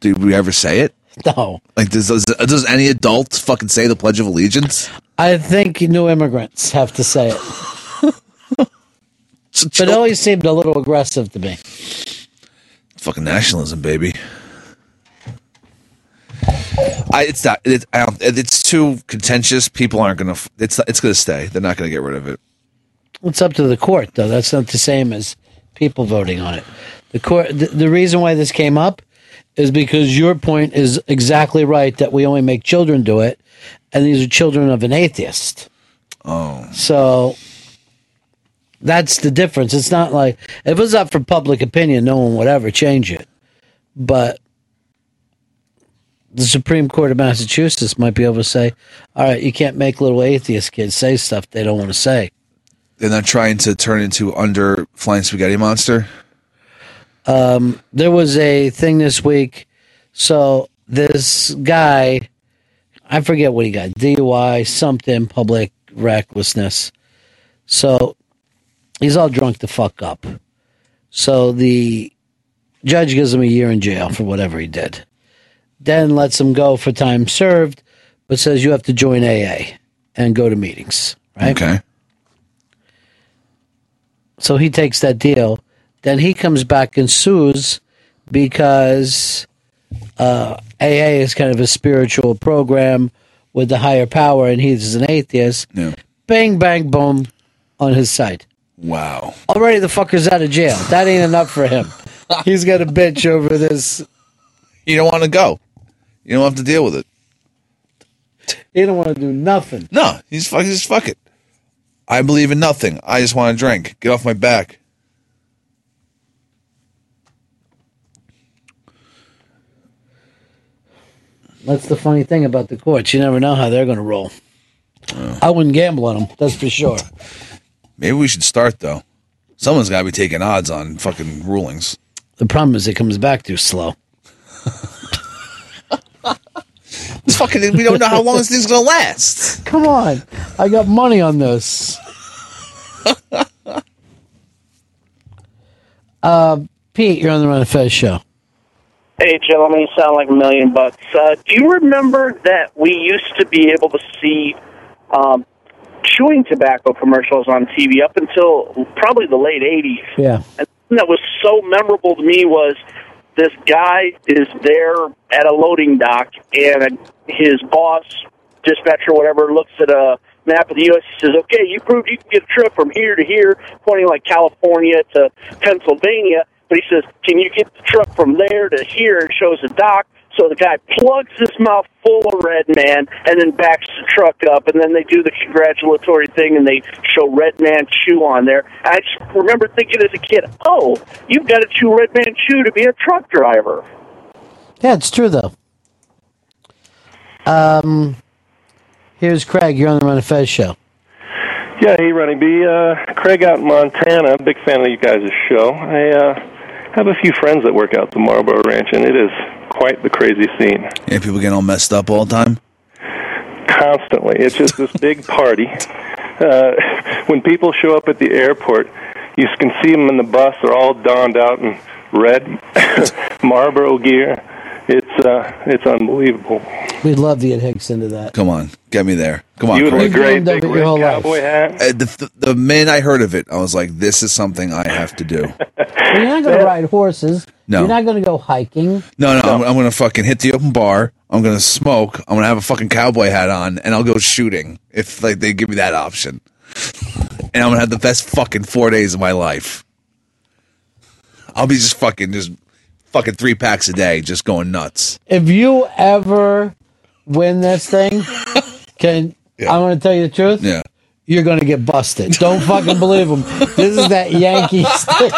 S6: do we ever say it?
S5: No.
S6: Like, does does, does any adult fucking say the Pledge of Allegiance?
S5: I think new immigrants have to say it. but it always seemed a little aggressive to me.
S6: Fucking nationalism, baby. I it's not it, I don't, it's too contentious. People aren't gonna. f- It's it's gonna stay. They're not gonna get rid of it.
S5: It's up to the court, though. That's not the same as people voting on it. The court. The, the reason why this came up is because your point is exactly right that we only make children do it, and these are children of an atheist.
S6: Oh,
S5: so that's the difference. It's not like if it was up for public opinion, no one would ever change it, but. The Supreme Court of Massachusetts might be able to say, "All right, you can't make little atheist kids say stuff they don't want to say."
S6: They're not trying to turn into under flying spaghetti monster.
S5: um, there was a thing this week. So this guy, I forget what he got DUI, something, public recklessness. So he's all drunk the fuck up. So the judge gives him a year in jail for whatever he did, then lets him go for time served, but says you have to join AA and go to meetings. Right?
S6: Okay.
S5: So he takes that deal. Then he comes back and sues because uh, AA is kind of a spiritual program with the higher power, and he's an atheist. Bang, bang, boom, on his side.
S6: Wow.
S5: Already the fucker's out of jail. That ain't enough for him. He's got a bitch over this.
S6: You don't want to go. You don't have to deal with it.
S5: He don't want to do nothing.
S6: No, he's fuck. Just fuck it. I believe in nothing. I just want to drink. Get off my back.
S5: That's the funny thing about the courts. You never know how they're going to roll. I wouldn't gamble on them. That's for sure.
S6: Maybe we should start though. Someone's got to be taking odds on fucking rulings.
S5: The problem is it comes back too slow.
S6: It's fucking. We don't know how long this thing's gonna last.
S5: Come on. I got money on this. uh, Pete, you're on the Run of Fez show.
S13: Hey, gentlemen, you sound like a million bucks. Uh, do you remember that we used to be able to see um, chewing tobacco commercials on TV up until probably the late 80s?
S5: Yeah.
S13: And the thing that was so memorable to me was this guy is there at a loading dock, and his boss, dispatcher, whatever, looks at a map of the U.S. He says, "Okay, you proved you can get a trip from here to here, pointing like California to Pennsylvania." But he says, "Can you get the truck from there to here?" And shows a dock. So the guy plugs his mouth full of Red Man and then backs the truck up, and then they do the congratulatory thing and they show Red Man Chew on there. I just remember thinking as a kid, oh, you've got to chew Red Man Chew to be a truck driver.
S5: Yeah, it's true, though. Um, here's Craig. You're on the Run of Fez show.
S20: Yeah, hey, Ronnie B. Uh, Craig out in Montana. Big fan of you guys' show. I uh, have a few friends that work out the Marlboro Ranch, and it is quite the crazy scene.
S6: Yeah, people getting all messed up all the time.
S20: Constantly, it's just this big party. Uh, when people show up at the airport, you can see them in the bus. They're all donned out in red Marlboro gear. It's uh, it's unbelievable.
S5: We'd love to get Hicks into that.
S6: Come on, get me there. Come on,
S20: You would
S6: Craig.
S20: look great, You've big done it your red whole life. cowboy hat.
S6: Uh, the, the, the minute I heard of it, I was like, "This is something I have to do."
S5: You're not going to ride horses.
S6: No.
S5: You're not going to go hiking.
S6: No, no, I'm, I'm gonna fucking hit the open bar. I'm gonna smoke. I'm gonna have a fucking cowboy hat on, and I'll go shooting if like they give me that option. and I'm gonna have the best fucking four days of my life. I'll be just fucking just fucking three packs a day, just going nuts.
S5: If you ever win this thing, can I'm going to tell you the truth.
S6: Yeah.
S5: You're going to get busted. Don't fucking believe him. This is that Yankee stick.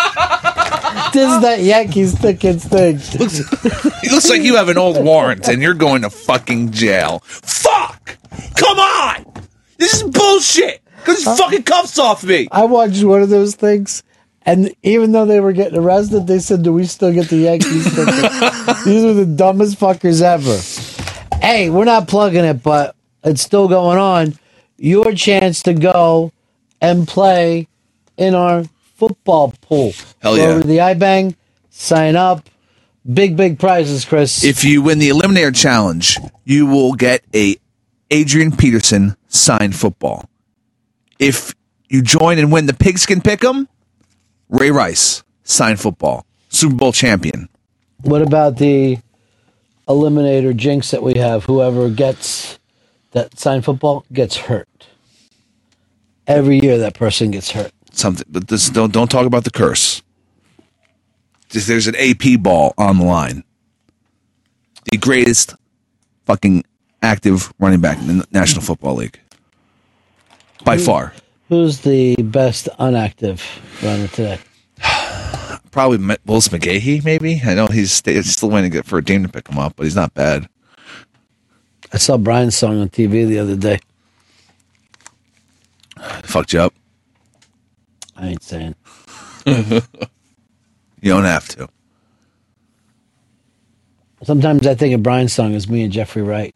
S5: This is that Yankee stick and thing.
S6: It looks like you have an old warrant, and you're going to fucking jail. Fuck! Come on! This is bullshit. Get these fucking cuffs off me.
S5: I watched one of those things, and even though they were getting arrested, they said, "Do we still get the Yankees?" ticket?" These are the dumbest fuckers ever. Hey, we're not plugging it, but it's still going on. Your chance to go and play in our football pool.
S6: Hell
S5: Go
S6: yeah.
S5: Over to the iBang, sign up. Big, big prizes, Chris.
S6: If you win the Eliminator Challenge, you will get a Adrian Peterson signed football. If you join and win the Pigskin Pick'em, Ray Rice signed football, Super Bowl champion.
S5: What about the eliminator jinx that we have? Whoever gets that signed football gets hurt. Every year that person gets hurt.
S6: Something, but this don't don't talk about the curse. Just- There's an AP ball on the line. The greatest fucking active running back in the National Football League by
S5: Who-
S6: far.
S5: Who's the best unactive runner today?
S6: probably M- Willis McGahee, maybe. I know he's sta- it's still waiting to get- for a team to pick him up, but he's not bad.
S5: I saw Brian's song on TV the other day.
S6: Fucked you up.
S5: I ain't saying.
S6: you don't have to.
S5: Sometimes I think of Brian's song as me and Jeffrey Wright,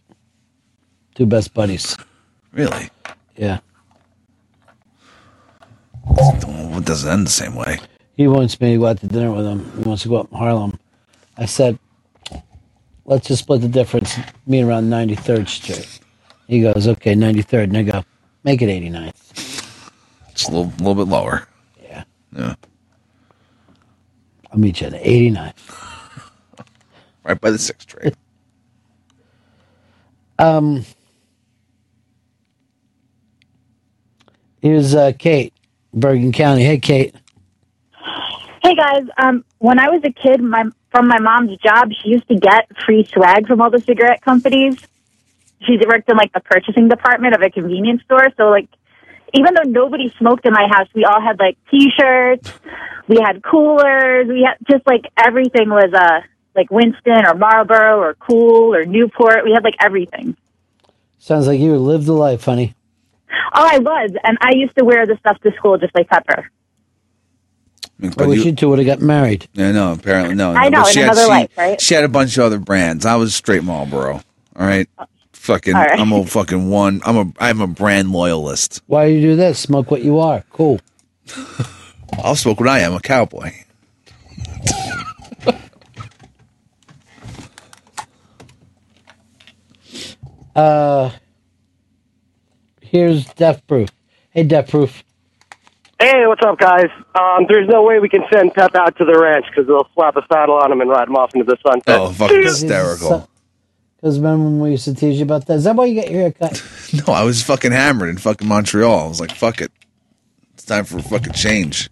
S5: two best buddies.
S6: Really?
S5: Yeah.
S6: Well, it doesn't end the same way.
S5: He wants me to go out to dinner with him. He wants to go up in Harlem. I said, let's just split the difference, meet around 93rd Street. He goes, okay, 93rd. And I go, make it 89th.
S6: It's a little, little bit lower.
S5: Yeah.
S6: Yeah.
S5: I'll meet you at 89th.
S6: Right by the sixth train.
S5: Um, here's uh, Kate, Bergen County. Hey, Kate.
S28: Hey guys, um, when I was a kid, my from my mom's job, she used to get free swag from all the cigarette companies. She worked in like the purchasing department of a convenience store, so like even though nobody smoked in my house, we all had like T-shirts, we had coolers, we had just like everything was uh like Winston or Marlboro or Cool or Newport. We had like everything.
S5: Sounds like you lived the life, honey.
S28: Oh, I was, and I used to wear the stuff to school just like Pepper.
S5: I wish you, two would have got married.
S6: Yeah, no, apparently no.
S28: I
S6: no,
S28: know,
S6: but
S28: in
S6: she had-
S28: another
S6: she-
S28: life, right?
S6: She had a bunch of other brands. I was straight Marlboro. All right. Fucking,
S5: All right.
S6: I'm a fucking one. I'm a, I'm a brand loyalist.
S5: Why do you do this? Smoke what you are. Cool.
S6: I'll smoke what I am, a cowboy.
S5: Uh, here's Death Proof. Hey, Death Proof.
S29: Hey, what's up, guys? Um, there's no way we can send Pep out to the ranch because they'll slap a saddle on him and ride him off into the sunset.
S6: Oh, fucking hysterical.
S5: Because remember when we used to tease you about that? Is that why you got your hair cut?
S6: No, I was fucking hammered in fucking Montreal. I was like, fuck it. It's time for a fucking change.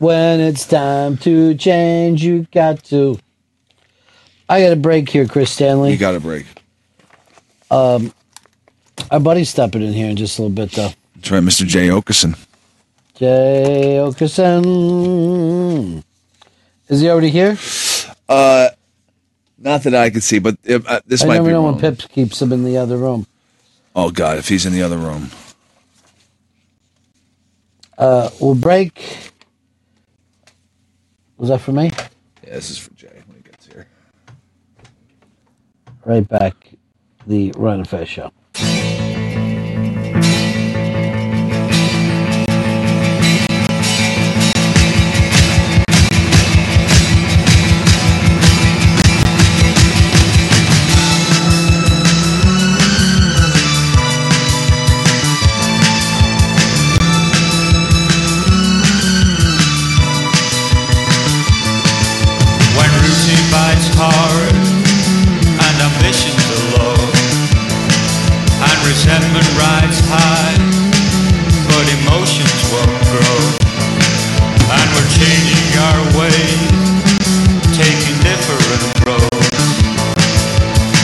S5: When it's time to change, you got to. I got a break here, Chris Stanley.
S6: You got a break.
S5: Um, our buddy's stopping in here in just a little bit, though.
S6: That's right, Mr. Jay Okerson.
S5: Jay Okerson. Is he already here?
S6: Uh, not that I could see, but if, uh, this
S5: I
S6: might
S5: never
S6: be
S5: know
S6: wrong.
S5: when Pip keeps him in the other room.
S6: oh God, if he's in the other room,
S5: Uh, we'll break. Was that for me?
S6: yeah, this is for Jay when he gets here.
S5: Right back. The Run and Fez show.
S3: When routine bites hard and ambitions are low and resentment rides high, but emotions won't grow. And we're changing our ways, taking different roads.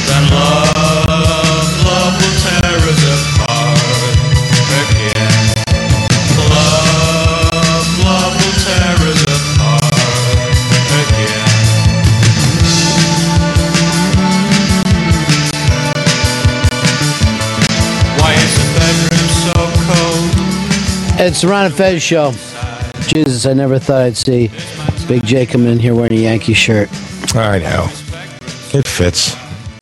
S3: Then love, love will tear us apart again. Love, love will tear us apart again. Why is the bedroom so cold?
S5: It's the Ron and Fez show. Jesus, I never thought I'd see Big Jay coming in here wearing a Yankee shirt.
S30: I know. It fits.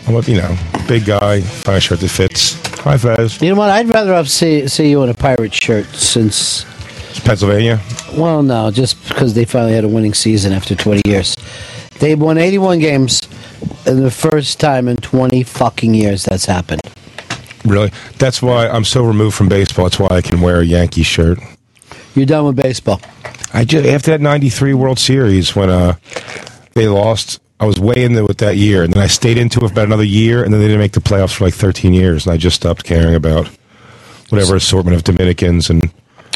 S30: I'm a, you know, big guy, fine shirt that fits.
S31: Hi, Fez.
S5: You know what? I'd rather up see see you in a pirate shirt since
S31: Pennsylvania.
S5: Well, no, just because they finally had a winning season after 20 years. They won 81 games, in the first time in 20 fucking years that's happened.
S31: Really? That's why I'm so removed from baseball. That's why I can wear a Yankee shirt.
S5: You're done with baseball.
S31: I just after that '93 World Series when uh they lost, I was way in there with that year, and then I stayed into it for about another year, and then they didn't make the playoffs for like 13 years, and I just stopped caring about whatever assortment of Dominicans and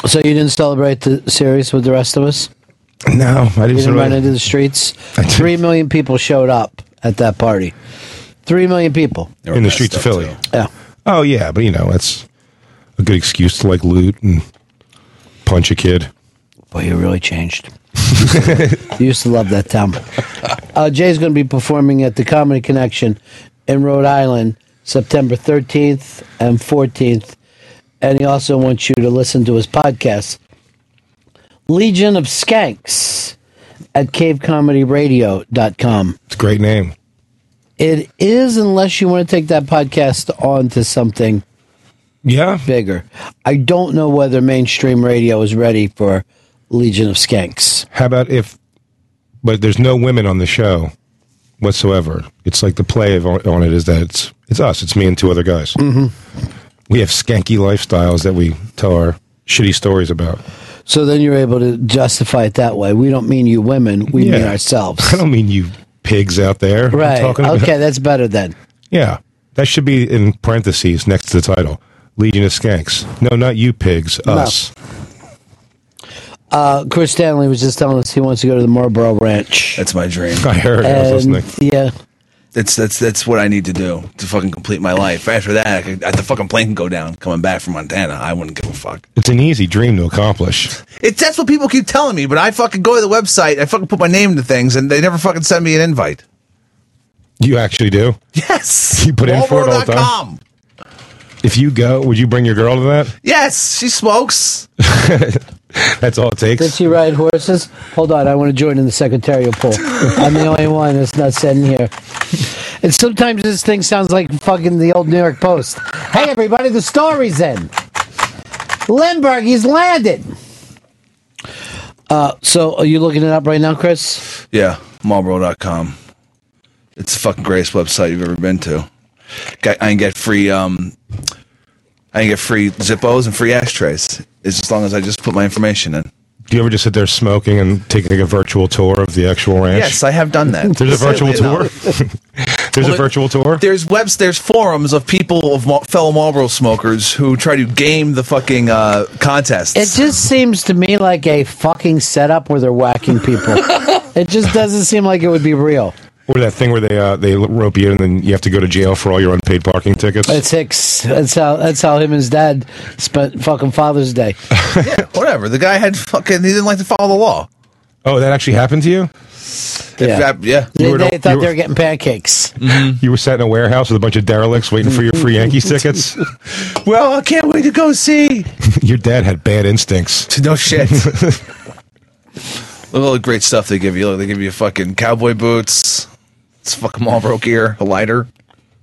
S5: So you didn't celebrate the series with the rest of us?
S31: No, I
S5: You
S31: didn't
S5: didn't run
S31: really-
S5: into the streets. Three million people showed up at that party. Three million people
S31: in the streets of Philly.
S5: Yeah.
S31: Oh yeah, but you know that's a good excuse to like loot and punch a kid.
S5: Boy, you really changed. you used to love that town. Uh, Jay's going to be performing at the Comedy Connection in Rhode Island September 13th and 14th. And he also wants you to listen to his podcast, Legion of Skanks, at cavecomedyradio.com.
S31: It's a great name.
S5: It is, unless you want to take that podcast on to something
S31: yeah
S5: bigger. I don't know whether mainstream radio is ready for Legion of Skanks.
S31: How about if? But there's no women on the show whatsoever. It's like the play of, on it is that it's it's us. It's me and two other guys. Mm-hmm. We have skanky lifestyles that we tell our shitty stories about.
S5: So then you're able to justify it that way. We don't mean you women, we mean
S31: Yeah.
S5: ourselves.
S31: I don't mean you pigs out there. I'm
S5: Right.
S31: talking about-
S5: Okay, that's better then.
S31: Yeah, that should be in parentheses next to the title. Legion of Skanks. No, not you pigs.
S5: No.
S31: Us.
S5: Uh, Chris Stanley was just telling us he wants to go to the Marlboro Ranch.
S6: That's my dream.
S31: I heard.
S5: And, Yeah.
S6: That's that's that's what I need to do to fucking complete my life. After that, I could, the fucking plane can go down. Coming back from Montana, I wouldn't give a fuck.
S31: It's an easy dream to accomplish.
S6: It's that's what people keep telling me, but I fucking go to the website, I fucking put my name into things, and they never fucking send me an invite.
S31: You actually do.
S6: Yes.
S31: You put in for it all the time.
S6: Marlboro.com.
S31: If you go, would you bring your girl to that?
S6: Yes, she smokes.
S31: That's all Oh, it takes.
S5: Does he ride horses? Hold on, I want to join in the secretarial poll. I'm the only one that's not sitting here. And sometimes this thing sounds like fucking the old New York Post. Hey, everybody, the story's in. Lindbergh, he's landed. Uh, so, are you looking it up right now, Chris?
S6: Yeah, Marlboro.com. It's the fucking greatest website you've ever been to. Got- I can get free um I can get free Zippos and free ashtrays. It's as long as I just put my information in.
S31: Do you ever just sit there smoking and take like a virtual tour of the actual ranch?
S6: Yes, I have done that.
S31: There's a virtual tour.
S6: Sadly
S31: There's a virtual tour.
S6: There's webs. There's forums of people of Mar- fellow Marlboro smokers who try to game the fucking uh, contest.
S5: It just seems to me like a fucking setup where they're whacking people. it just doesn't seem like it would be real.
S31: Or that thing where they uh, they rope you in and then you have to go to jail for all your unpaid parking tickets.
S5: That's Hicks. That's how. That's how him and his dad spent fucking Father's Day.
S6: yeah, whatever. The guy had fucking. He didn't like to follow the law.
S31: Oh, that actually happened to you?
S6: Yeah. yeah.
S5: They,
S31: You were-
S5: they thought
S31: you were-
S5: they were getting pancakes.
S31: You were sat in a warehouse with a bunch of derelicts waiting for your free Yankees tickets.
S6: well, I can't wait to go see.
S31: your dad had bad instincts.
S6: No shit. Look at all the great stuff they give you. Look, they give you fucking cowboy boots. It's fucking Marlboro gear, a lighter.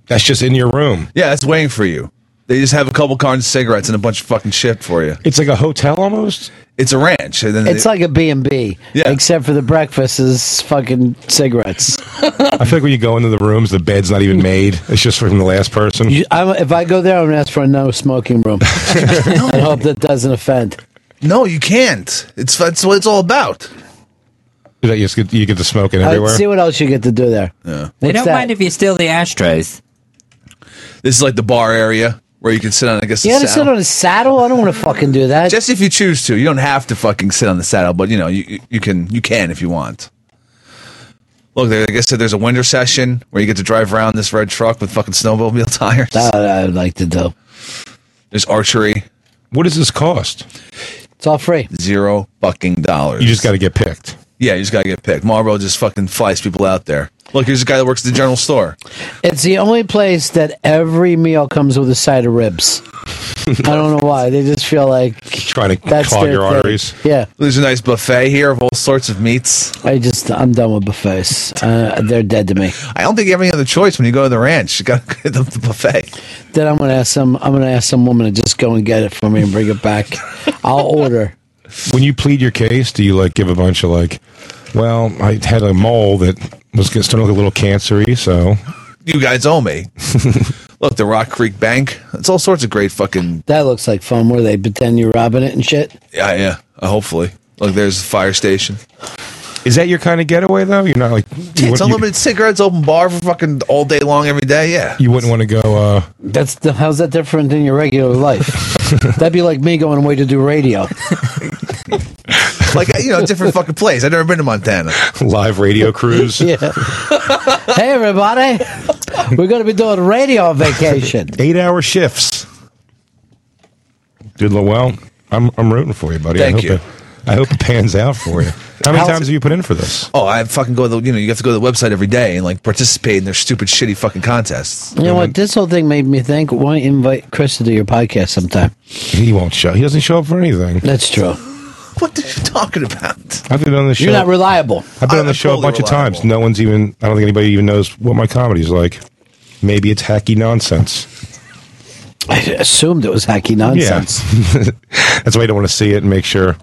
S31: That's just in your room.
S6: Yeah, it's waiting for you. They just have a couple cartons of cigarettes and a bunch of fucking shit for you.
S31: It's like a hotel almost.
S6: It's a ranch. And then
S5: It's
S6: they-
S5: like a B and B, except for the breakfast is fucking cigarettes.
S31: I feel like when you go into the rooms, the bed's not even made. It's just from the last person.
S5: You- I'm, if I go there, I'm gonna ask for a no smoking room. I hope that doesn't offend.
S6: No, you can't. It's that's what it's all about.
S31: That you, just get, you get to smoke it
S5: Let's
S31: everywhere.
S5: see what else you get to do there.
S6: Yeah.
S7: They
S5: What's
S7: don't
S5: that?
S7: mind if you steal the ashtrays.
S6: This is like the bar area where you can sit on, I guess,
S5: You
S6: the
S5: gotta sit
S6: saddle.
S5: on a saddle. Oh, I don't want to fucking do that.
S6: Just if you choose to. You don't have to fucking sit on the saddle, but you know, you- you, you can you can if you want. Look, there, like I said, there's a winter session where you get to drive around this red truck with fucking snowmobile tires.
S5: That I would like to do.
S6: There's archery.
S31: What does this cost?
S5: It's all free.
S6: Zero fucking dollars.
S31: You just got to get picked.
S6: Yeah, you just gotta get picked. Marlboro just fucking flies people out there. Look, here's a guy that works at the general store.
S5: It's the only place that every meal comes with a side of ribs. I don't know why. They just feel like
S31: trying to
S5: That's
S31: clog
S5: their
S31: your
S5: thing.
S31: arteries.
S5: Yeah.
S6: There's a nice buffet here of all sorts of meats.
S5: I just, I'm done with buffets. Uh, they're dead to me.
S6: I don't think you have any other choice when you go to the ranch. You got to get the, the buffet.
S5: Then I'm gonna ask some. I'm gonna ask some woman to just go and get it for me and bring it back. I'll order.
S31: When you plead your case, do you like give a bunch of like, well, I had a mole that was getting- starting to look a little cancery, so
S6: You guys owe me. Look, the Rock Creek Bank. It's all sorts of great fucking.
S5: That looks like fun. Where they pretend you're robbing it and shit.
S6: Yeah, yeah. Uh, hopefully. Look, there's the fire station.
S31: Is that your kind of getaway though? You're not like you,
S6: it's
S31: wouldn't- you,
S6: unlimited cigarettes, open bar for fucking all day long, every day. Yeah.
S31: you wouldn't want to go. Uh,
S5: That's the, how's that different than your regular life? That'd be like me going away to do radio.
S6: Like, you know, different fucking place. I've never been to Montana.
S31: Live radio cruise.
S5: yeah. hey everybody, we're gonna be doing radio vacation.
S31: Eight hour shifts. Dude Lowell, I'm I'm rooting for you, buddy.
S6: Thank
S31: I hope
S6: you.
S31: It, I hope it pans out for you. How many
S6: How's-
S31: times have you put in for this?
S6: Oh, I fucking go to the, you know, you have to go to the website every day and like participate in their stupid, shitty fucking contests.
S5: You know what? This whole thing made me think. Why invite Chris to do your podcast sometime?
S31: He won't show. He doesn't show up for anything.
S5: That's true.
S6: What are you talking about?
S31: I've been on the show.
S5: You're not reliable.
S31: I've been on the show a bunch of times. No one's even. I don't think anybody even knows what my comedy's like. Maybe it's hacky nonsense.
S5: I assumed it was hacky nonsense.
S31: Yeah. That's why you don't want to see it and make sure.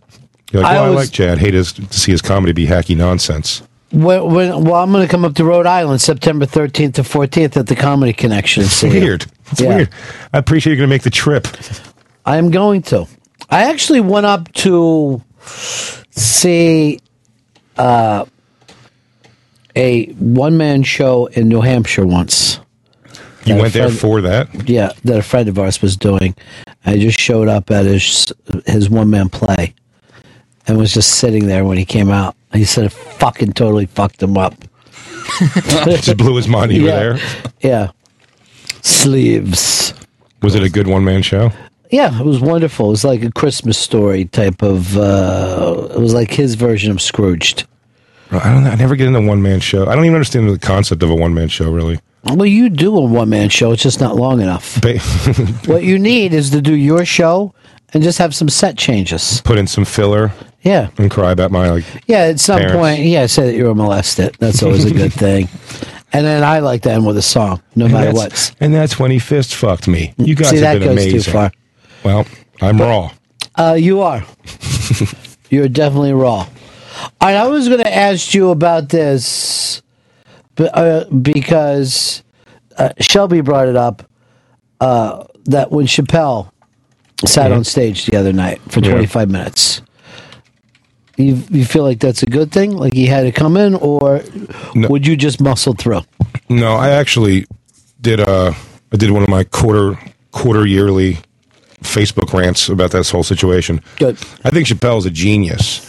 S31: You're like,
S5: I
S31: well, I,
S5: always-
S31: like Chad. Hate his, to see his comedy be hacky nonsense.
S5: When, when, well, I'm going to come up to Rhode Island September 13th to 14th at the Comedy Connection. and
S31: It's
S5: see you.
S31: weird. It's
S5: Yeah.
S31: weird. I appreciate you're going to make the trip.
S5: I am going to. I actually went up to see uh, a one man show in New Hampshire once.
S31: You
S5: That a
S31: went there
S5: friend-
S31: for that.
S5: Yeah, that a friend of ours was doing. I just showed up at his his one man play, and was just sitting there when he came out. He said, it "Fucking totally fucked him up."
S31: Just blew his mind. You
S5: Yeah.
S31: were there.
S5: Yeah. Sleeves.
S31: Was it a good one man show?
S5: Yeah, it was wonderful. It was like a Christmas story type of. Uh, it was like his version of Scrooged.
S31: I don't. know. I never get into one man show. I don't even understand the concept of a one man show. Really.
S5: Well, you do a one man show. It's just not long enough. what you need is to do your show and just have some set changes.
S31: Put in some filler.
S5: Yeah.
S31: And cry about my like.
S5: Yeah, at some
S31: Parents.
S5: point, yeah, say that you were molested. That's always a good thing. And then I like to end with a song, no matter
S31: and
S5: what.
S31: that's- And that's when he fist fucked me. You guys
S5: See,
S31: have
S5: that
S31: been
S5: goes too
S31: amazing.
S5: far.
S31: Well, I'm raw.
S5: Uh, you are. You're definitely raw. All right, I was going to ask you about this b- uh, because uh, Shelby brought it up uh, that when Chappelle sat
S31: Mm-hmm.
S5: on stage the other night for
S1: Yeah.
S5: 25 minutes, you, you feel like that's a good thing? Like he had to come in, or would you just muscle through?
S31: No, I actually did. Uh, I did one of my quarter quarter yearly Facebook rants about this whole situation.
S5: Good.
S31: I think Chappelle's a genius.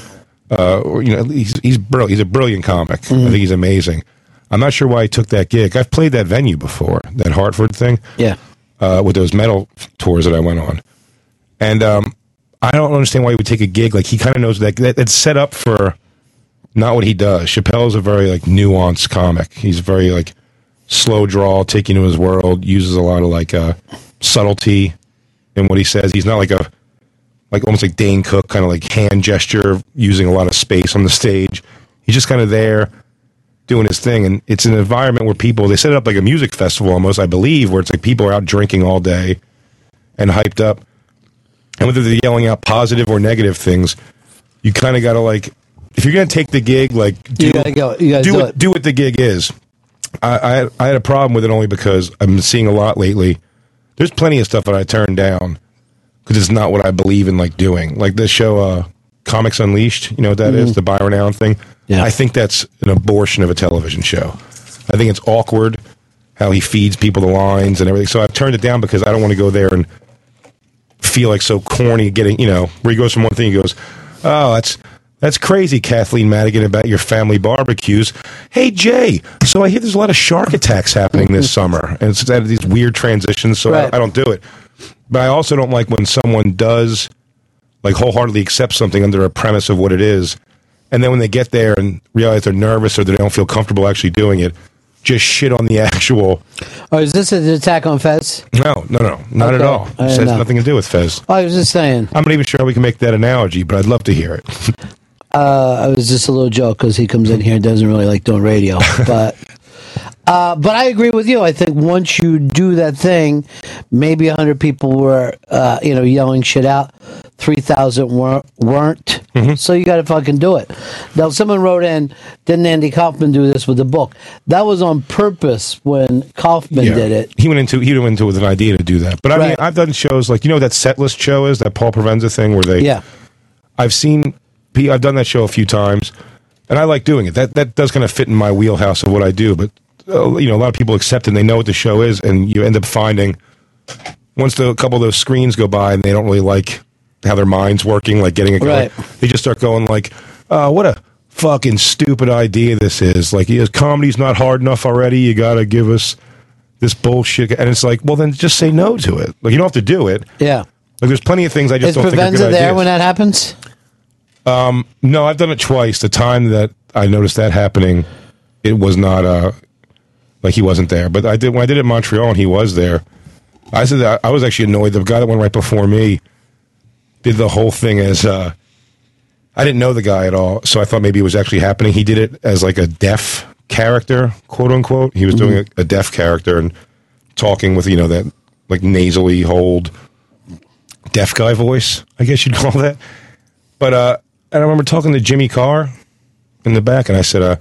S31: Uh, or, you know, he's he's brill- he's a brilliant comic.
S5: Mm-hmm.
S31: I think he's amazing. I'm not sure why he took that gig. I've played that venue before, that Hartford thing.
S5: Yeah.
S31: Uh, with those metal tours that I went on, and um, I don't understand why he would take a gig like he kind of knows that, that it's set up for not what he does. Chappelle's a very like nuanced comic. He's very like slow draw, take you into his world. Uses a lot of like uh, subtlety in what he says. He's not like a like almost like Dane Cook, kind of like hand gesture, using a lot of space on the stage. He's just kind of there doing his thing, and it's an environment where people they set it up like a music festival almost, I believe, where it's like people are out drinking all day and hyped up, and whether they're yelling out positive or negative things, you kind of got to like if you're gonna take the gig, like do
S5: You gotta go. You gotta
S31: do,
S5: do
S31: what,
S5: it.
S31: do what the gig is. I, I I had a problem with it only because I'm seeing a lot lately. There's plenty of stuff that I turn down because it's not what I believe in like doing. Like this show, uh, Comics Unleashed. You know what that is?
S5: Mhm.
S31: The Byron Allen thing. I think that's an abortion of a television show. I think it's awkward how he feeds people the lines and everything. So I've turned it down because I don't want to go there and feel like so corny getting you know where he goes from one thing he goes oh that's that's crazy kathleen madigan about your family barbecues hey jay so i hear there's a lot of shark attacks happening this summer and it's just out of these weird transitions so
S5: Right.
S31: I, I don't do it but i also don't like when someone does like wholeheartedly accept something under a premise of what it is And then when they get there and realize they're nervous or they don't feel comfortable actually doing it, just shit on the actual.
S5: Oh, is this an attack on Fez?
S31: No, no, no, not at
S5: Okay,
S31: all.
S5: I
S31: This has
S5: know.
S31: nothing to do with Fez.
S5: I was just saying.
S31: I'm not even sure how we can make that analogy, but I'd love to hear it.
S5: Uh, I was just a little joke because he comes in here and doesn't really like doing radio, but uh, but I agree with you. I think once you do that thing, maybe hundred people were uh, you know yelling shit out, three thousand weren't. weren't.
S31: Mm-hmm.
S5: So you got to fucking do it. Now someone wrote in, didn't Andy Kaufman do this with the book? That was on purpose when Kaufman
S31: Yeah.
S5: did it.
S31: He went into he went into it with an idea to do that. But I mean, I've done shows like you know what that set list show is that Paul Provenza thing where they
S5: Yeah.
S31: I've seen P- I've done that show a few times, and I like doing it. That that does kind of fit in my wheelhouse of what I do. But uh, you know, a lot of people accept and they know what the show is, and you end up finding once the, a couple of those screens go by and they don't really like how their mind's working, like getting it going,
S5: Right.
S31: they just start going like, uh, "What a." Fucking stupid idea this is. Like, is comedy's not hard enough already? You gotta give us this bullshit. And it's like, well, then just say no to it. Like, you don't have to do it.
S5: Yeah.
S31: Like, there's plenty of things I just
S5: Is
S31: don't think are good
S5: Provenza there
S31: ideas.
S5: when that happens?
S31: Um, no, I've done it twice. The time that I noticed that happening, it was not uh, like he wasn't there. But I did when I did it in Montreal and he was there. I said that I was actually annoyed. The guy that went right before me did the whole thing as uh, I didn't know the guy at all, so I thought maybe it was actually happening. He did it as like a deaf character, quote unquote. He was doing a, a deaf character and talking with you know that like nasally hold deaf guy voice, I guess you'd call that. But uh, and I remember talking to Jimmy Carr in the back, and I said, uh,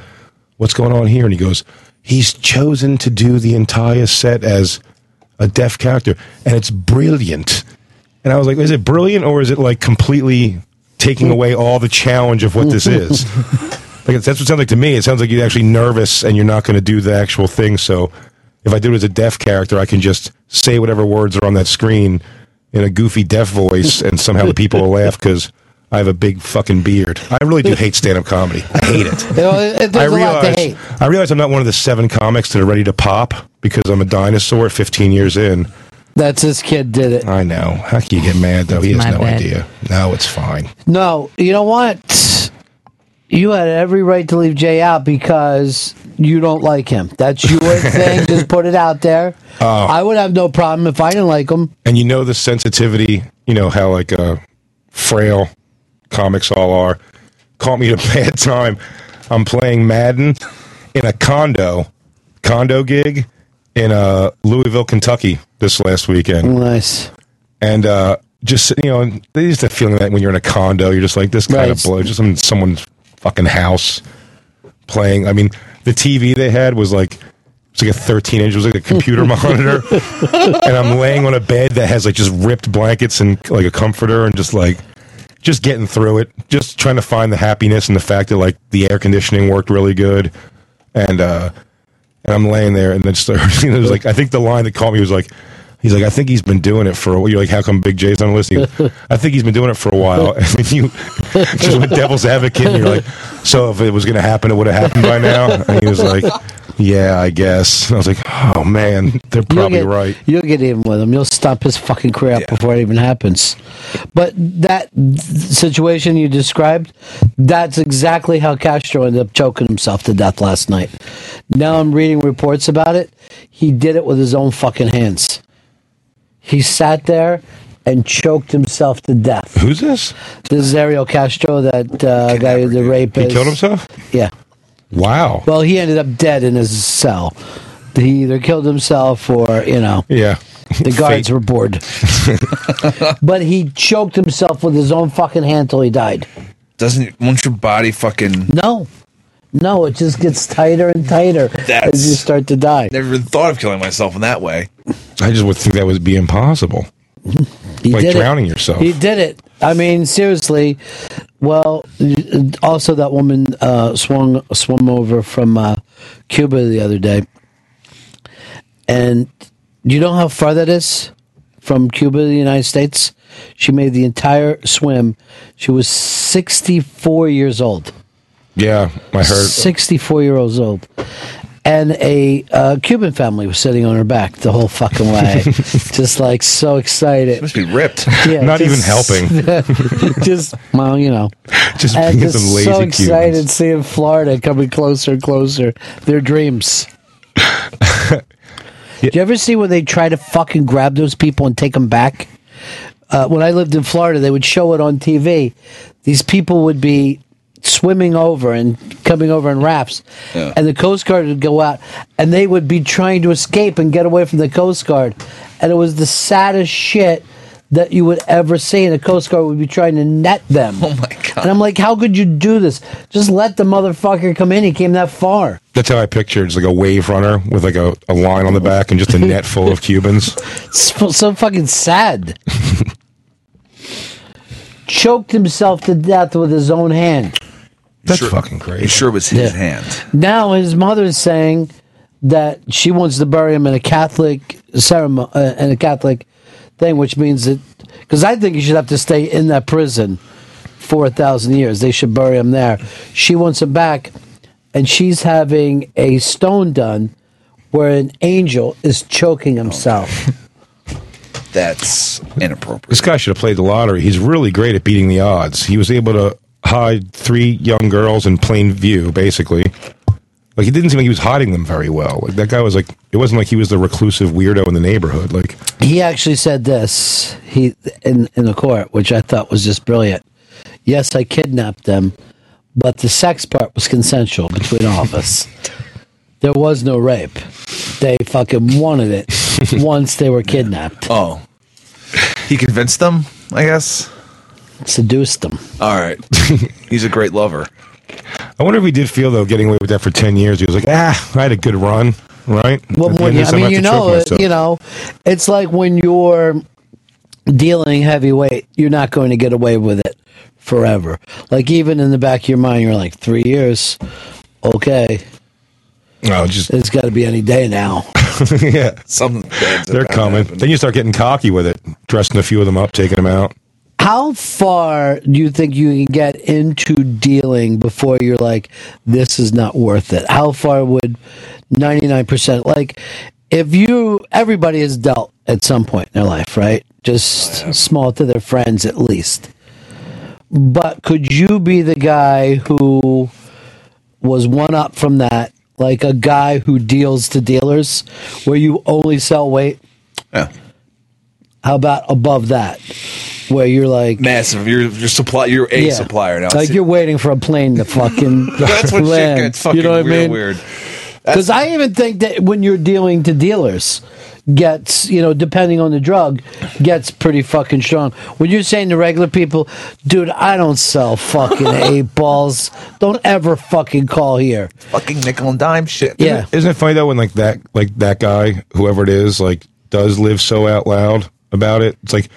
S31: "What's going on here?" And he goes, "He's chosen to do the entire set as a deaf character, and it's brilliant." And I was like, "Is it brilliant, or is it like completely taking away all the challenge of what this is?" Like that's what it sounds like to me. It sounds like you're actually nervous and you're not going to do the actual thing. So if I do it as a deaf character, I can just say whatever words are on that screen in a goofy deaf voice, and somehow the people will laugh because I have a big fucking beard. I really do hate stand-up comedy. I hate it.
S5: You know, it- there's
S31: I
S5: a lot to
S31: realize,
S5: hate.
S31: I realize I'm not one of the seven comics that are ready to pop because I'm a dinosaur 15 years in.
S5: That's this kid did it.
S31: I know. How can you get mad though? He
S5: It's
S31: has
S5: my
S31: no
S5: bad.
S31: idea. No, it's fine.
S5: No, you know what? You had every right to leave Jay out because you don't like him. That's your thing. Just put it out there.
S31: Oh.
S5: I would have no problem if I didn't like him.
S31: and you know the sensitivity, you know how like uh, frail comics all are. Caught me at a bad time. I'm playing Madden in a condo, condo gig in uh, Louisville, Kentucky this last weekend.
S5: Nice.
S31: And uh, just you know, and there's that feeling that when you're in a condo, you're just like this kind of
S5: Right.
S31: blow, just in someone's fucking house playing. I mean, the TV they had was like it's like a 13 inch. It was like a computer monitor, and I'm laying on a bed that has like just ripped blankets and like a comforter, and just like just getting through it, just trying to find the happiness and the fact that like the air conditioning worked really good, and uh, and I'm laying there, and then just you know, it was like I think the line that caught me was like. He's like, I think he's been doing it for a while. You're like, how come Big J's not listening? He goes, I think he's been doing it for a while. And then you just went devil's advocate, and you're like, so if it was going to happen, it would have happened by now. And he was like, yeah, I guess. And I was like, oh man, they're probably
S5: you'll get,
S31: right.
S5: You'll get even with him. You'll stomp his fucking career out before it even happens. But that situation you described, that's exactly how Castro ended up choking himself to death last night. Now I'm reading reports about it. He did it with his own fucking hands. He sat there and choked himself to death.
S31: Who's this?
S5: This is Ariel Castro, that uh, guy, who's the rapist.
S31: killed himself?
S5: Yeah.
S31: Wow.
S5: Well, he ended up dead in his cell. He either killed himself or, you know.
S31: Yeah.
S5: The guards were bored. but he choked himself with his own fucking hand till he died.
S6: Doesn't won't your body fucking?
S5: No. No, it just gets tighter and tighter as you
S6: That's-
S5: start to die.
S6: Never even thought of killing myself in that way.
S31: I just would think that would be impossible. like
S5: Mm-hmm. did it.
S31: drowning yourself.
S5: He did it. I mean, seriously. Well, also that woman uh, swung swam over from uh, Cuba the other day, and you know how far that is from Cuba to the United States. She made the entire swim. She was sixty four years old.
S31: yeah, I heard.
S5: Sixty four years old, and a uh, Cuban family was sitting on her back the whole fucking way, just like so excited. must
S6: be ripped.
S31: Not even
S5: helping. just well, you know,
S31: Just
S5: And
S31: being some lazy
S5: so
S31: Cubans.
S5: excited seeing Florida coming closer and closer. Their dreams. Do you ever see when they try to fucking grab those people and take them back? Uh, when I lived in Florida, they would show it on TV. These people would be swimming over and coming over in rafts, and the Coast Guard would go out, and they would be trying to escape and get away from the Coast Guard, and it was the saddest shit that you would ever see, and the Coast Guard would be trying to net them. Oh my god! And I'm like, how could you do this? Just let the motherfucker come in. He came that far.
S31: That's how I pictured. It's like a wave runner with like a, a line on the back and just a net full of Cubans.
S5: so, so fucking sad. Choked himself to death with his own hand.
S31: That's fucking great.
S6: It sure was his hand.
S5: Now his mother's saying that she wants to bury him in a Catholic ceremony, uh, in a Catholic thing, which means that because I think he should have to stay in that prison for a thousand years. They should bury him there. She wants him back, and she's having a stone done where an angel is choking himself.
S6: That's inappropriate.
S31: This guy should have played the lottery. He's really great at beating the odds. He was able to hide three young girls in plain view, basically. Like he didn't seem like he was hiding them very well. Like that guy was like it wasn't like he was the reclusive weirdo in the neighborhood. Like
S5: He actually said this he in in the court, which I thought was just brilliant. Yes, I kidnapped them, but the sex part was consensual between all of us. There was no rape. They fucking wanted it once they were kidnapped.
S6: Oh, He convinced them, I guess.
S5: Seduced them.
S6: All right. He's a great lover.
S31: I wonder if he did feel though getting away with that for ten years. He was like, ah, I had a good run, right?
S5: Well,
S31: At the end
S5: when
S31: of
S5: you- I
S31: this, I'm
S5: mean,
S31: gonna
S5: you
S31: have to choke myself.
S5: know, uh, you know, it's like when you're dealing heavyweight, you're not going to get away with it forever. Like even in the back of your mind, you're like three years, okay.
S31: No, just
S5: it's got to be any day now.
S31: yeah,
S6: something.
S31: They're coming. Then you start getting cocky with it, dressing a few of them up, taking them out.
S5: How far do you think you can get into dealing before you're like, this is not worth it? How far would 99%? Like, if you, everybody has dealt at some point in their life, right? Just small to their friends at least. But could you be the guy who was one up from that? Like a guy who deals to dealers where you only sell weight?
S6: Yeah.
S5: How about above that? Where you're like,
S6: Massive. You're your supply. You're a
S5: Yeah.
S6: supplier now.
S5: Like you're waiting for a plane to fucking.
S6: That's when shit
S5: land.
S6: gets fucking
S5: You know what
S6: real
S5: I mean?
S6: weird.
S5: Because I even think that when you're dealing to dealers, gets you know depending on the drug, gets pretty fucking strong. When you're saying to regular people, dude, I don't sell fucking eight balls. Don't ever fucking call here.
S6: Fucking nickel and dime shit.
S5: Yeah.
S31: Isn't it funny though when like that like that guy, whoever it is, like does live so out loud about it? It's like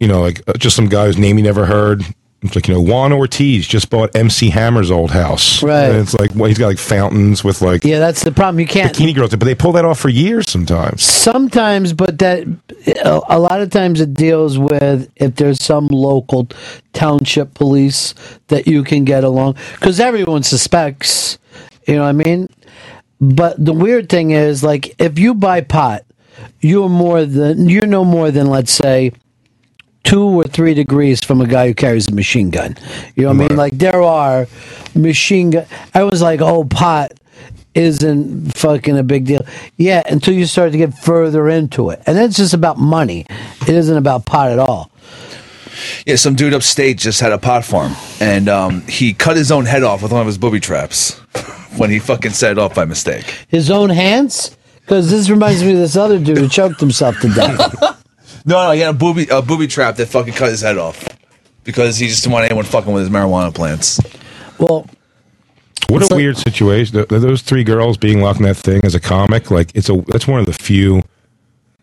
S31: you know, like uh, just some guy whose name you never heard. It's like you know, Juan Ortiz just bought MC Hammer's old house,
S5: Right.
S31: And it's like well, he's got like fountains with like
S5: yeah, that's the problem. You can't
S31: bikini girls, but they pull that off for years sometimes.
S5: Sometimes, but that a a lot of times it deals with if there's some local township police that you can get along because everyone suspects, you know what I mean? But the weird thing is, like, if you buy pot, you're more than you know more than let's say two or three degrees from a guy who carries a machine gun. You know what I mean? Like there are machine gun. I was like, oh, pot isn't fucking a big deal. Yeah, until you start to get further into it, and it's just about money. It isn't about pot at all.
S6: Yeah, some dude upstate just had a pot farm, and um, he cut his own head off with one of his booby traps when he fucking set it off by mistake.
S5: His own hands, because this reminds me of this other dude who choked himself to death.
S6: No, no, he had a booby a booby trap that fucking cut his head off because he just didn't want anyone fucking with his marijuana plants.
S5: Well,
S31: What a weird situation. Th- th- Those three girls being locked in that thing as a comic, like it's a that's one of the few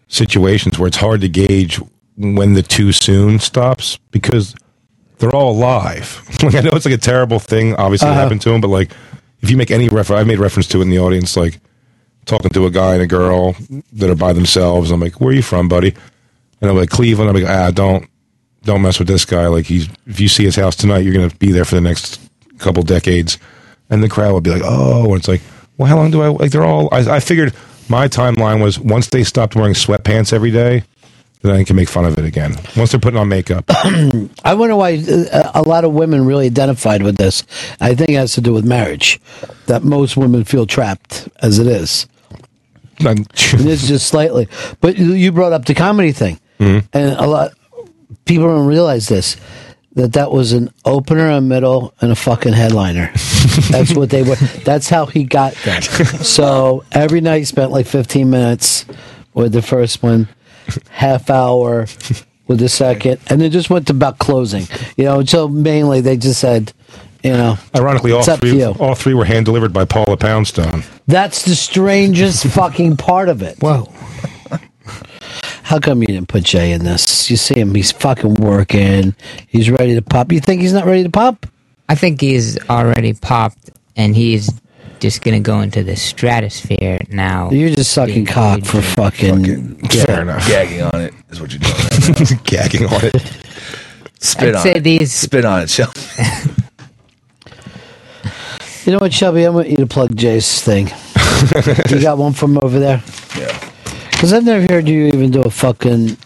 S31: situations where it's hard to gauge when the too soon stops because they're all alive. like I know it's like a terrible thing, obviously
S1: Uh-huh.
S31: that happened to them, but like if you make any reference, I've made reference to it in the audience, like talking to a guy and a girl that are by themselves. I'm like, "Where are you from, buddy?" And I'm like, "Cleveland." I'm like, "Ah, don't don't mess with this guy. Like he's if you see his house tonight, you're gonna be there for the next couple decades. And the crowd would be like, oh, and it's like, well, how long do I like? They're all. I, I figured my timeline was once they stopped wearing sweatpants every day, then I can make fun of it again. Once they're putting on makeup,
S5: I wonder why uh, a lot of women really identified with this. I think it has to do with marriage, that most women feel trapped as it is. This is just slightly, but you- you brought up the comedy thing,
S31: Mm-hmm.
S5: and a lot people don't realize this that that was an opener, a middle, and a fucking headliner. That's what they were. That's how he got them. So every night he spent like fifteen minutes with the first one, half hour with the second, and then just went to about closing. You know, so mainly they just said, you know,
S31: ironically, all
S5: it's up to
S31: three
S5: you.
S31: all three were hand delivered by Paula Poundstone.
S5: That's the strangest fucking part of it. Whoa. How come you didn't put Jay in this? You see him, he's fucking working. He's ready to pop. You think he's not ready to pop?
S1: I think he's already popped, and he's just gonna go into the stratosphere now.
S5: You're just sucking cock for fucking.
S1: yeah.
S6: Gagging on it is what you're doing. Right now.
S31: Gagging on it.
S6: Spit
S5: I'd
S6: on
S5: say
S6: it.
S5: these-
S6: Spit on it, Shell.
S5: You know what, Shelby? I want you to plug Jay's thing. you got one from over there?
S6: Yeah.
S5: Because I've never heard you even do a fucking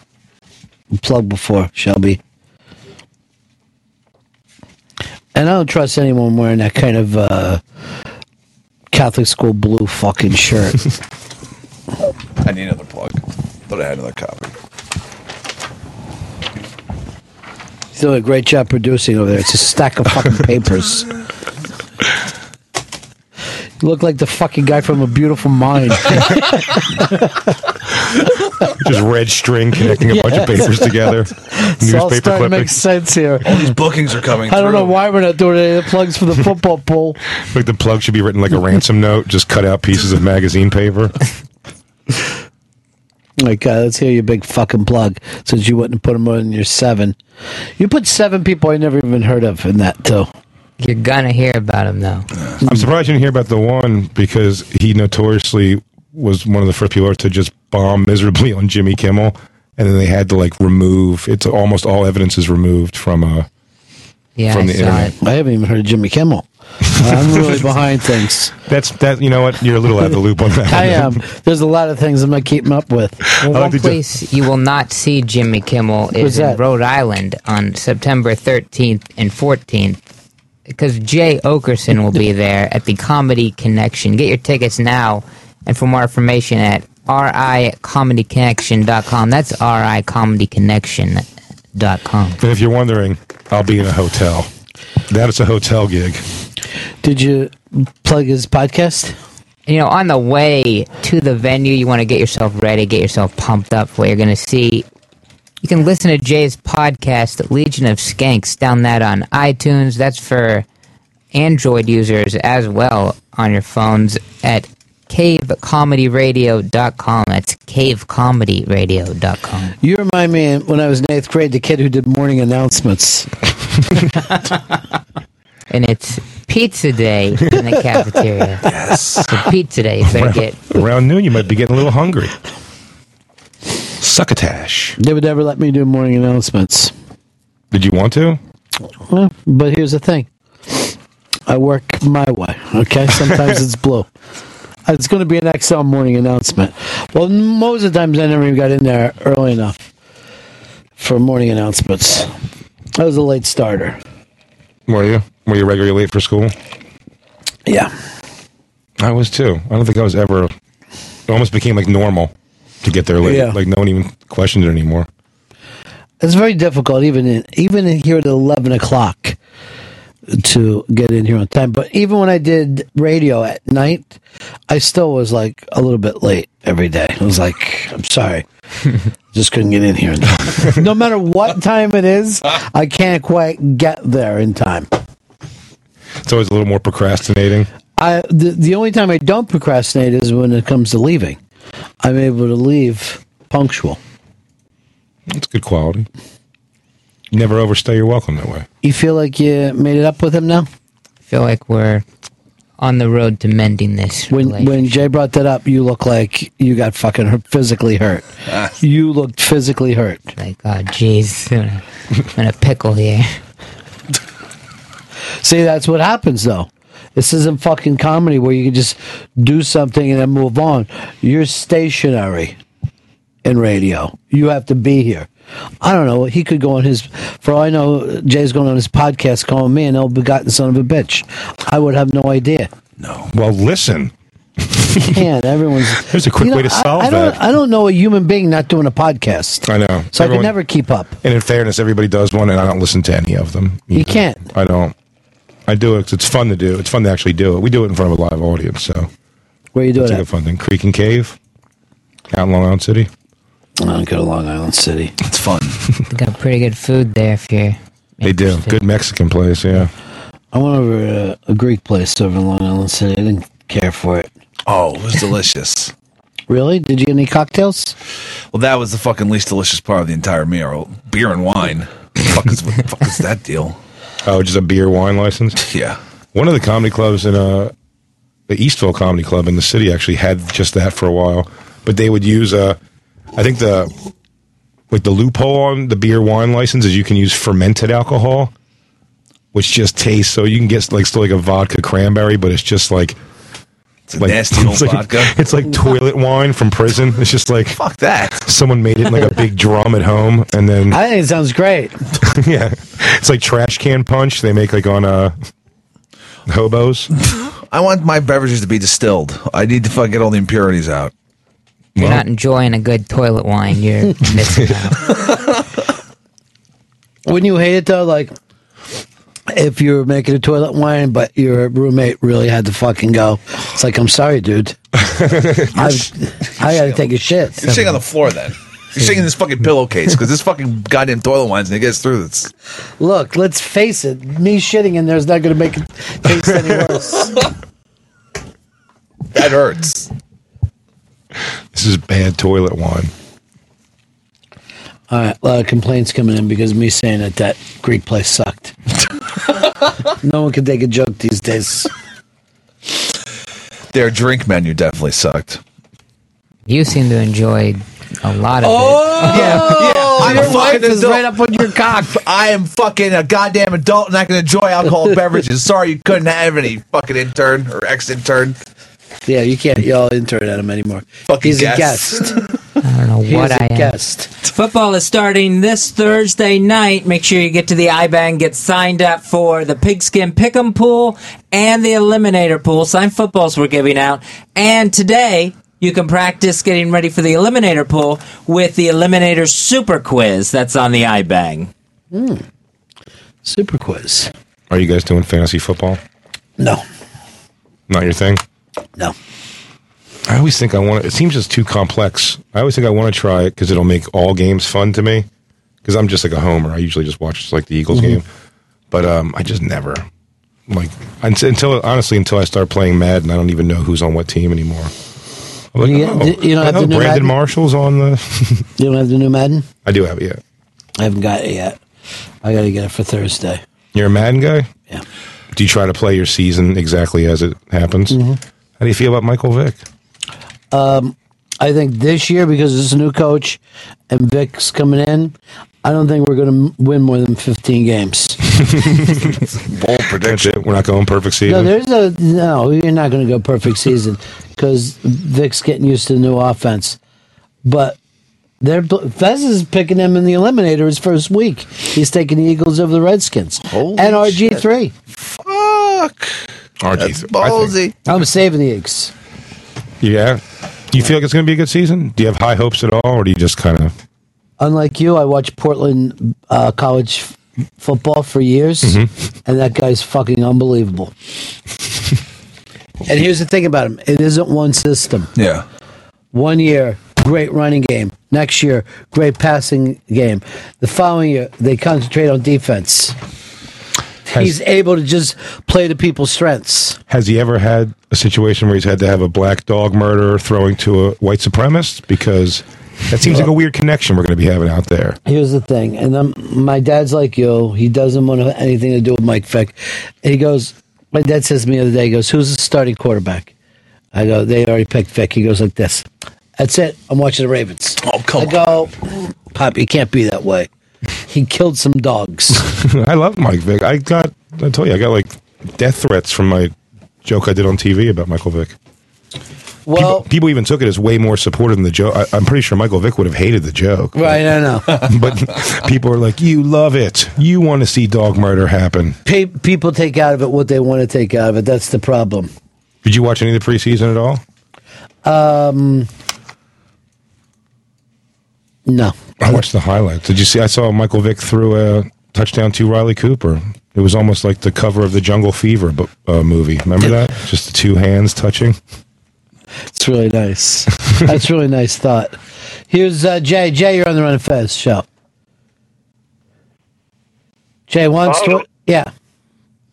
S5: plug before, Shelby. And I don't trust anyone wearing that kind of uh, Catholic school blue fucking shirt.
S6: I need another plug. Thought I had another copy.
S5: He's doing a great job producing over there. It's a stack of fucking papers. You look like the fucking guy from A Beautiful Mind.
S31: Just red string connecting a bunch of papers together.
S5: It's all
S31: Newspaper
S5: starting to make
S31: clippings.
S5: sense here.
S6: All these bookings are coming.
S5: I don't know why we're not doing any of the plugs for the football pool.
S31: Like the plug should be written like a ransom note. Just cut out pieces of magazine paper.
S5: Like, uh, let's hear your big fucking plug since you wouldn't put them on your seven. You put seven people I never even heard of in that, too.
S1: You're gonna hear about him though.
S31: I'm surprised you didn't hear about the one because he notoriously was one of the first people to just bomb miserably on Jimmy Kimmel, and then they had to like remove. It's almost all evidence is removed from uh
S5: Yeah,
S31: from
S5: I
S31: the
S5: saw
S31: internet.
S5: I haven't even heard of Jimmy Kimmel. I'm really behind things.
S31: That's that. You know what? You're a little out of the loop on that.
S5: I am. There's a lot of things I'm not keeping up with.
S1: Well, one place you will not see Jimmy Kimmel
S5: Where's
S1: is in
S5: that?
S1: Rhode Island on September 13th and 14th because Jay Okerson will be there at the Comedy Connection. Get your tickets now and for more information at ricomedyconnection.com. That's ricomedyconnection.com.
S31: And if you're wondering, I'll be in a hotel. That is a hotel gig.
S5: Did you plug his podcast?
S1: You know, on the way to the venue, you want to get yourself ready, get yourself pumped up for what you're going to see. You can listen to Jay's podcast, Legion of Skanks, down that on iTunes. That's for Android users as well on your phones at cavecomedyradio.com. That's cavecomedyradio.com.
S5: You remind me when I was in eighth grade, the kid who did morning announcements.
S1: And it's pizza day in the cafeteria. yes. So pizza day, you better get
S31: Around noon, you might be getting a little hungry. Succotash.
S5: They would never let me do morning announcements.
S31: Did you want to?
S5: Well, but here's the thing I work my way, okay? Sometimes it's blue. It's going to be an XL morning announcement. Well, most of the times I never even got in there early enough for morning announcements. I was a late starter.
S31: Were you? Were you regularly late for school?
S5: Yeah.
S31: I was too. I don't think I was ever. It almost became like normal to get there late.
S5: Yeah.
S31: Like no one even questioned it anymore.
S5: It's very difficult, even in, even in here at eleven o'clock, to get in here on time. But even when I did radio at night, I still was like a little bit late every day. I was like, I'm sorry, just couldn't get in here in time. no matter what time it is, I can't quite get there in time.
S31: It's always a little more procrastinating.
S5: I the, the only time I don't procrastinate is when it comes to leaving. I'm able to leave punctual.
S31: It's good quality. You never overstay your welcome that way.
S5: You feel like you made it up with him now?
S1: feel like we're on the road to mending this.
S5: When when Jay brought that up, you look like you got fucking hurt, physically hurt. You looked physically hurt.
S1: Like, oh, jeez, I'm in a pickle here.
S5: See, that's what happens though. This isn't fucking comedy where you can just do something and then move on. You're stationary in radio. You have to be here. I don't know. He could go on his, for all I know, Jay's going on his podcast calling me an ill begotten son of a bitch. I would have no idea.
S31: Well, listen.
S5: Man, everyone's.
S31: There's a quick
S5: You know,
S31: way to
S5: I-
S31: solve
S5: I, don't,
S31: that.
S5: I don't know a human being not doing a podcast.
S31: I know.
S5: So I
S31: Everyone-
S5: could never keep up.
S31: And in fairness, everybody does one, and I don't listen to any of them.
S5: You
S31: either.
S5: can't.
S31: I don't. I do it 'cause it's fun to do. It's fun to actually do it. We do it in front of a live audience. So
S5: where you doing
S31: It's like a fun thing. Creek and Cave, out in Long Island City.
S5: I don't Oh, go to Long Island City.
S6: It's fun.
S1: They got pretty good food there if you're.
S31: They do good Mexican place. Yeah.
S5: I went over to a Greek place over in Long Island City. I didn't care for it.
S6: Oh, it was delicious.
S5: Really? Did you get any cocktails?
S6: Well, that was the fucking least delicious part of the entire meal. Beer and wine. fuck, is, what the fuck is that deal?
S31: Oh, just a beer wine license.
S6: Yeah.
S31: One of the comedy clubs in uh, the Eastville Comedy Club in the city actually had just that for a while, but they would use uh, I think the like the loophole on the beer wine license is you can use fermented alcohol, which just tastes so you can get like still like a vodka cranberry, but it's just like. It's like,
S6: nasty old
S31: it's like-
S6: vodka.
S31: It's like toilet wine from prison. It's just like fuck
S6: that.
S31: Someone made it in like a big drum at home, and then
S5: I think it sounds great.
S31: yeah, it's like trash can punch they make like on uh hobos.
S6: I want my beverages to be distilled. I need to fucking get all the impurities out.
S1: You're not enjoying a good toilet wine. You're missing out.
S5: Wouldn't you hate it though? Like, if you were making a toilet wine, but your roommate really had to fucking go. It's like, I'm sorry, dude. I've, I gotta take a shit.
S6: You're sitting on the floor then. You're sitting in this fucking pillowcase because this fucking goddamn toilet wine's gonna get us through this.
S5: Look, let's face it. Me shitting in there is not gonna make it taste any worse.
S6: That hurts.
S31: This is bad toilet wine.
S5: All right, a lot of complaints coming in because of me saying that that Greek place sucked. no one can take a joke these days.
S6: Their drink menu definitely sucked.
S1: You seem to enjoy a lot of
S6: Oh,
S1: it.
S6: yeah, yeah.
S1: Your
S6: I'm a
S1: wife
S6: fucking
S1: is
S6: adult.
S1: right
S5: up on your cock.
S6: I am fucking a goddamn adult and I can enjoy alcohol beverages. Sorry you couldn't have any fucking intern or ex intern.
S5: Yeah, you can't yell intern at him anymore.
S6: Fucking
S5: He's
S6: guest.
S5: a guest.
S1: I don't know
S5: He's
S1: what
S5: a
S1: I am.
S5: guest.
S7: Football is starting this Thursday night. Make sure you get to the IBAN, get signed up for the Pigskin Pick'em pool and the Eliminator pool. Signed footballs we're giving out. And today, you can practice getting ready for the Eliminator pool with the Eliminator Super Quiz that's on the IBAN.
S5: Super quiz.
S31: Are you guys doing fantasy football?
S5: No.
S31: Not your thing?
S5: No.
S31: I always think I want to, it seems just too complex. I always think I want to try it because it'll make all games fun to me because I'm just like a homer. I usually just watch like the Eagles
S5: Mhm.
S31: game, but um, I just never. Like until, until honestly, until I start playing Madden, I don't even know who's on what team anymore. I'm like,
S5: You get-
S31: oh,
S5: you don't have
S31: I know
S5: the new
S31: Brandon
S5: Madden?
S31: Marshall's on the.
S5: You don't have the new Madden?
S31: I do have it. Yeah,
S5: I haven't got it yet. I gotta get it for Thursday.
S31: you're a Madden guy. Yeah. Do you try to play your season exactly as it happens?
S5: Mm-hmm.
S31: How do you feel about Michael Vick?
S5: Um, I think this year because it's a new coach and Vic's coming in, I don't think we're going to win more than 15 games.
S31: Bold prediction. We're not going perfect
S5: no,
S31: season.
S5: there's a no. You're not going to go perfect season because Vic's getting used to the new offense, but. They're, Fez is picking him in the eliminator his first week. He's taking the Eagles over the Redskins and RG three.
S6: Fuck.
S31: RG.
S5: I'm saving the Eagles.
S31: Yeah. Do you feel like it's going to be a good season? Do you have high hopes at all, or do you just kind of?
S5: Unlike you, I watched Portland uh, college f- football for years, and that guy's fucking unbelievable. and here's the thing about him: it isn't one system.
S6: Yeah.
S5: One year, great running game. Next year, great passing game. The following year, they concentrate on defense. He's able to just play to people's strengths.
S31: Has he ever had a situation where he's had to have a black dog murderer throwing to a white supremacist? Because that seems like a weird connection we're going to be having out there.
S5: Here's the thing, and i my dad's like you. He doesn't want to- anything to do with Mike Vick. He goes, my dad says to me the other day, he goes, "Who's the starting quarterback?" I go, "They already picked Vick." He goes like this. That's it. I'm watching the Ravens. Oh come I go, Pop, you can't be that way. He killed some dogs.
S31: I love Mike Vick. I got, I told you, I got like death threats from my joke I did on TV about Michael Vick.
S5: Well,
S31: people, people even took it as way more supportive than the joke. I, I'm pretty sure Michael Vick would have hated the joke.
S5: Right, I know.
S31: but people are like, "You love it. You want to see dog murder happen."
S5: Pe- people take out of it what they want to take out of it. That's the problem.
S31: Did you watch any of the preseason at all?
S5: Um, No.
S31: I watched the highlights. Did you see? I saw Michael Vick threw a touchdown to Riley Cooper. It was almost like the cover of the Jungle Fever bu- uh, movie. Remember that? Just the two hands touching.
S5: it's really nice. That's really nice thought. Here's uh, Jay. Jay, you're on the Run and Fez show. Jay wants
S13: Hello?
S5: to. Yeah,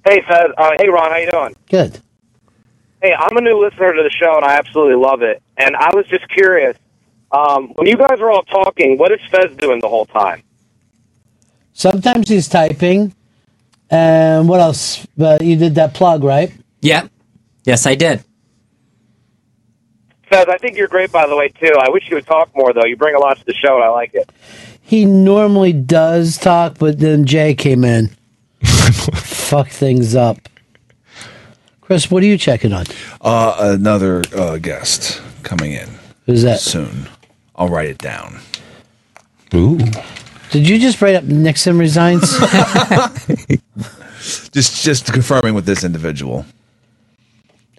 S13: Hey, Fed. Uh, hey, Ron. How you doing?
S5: good.
S13: Hey, I'm a new listener to the show, and I absolutely love it. And I was just curious, um, when you guys are all talking, what is Fez doing the whole time?
S5: Sometimes he's typing. And what else? Uh, you did that plug, right?
S7: Yeah. Yes, I did.
S13: Fez, I think you're great, by the way, too. I wish you would talk more, though. You bring a lot to the show, and I like it.
S5: He normally does talk, but then Jay came in. Fuck things up. Chris, what are you checking on?
S6: Uh, another uh, guest coming in.
S5: Who's that?
S6: Soon. I'll write it down.
S31: Ooh.
S5: Did you just write up Nixon resigns?
S6: Just just confirming with this individual.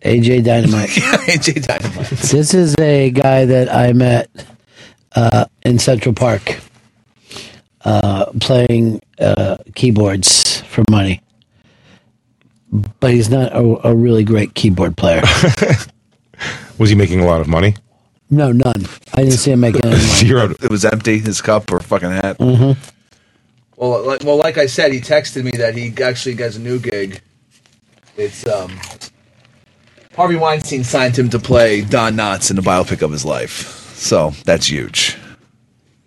S5: AJ Dynamite.
S6: AJ Dynamite.
S5: this is a guy that I met uh, in Central Park uh, playing uh, keyboards for money. But he's not a, a really great keyboard player.
S31: Was he making a lot of money?
S5: no, none. I didn't see him make any money.
S31: Zero.
S6: It was empty, his cup or fucking hat.
S5: Mhm.
S6: Well, like, well, like I said, he texted me that he actually gets a new gig. It's um, Harvey Weinstein signed him to play Don Knotts in the biopic of his life, so that's huge.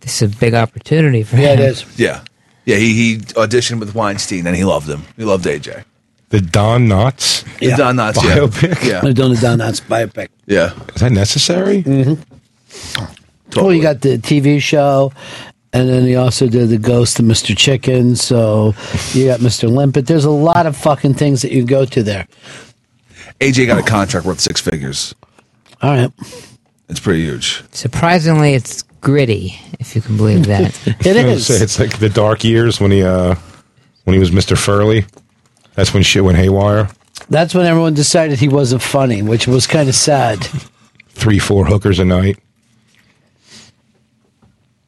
S1: This is a big opportunity for him.
S6: Yeah, yeah. He, he auditioned with Weinstein and he loved him. He loved AJ.
S31: The Don Knotts.
S6: The Don Knotts, yeah.
S31: Biopic?
S6: Yeah.
S5: They're doing the Don Knotts biopic.
S6: Yeah.
S31: Is that necessary?
S5: Mm-hmm. Well, you got the TV show, and then he also did the Ghost of Mr. Chicken. So you got Mr. Limpet. There's a lot of fucking things that you go to there.
S6: AJ got a contract worth six figures.
S5: All right.
S6: It's pretty huge.
S1: Surprisingly, it's gritty, if you can believe that.
S31: I was gonna Say, it's like the dark years when he uh, when he was Mr. Furley. That's when shit went haywire.
S5: That's when everyone decided he wasn't funny, which was kind of sad.
S31: Three, four hookers a night.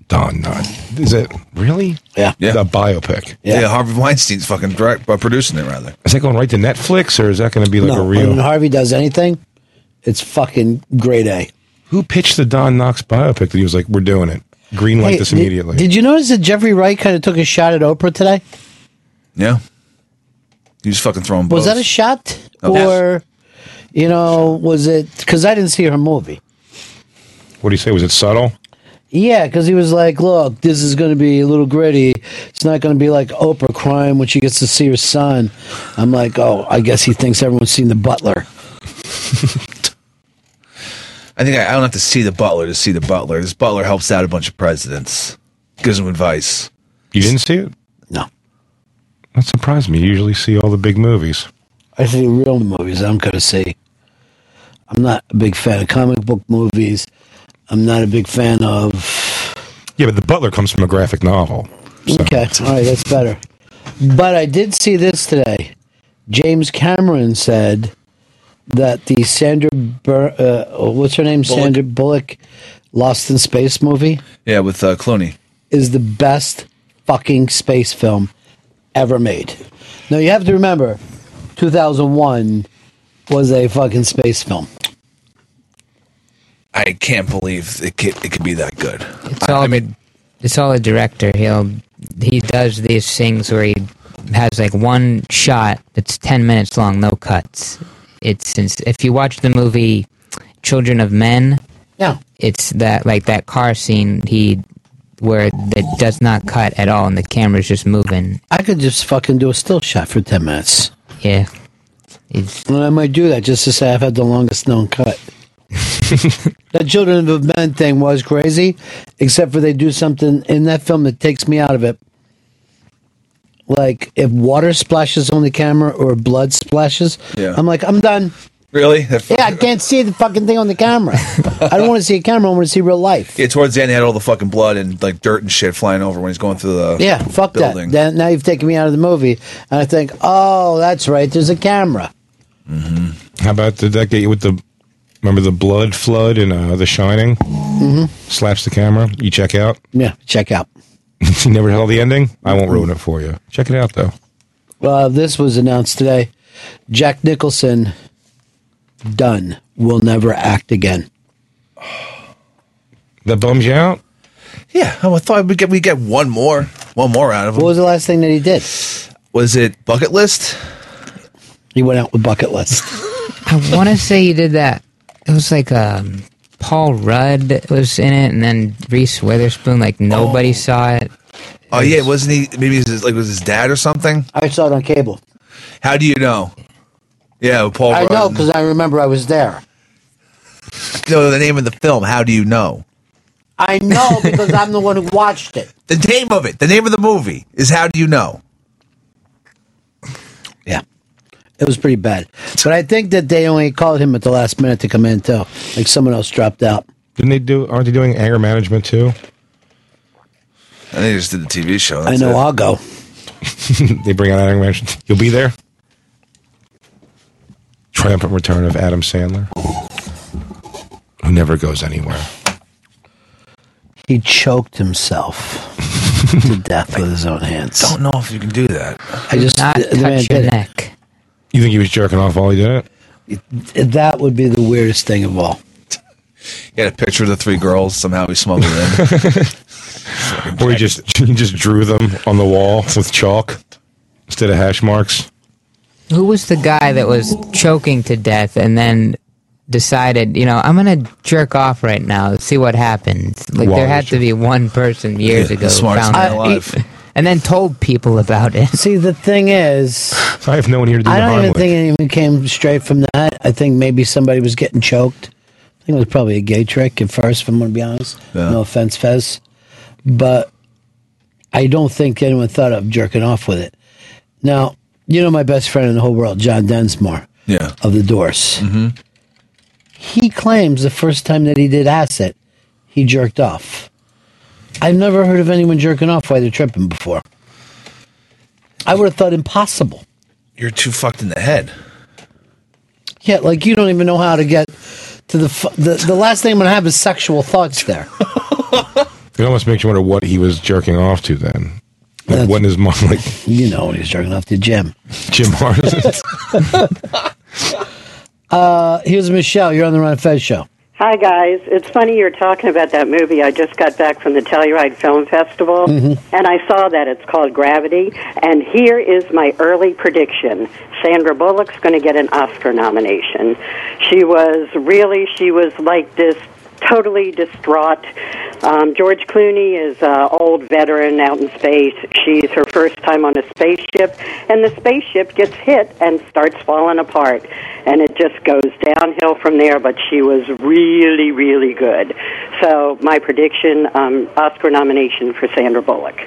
S31: Don Knotts. Is it really?
S5: Yeah.
S6: Yeah.
S31: The biopic.
S6: Yeah, Harvey Weinstein's fucking direct, uh, producing it rather.
S31: Is that going right to Netflix or is that going to be like
S5: no,
S31: a real?
S5: when Harvey does anything, it's fucking grade A.
S31: Who pitched the Don Knox biopic that he was like, "We're doing it, green light
S5: Hey,
S31: this
S5: did-
S31: immediately"?
S5: Did, you notice that Jeffrey Wright kind of took a shot at Oprah today?
S6: Yeah, he was fucking throwing.
S5: Was
S6: bows.
S5: that a shot,
S6: That was-
S5: or you know, was it? Because I didn't see her movie.
S31: What do you say? Was it subtle?
S5: Yeah, because he was like, "Look, this is going to be a little gritty. It's not going to be like Oprah crying when she gets to see her son." I'm like, "Oh, I guess he thinks everyone's seen The Butler."
S6: I think I, I don't have to see the butler to see the butler. This butler helps out a bunch of presidents, gives them advice.
S31: You didn't see it?
S5: No.
S31: That surprised me. You usually see all the big movies.
S5: I see real movies. I'm going to see. I'm not a big fan of comic book movies. I'm not a big fan of.
S31: Yeah, but The Butler comes from a graphic novel.
S5: Okay, all right, that's better. But I did see this today. James Cameron said that the Sandra, Bur- uh, what's her name, Sandra Bullock, Lost in Space movie
S6: Yeah, with uh, Clooney.
S5: is the best fucking space film ever made. Now you have to remember, 2001 was a fucking space film.
S6: I can't believe it could, it could be that good.
S1: It's all it's all a director. He'll he does these things where he has like one shot that's ten minutes long, no cuts. It's since if you watch the movie Children of Men,
S5: yeah,
S1: it's that like that car scene he where that does not cut at all and the camera's just moving.
S5: I could just fucking do a still shot for 10 minutes.
S1: Yeah.
S5: Well, I might do that just to say I've had the longest known cut. that Children of Men thing was crazy, except for they do something in that film that takes me out of it. like if water splashes on the camera or blood splashes,
S6: Yeah.
S5: I'm like, I'm done.
S6: Really? That fu-
S5: Yeah, I can't see the fucking thing on the camera. I don't want to see a camera. I want to see real life.
S6: Yeah, towards the end, he had all the fucking blood and like dirt and shit flying over when he's going through the
S5: Yeah, fuck
S6: Uh, building.
S5: that. Then, now you've taken me out of the movie, and I think, oh, that's right. There's a camera.
S31: Mm-hmm. How about did that get you with the? Remember the blood flood in uh, The Shining?
S5: hmm
S31: Slaps the camera. You check out.
S5: Yeah, check out.
S31: you never tell the ending. I won't ruin it for you. Check it out though.
S5: Uh, this was announced today. Jack Nicholson done will never act again.
S31: That bums you out.
S6: Yeah, I thought we get we get one more, one more out of him. What was
S5: the last thing that he did?
S6: Was it bucket list?
S5: He went out with bucket list.
S1: I want to say you did that. It was like um, Paul Rudd was in it, and then Reese Witherspoon. Like nobody saw it.
S6: Oh yeah, wasn't he? Maybe it was his, like was his dad or something.
S5: I saw it on cable.
S6: How do you know? Yeah, with Paul.
S5: I
S6: Rudd
S5: know
S6: and-
S5: because I remember I was there.
S6: No, the name of the film. How do you know?
S5: I know because I'm the one who watched it.
S6: The name of it. The name of the movie is How do you know?
S5: It was pretty bad. But I think that they only called him at the last minute to come in too. Like someone else dropped out.
S31: Didn't they do? Aren't they doing anger management too?
S6: I think they just did the TV show.
S5: I
S6: that's
S5: know
S6: it.
S5: I'll go.
S31: they bring out anger management. You'll be there. Triumphant return of Adam Sandler, who never goes anywhere.
S5: He choked himself to death with his own hands.
S6: Don't know if you can do that.
S5: I just the man did it.
S31: You think he was jerking off while Oh, he did it?
S5: That would be the weirdest thing of all.
S6: He had a picture of the three girls. Somehow he smuggled it in.
S31: Or he just he just drew them on the wall with chalk instead of hash marks.
S1: Who was the guy that was choking to death and then decided, you know, I'm gonna jerk off right now, see what happens? Like
S5: Wow,
S1: there had to be one person years
S5: Yeah,
S1: ago who
S5: smartest
S1: found
S5: man
S1: that.
S5: alive.
S1: and then told people about it.
S5: See, the thing is,
S31: I have no one here to do
S5: I
S31: the
S5: don't even
S31: harm
S5: think it even came straight from that. I think maybe somebody was getting choked. I think it was probably a gay trick at first, if I'm going to be honest.
S6: Yeah.
S5: No offense, Fez. But I don't think anyone thought of jerking off with it. Now, you know my best friend in the whole world, John Densmore
S6: Yeah.
S5: of The Doors. Mm-hmm. He claims the first time that he did acid, he jerked off. I've never heard of anyone jerking off while they're tripping before. I would have thought impossible.
S6: You're too fucked in the head.
S5: Yeah, like you don't even know how to get to the fu- the, the last thing I'm gonna have is sexual thoughts there.
S31: It almost makes you wonder what he was jerking off to then. Like when his mom like
S5: you know when he's jerking off to Jim.
S31: Jim Harrison.
S5: uh, here's Michelle. You're on the Ron Fez show.
S18: Hi, guys. It's funny you're talking about that movie. I just got back from the Telluride Film Festival,
S5: Mhm.
S18: and I saw that. It's called Gravity. And here is my early prediction Sandra Bullock's going to get an Oscar nomination. She was really, she was like this totally distraught. Um, George Clooney is an old veteran out in space. She's her first time on a spaceship, and the spaceship gets hit and starts falling apart. And it just goes downhill from there, but she was really, really good. So, my prediction um, Oscar nomination for Sandra Bullock.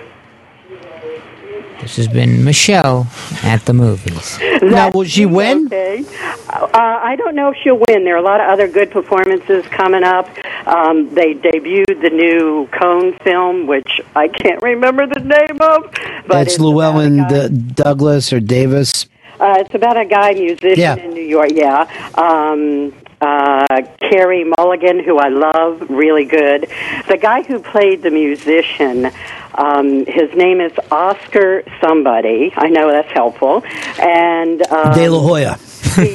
S1: This has been Michelle at the movies.
S18: now, will she win? Okay. Uh, I don't know if she'll win. There are a lot of other good performances coming up. Um, they debuted the new Cone film, which I can't remember the name of, but
S5: That's Llewellyn D- Douglas or Davis.
S18: Uh, it's about a guy musician
S5: Yeah.
S18: in New York. Yeah. Um, uh, Carrie Mulligan, who I love, really good. The guy who played the musician, um, his name is Oscar somebody. I know that's helpful. And um,
S5: De La Hoya.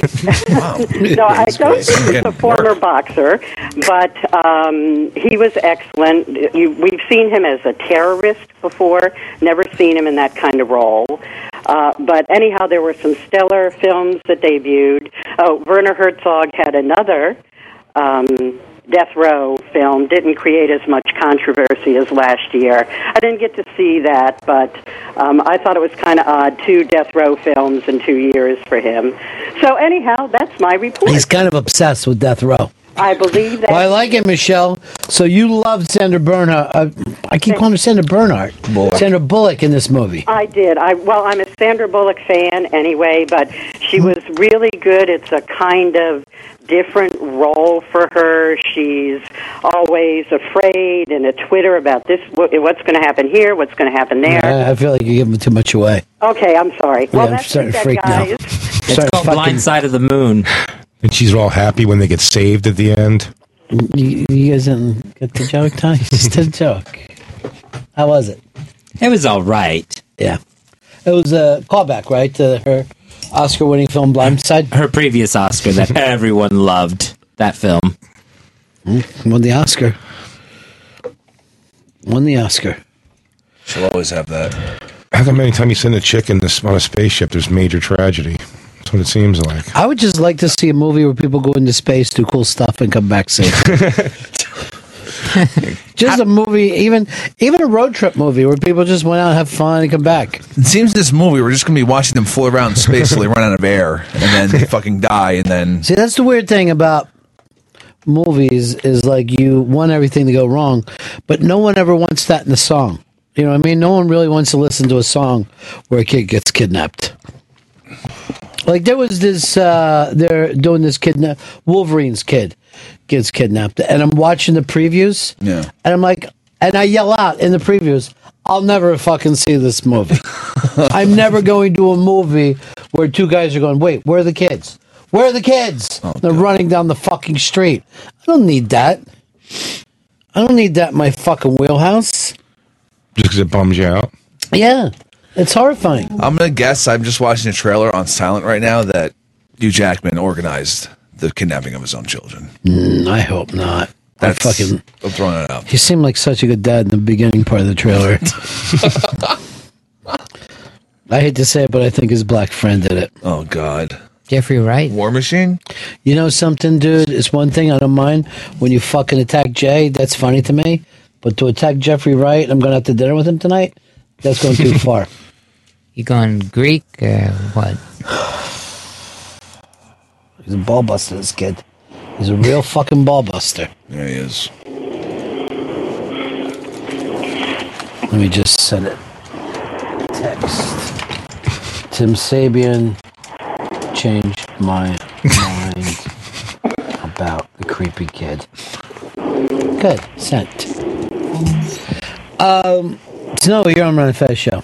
S18: no, I don't think he's a former boxer, but um, he was excellent. You, we've seen him as a terrorist before, never seen him in that kind of role. Uh, but anyhow, there were some stellar films that debuted. Oh, Werner Herzog had another um, Death Row film. Didn't create as much controversy as last year. I didn't get to see that, but um, I thought it was kind of odd. Two Death Row films in two years for him. So, anyhow, that's my report.
S5: He's kind of obsessed with death row.
S18: I believe that.
S5: Well, I like it, Michelle. So you love Sandra Bernhardt. Uh, I keep calling her Sandra Bernhardt.
S18: Bullock.
S5: Sandra Bullock in this movie.
S18: I did. I well, I'm a Sandra Bullock fan anyway, but she was really good. It's a kind of different role for her. She's always afraid and a twitter about this wh- what's going to happen here, what's going to happen there.
S5: I, I feel like you're giving too much away.
S18: Okay, I'm sorry.
S5: Yeah,
S18: well,
S5: I'm
S18: that's
S5: starting
S18: it,
S5: to freak now.
S18: guys.
S7: It's called Blind Side of the Moon.
S31: And she's all happy when they get saved at the end.
S5: You, you guys didn't get the joke, Tony? Just a joke. How was it?
S7: It was all right.
S5: Yeah. It was a callback, right, to her Oscar-winning film Blindside?
S7: Her previous Oscar that everyone loved. That film.
S5: Won the Oscar. Won the Oscar.
S31: She'll always have that. How come anytime you send a chick in this, on a spaceship, there's major tragedy? That's what it seems like.
S5: I would just like to see a movie where people go into space, do cool stuff, and come back safe. just a movie, even even a road trip movie where people just went out and have fun and come back.
S6: It seems this movie we're just going to be watching them float around in space till they run out of air, and then they fucking die, and then
S5: See, that's the weird thing about movies is like you want everything to go wrong, but no one ever wants that in a song. You know what I mean? No one really wants to listen to a song where a kid gets kidnapped. Like there was this, uh, they're doing this kidnap. Wolverine's kid gets kidnapped, and I'm watching the previews.
S6: Yeah.
S5: and I'm like, and I yell out in the previews, "I'll never fucking see this movie. I'm never going to a movie where two guys are going. Wait, where are the kids? Where are the kids? They're running down the fucking street. I don't need that. I don't need that in my fucking wheelhouse.
S31: Just because it bums you out.
S5: Yeah, it's horrifying.
S6: I'm gonna guess I'm just watching a trailer on silent right now that Hugh Jackman organized the kidnapping of his own children.
S5: Mm, I hope not.
S6: That's
S5: I fucking.
S6: I'm throwing it out.
S5: He seemed like such a good dad in the beginning part of the trailer. I hate to say it, but I think his black friend did it.
S6: Oh God.
S5: Jeffrey Wright.
S6: War Machine?
S5: You know something, dude? It's one thing I don't mind when you fucking attack Jay. That's funny to me. But to attack Jeffrey Wright, I'm going to have to dinner with him tonight. That's going too far.
S1: You going Greek or what?
S5: He's a ball buster, this kid. He's a real fucking ball buster.
S6: There he is.
S5: Let me just send it. Text. Tim Sabian changed my mind about the creepy kid. Good. Sent. Um, Snow, you're on Run Fest Show.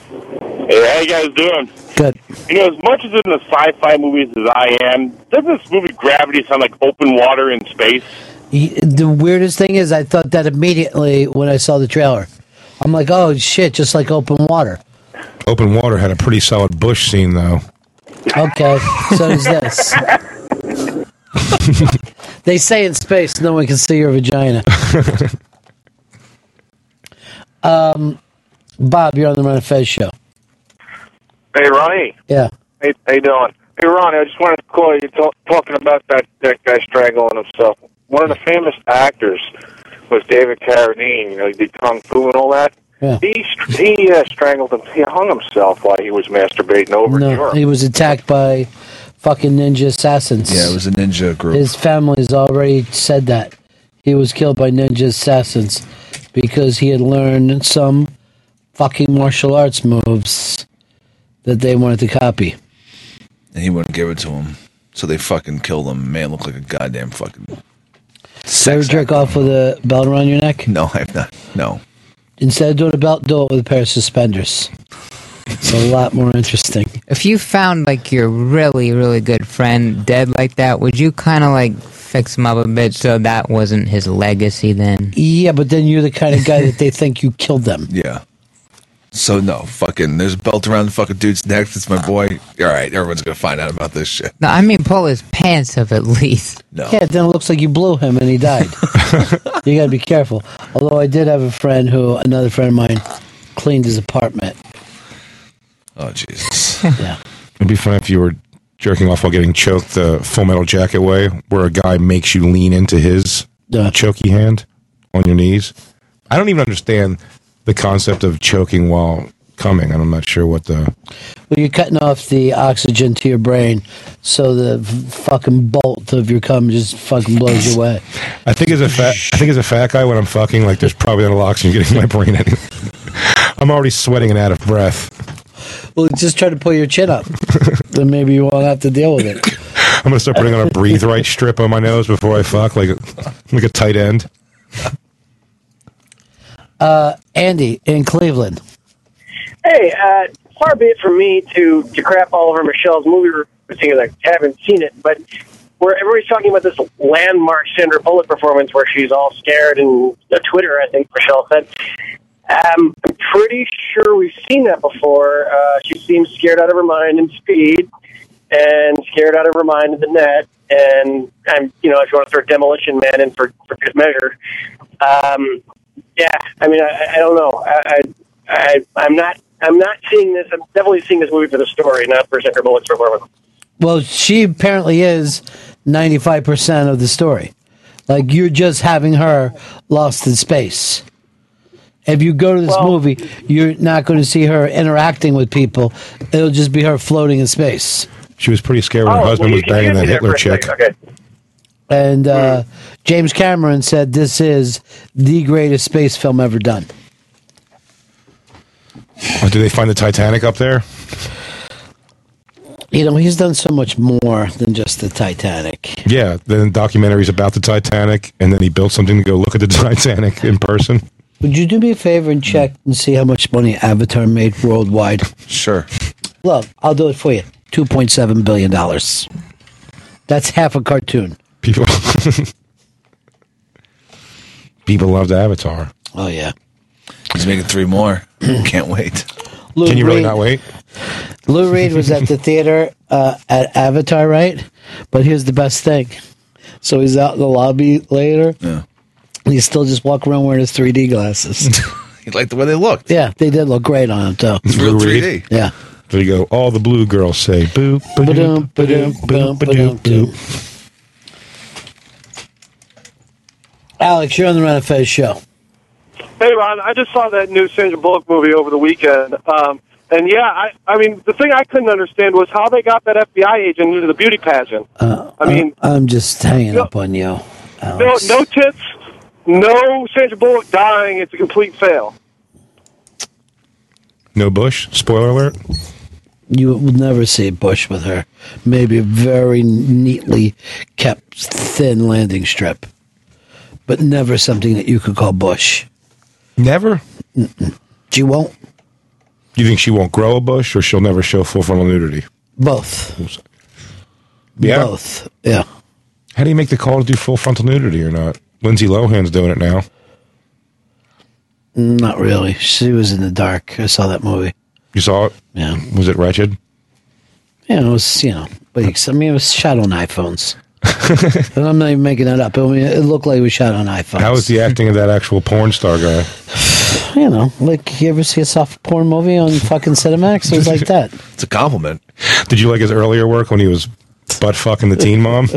S8: Hey, how you guys doing?
S5: Good.
S8: You know, as much as in the sci-fi movies as I am, doesn't this movie Gravity sound like open water in space?
S5: Y- The weirdest thing is, I thought that immediately when I saw the trailer. I'm like, oh shit, just like open water.
S31: Open Water had a pretty solid bush scene, though.
S5: Okay, so is this. they say in space no one can see your vagina. um, Bob, you're on the Run and Fez show.
S8: Hey, Ronnie.
S5: Yeah.
S8: Hey, how you doing? Hey, Ronnie, I just wanted to call you t- talking about that, that guy strangling himself. One of the famous actors was David Carradine. You know, he did Kung Fu and all that. He, str- he uh, strangled him. He hung himself while he was masturbating
S6: Oh,
S8: over in
S5: No,
S8: Europe.
S5: he was attacked by fucking ninja assassins.
S6: Yeah, it was a ninja group.
S5: His family has already said that he was killed by ninja assassins because he had learned some fucking martial arts moves that they wanted to copy.
S6: and he wouldn't give it to him. So they fucking killed him. Man looked like a goddamn fucking.
S5: Did you ever jerk off with a belt around your neck?
S6: No, I've not. No.
S5: Instead of doing a belt, do it with a pair of suspenders. It's a lot more interesting.
S1: If you found like your really really good friend dead like that, would you kind of like fix him up a bit so that wasn't his legacy then?
S5: Yeah, but then you're the kind of guy that they think you killed them.
S6: Yeah. So no, fucking. There's a belt around the fucking dude's neck. It's my boy. All right, everyone's gonna find out about this shit.
S1: No, I mean pull his pants up at least.
S6: No.
S5: Yeah, then it looks like you blew him and he died. you got to be careful. Although I did have a friend who, another friend of mine, cleaned his apartment.
S6: Oh Jesus.
S5: yeah.
S31: It'd be fun if you were jerking off while getting choked the Full Metal Jacket way, where a guy makes you lean into his choky hand on your knees. I don't even understand the concept of choking while coming, and I'm not sure what the.
S5: Well, you're cutting off the oxygen to your brain, so the f- fucking bolt of your cum just fucking blows you away.
S31: I think as a fat, I think as a fat guy, when I'm fucking, like there's probably not a lot of oxygen getting in my brain. Any, I'm already sweating and out of breath.
S5: Well, just try to pull your chin up. then maybe you won't have to deal with it.
S31: I'm gonna start putting on a breathe right strip on my nose before I fuck, like a- like a tight end.
S5: Uh, Andy in Cleveland.
S13: Hey, uh, far be it from me to, to crap all over Michelle's movie review because I haven't seen it, but where everybody's talking about this landmark Sandra Bullock performance where she's all scared and the Twitter, I think Michelle said. Um, I'm pretty sure we've seen that before. Uh, she seems scared out of her mind in Speed, and scared out of her mind in the net. And I'm, you know, if you want to throw Demolition Man in for, for good measure, um, yeah. I mean, I, I don't know. I, I, I, I'm not. I'm not seeing this. I'm definitely seeing this movie for the story, not for Sandra Bullock's performance.
S5: Well, she apparently is 95% of the story. Like, you're just having her lost in space. If you go to this movie, you're not going to see her interacting with people. It'll just be her floating in space.
S31: She was pretty scared when
S5: Oh,
S31: her husband
S5: well,
S31: was
S5: you can
S31: banging
S5: get
S31: that
S5: me there
S31: Hitler
S5: for a
S31: chick.
S5: second. And uh, James Cameron said this is the greatest space film ever done.
S31: Oh, do they find the Titanic up there?
S5: You know, he's done so much more than just the Titanic.
S31: Yeah, then documentaries about the Titanic, and then he built something to go look at the Titanic in person.
S5: Would you do me a favor and check and see how much money Avatar made worldwide?
S6: Sure.
S5: Look, I'll do it for you. Two point seven billion dollars. That's half a cartoon.
S31: People. People loved Avatar.
S5: Oh yeah.
S6: He's making three more. Can't wait.
S5: Lou Can you really Reed. not
S31: wait?
S5: Lou Reed was at the theater uh, at Avatar, right? But here's the best thing. So he's out in the lobby later.
S6: Yeah.
S5: And he's still just walking around wearing his 3D glasses.
S6: He liked the way they looked.
S5: yeah, they did look great on him, though.
S31: It's Lou Reed.
S5: Yeah.
S31: There you go. All the blue girls say boop,
S5: Ba-dum,
S31: ba-doop,
S5: ba-dum,
S31: ba-doop, boop,
S5: ba-dum, ba-dum,
S31: ba-doop, boop.
S5: Alex, you're on the Run of Fez show.
S10: Hey, Ron, I just saw that new Sandra Bullock movie over the weekend. Um, and yeah, I, I mean, the thing I couldn't understand was how they got that FBI agent into the beauty pageant.
S5: Uh,
S10: I mean,
S5: I'm just hanging up on you.
S16: Oh,
S10: no, no tits, no Sandra Bullock dying. It's a complete fail.
S31: No Bush. Spoiler alert.
S5: You will never see Bush with her. Maybe a very neatly kept thin landing strip, but never something that you could call Bush.
S31: Never.
S5: Mm-mm. She won't.
S31: You think she won't grow a bush, or she'll never show full frontal nudity?
S5: Both.
S31: Yeah.
S5: Both. Yeah.
S31: How do you make the call to do full frontal nudity or not? Lindsay Lohan's doing it now.
S5: Not really. She was in the dark. I saw that movie.
S31: You saw it?
S5: Yeah.
S31: Was it wretched?
S5: Yeah, it was, you know, but I mean, it was shot on iPhones. and I'm not even making that up. I mean, it looked like it was shot on iPhone.
S31: How was the acting of that actual porn star guy?
S5: You know, like you ever see a soft porn movie on fucking Cinemax? It was like that.
S31: It's a compliment. Did you like his earlier work when he was butt fucking the teen mom?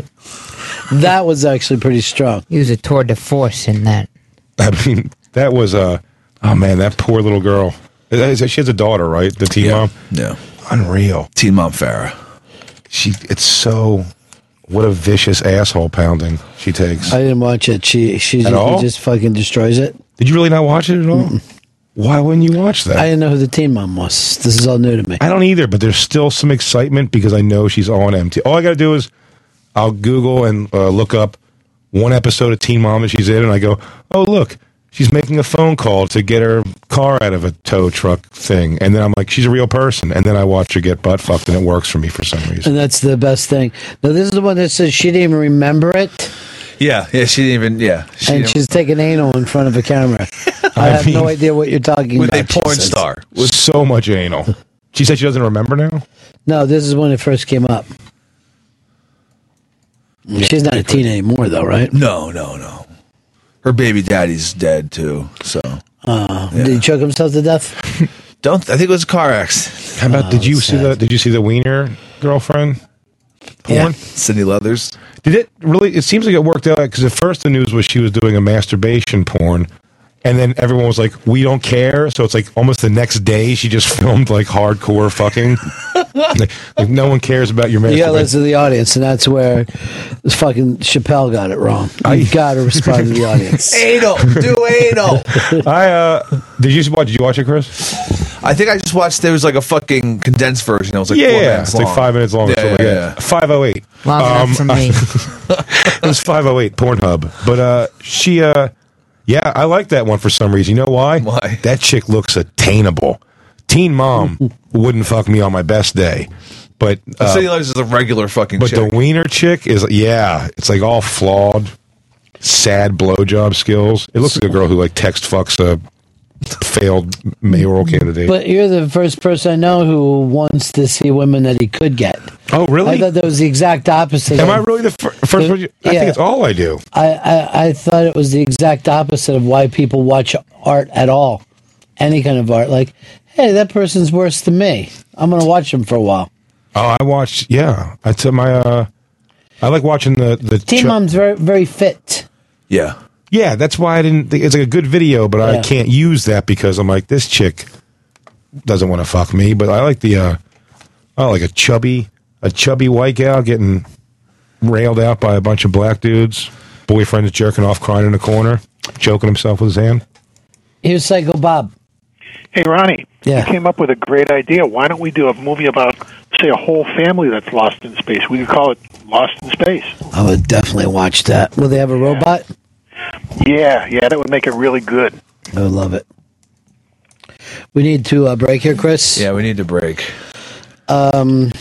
S5: That was actually pretty strong.
S1: He was a tour de force in that.
S31: I mean, that was uh, oh man, that poor little girl. That is- She has a daughter, right? The teen mom.
S6: Yeah.
S31: Unreal.
S6: Teen mom Farah.
S31: She. It's so. What a vicious asshole pounding she takes.
S5: I didn't watch it. She she
S31: At
S5: just,
S31: all?
S5: just fucking destroys it.
S31: Did you really not watch it at all? Why wouldn't you watch that?
S5: I didn't know who the teen mom was. This is all new to me.
S31: I don't either, but there's still some excitement because I know she's on MT. All I got to do is I'll Google and uh, look up one episode of Teen Mom that she's in, and I go, oh, look, she's making a phone call to get her car out of a tow truck thing. And then I'm like, she's a real person. And then I watch her get butt fucked, and it works for me for some reason.
S5: And that's the best thing. Now this is the one that says she didn't even remember it,
S6: Yeah. Yeah. She didn't even. Yeah. She
S5: and
S6: didn't-
S5: she's taking anal in front of a camera. I,
S31: I
S5: have no
S31: mean-
S5: idea what you're talking
S6: With a
S5: about. she
S6: porn
S5: says.
S6: star.
S31: With so much anal. She said she doesn't remember now?
S5: No, this is when it first came up. She's not a teen anymore, though, right?
S6: No. No. No. Her baby daddy's dead too. So
S5: Uh, Did he choke himself to death?
S6: don't. I think it was a car accident.
S31: How about,
S5: Uh,
S31: did you see the, did you see the wiener girlfriend porn?
S6: Cindy Leathers.
S31: Did it really? It seems like it worked out because at first the news was she was doing a masturbation porn, And then everyone was like, "We don't care." So it's like almost the next day, she just filmed like hardcore fucking. like, like, no one cares about your
S5: You
S31: masturbation.
S5: gotta listen to the audience, and that's where this fucking Chappelle got it wrong. You gotta respond to the audience.
S6: anal, do anal.
S31: I uh, did you watch? Did you watch it, Chris?
S6: I think I just watched. There was like a fucking condensed version. It was like
S31: yeah,
S6: four
S31: yeah,
S6: minutes
S31: it's like
S6: long.
S31: five minutes long.
S6: Yeah, yeah, yeah.
S31: Five oh eight.
S6: Long enough for me.
S31: it was five oh eight Pornhub, but uh, she uh, yeah, I like that one for some reason. You know why? Why that chick looks attainable. Teen mom wouldn't fuck me on my best day, but
S6: The
S31: uh,
S6: City Lights is a regular fucking.
S31: but
S6: chick.
S31: the wiener chick is yeah, it's like all flawed, sad blowjob skills. It looks like a girl who like text fucks a failed mayoral candidate.
S5: But you're the first person I know who wants to see women that he could get.
S31: Oh, really?
S5: I thought that was the exact opposite.
S31: Am
S5: of-
S31: I really the fir- first? one you- I
S5: Yeah.
S31: think it's all I do.
S5: I, I I thought it was the exact opposite of why people watch art at all, any kind of art. Like, hey, that person's worse than me. I'm gonna watch him for a while.
S31: Oh, I watched. Yeah, I took my. uh I like watching the the.
S5: Team
S31: Chu-
S5: Mom's very very fit.
S6: yeah,
S31: yeah. That's why I didn't. think It's like a good video, but
S5: Yeah.
S31: I can't use that because I'm like this chick doesn't want to fuck me. But I like the. uh I like a chubby, a chubby white gal getting railed out by a bunch of black dudes. Boyfriend is jerking off, crying in a corner, choking himself with his hand.
S5: Here's Psycho Bob.
S10: Hey, Ronnie.
S5: Yeah.
S10: You came up with a great idea. Why don't we do a movie about, say, a whole family that's lost in space? We could call it Lost in Space.
S5: I would definitely watch that. Will they have a robot?
S10: Yeah, yeah, that would make it really good.
S5: I would love it. We need to uh, break here, Chris.
S6: yeah, we need to break.
S5: Um,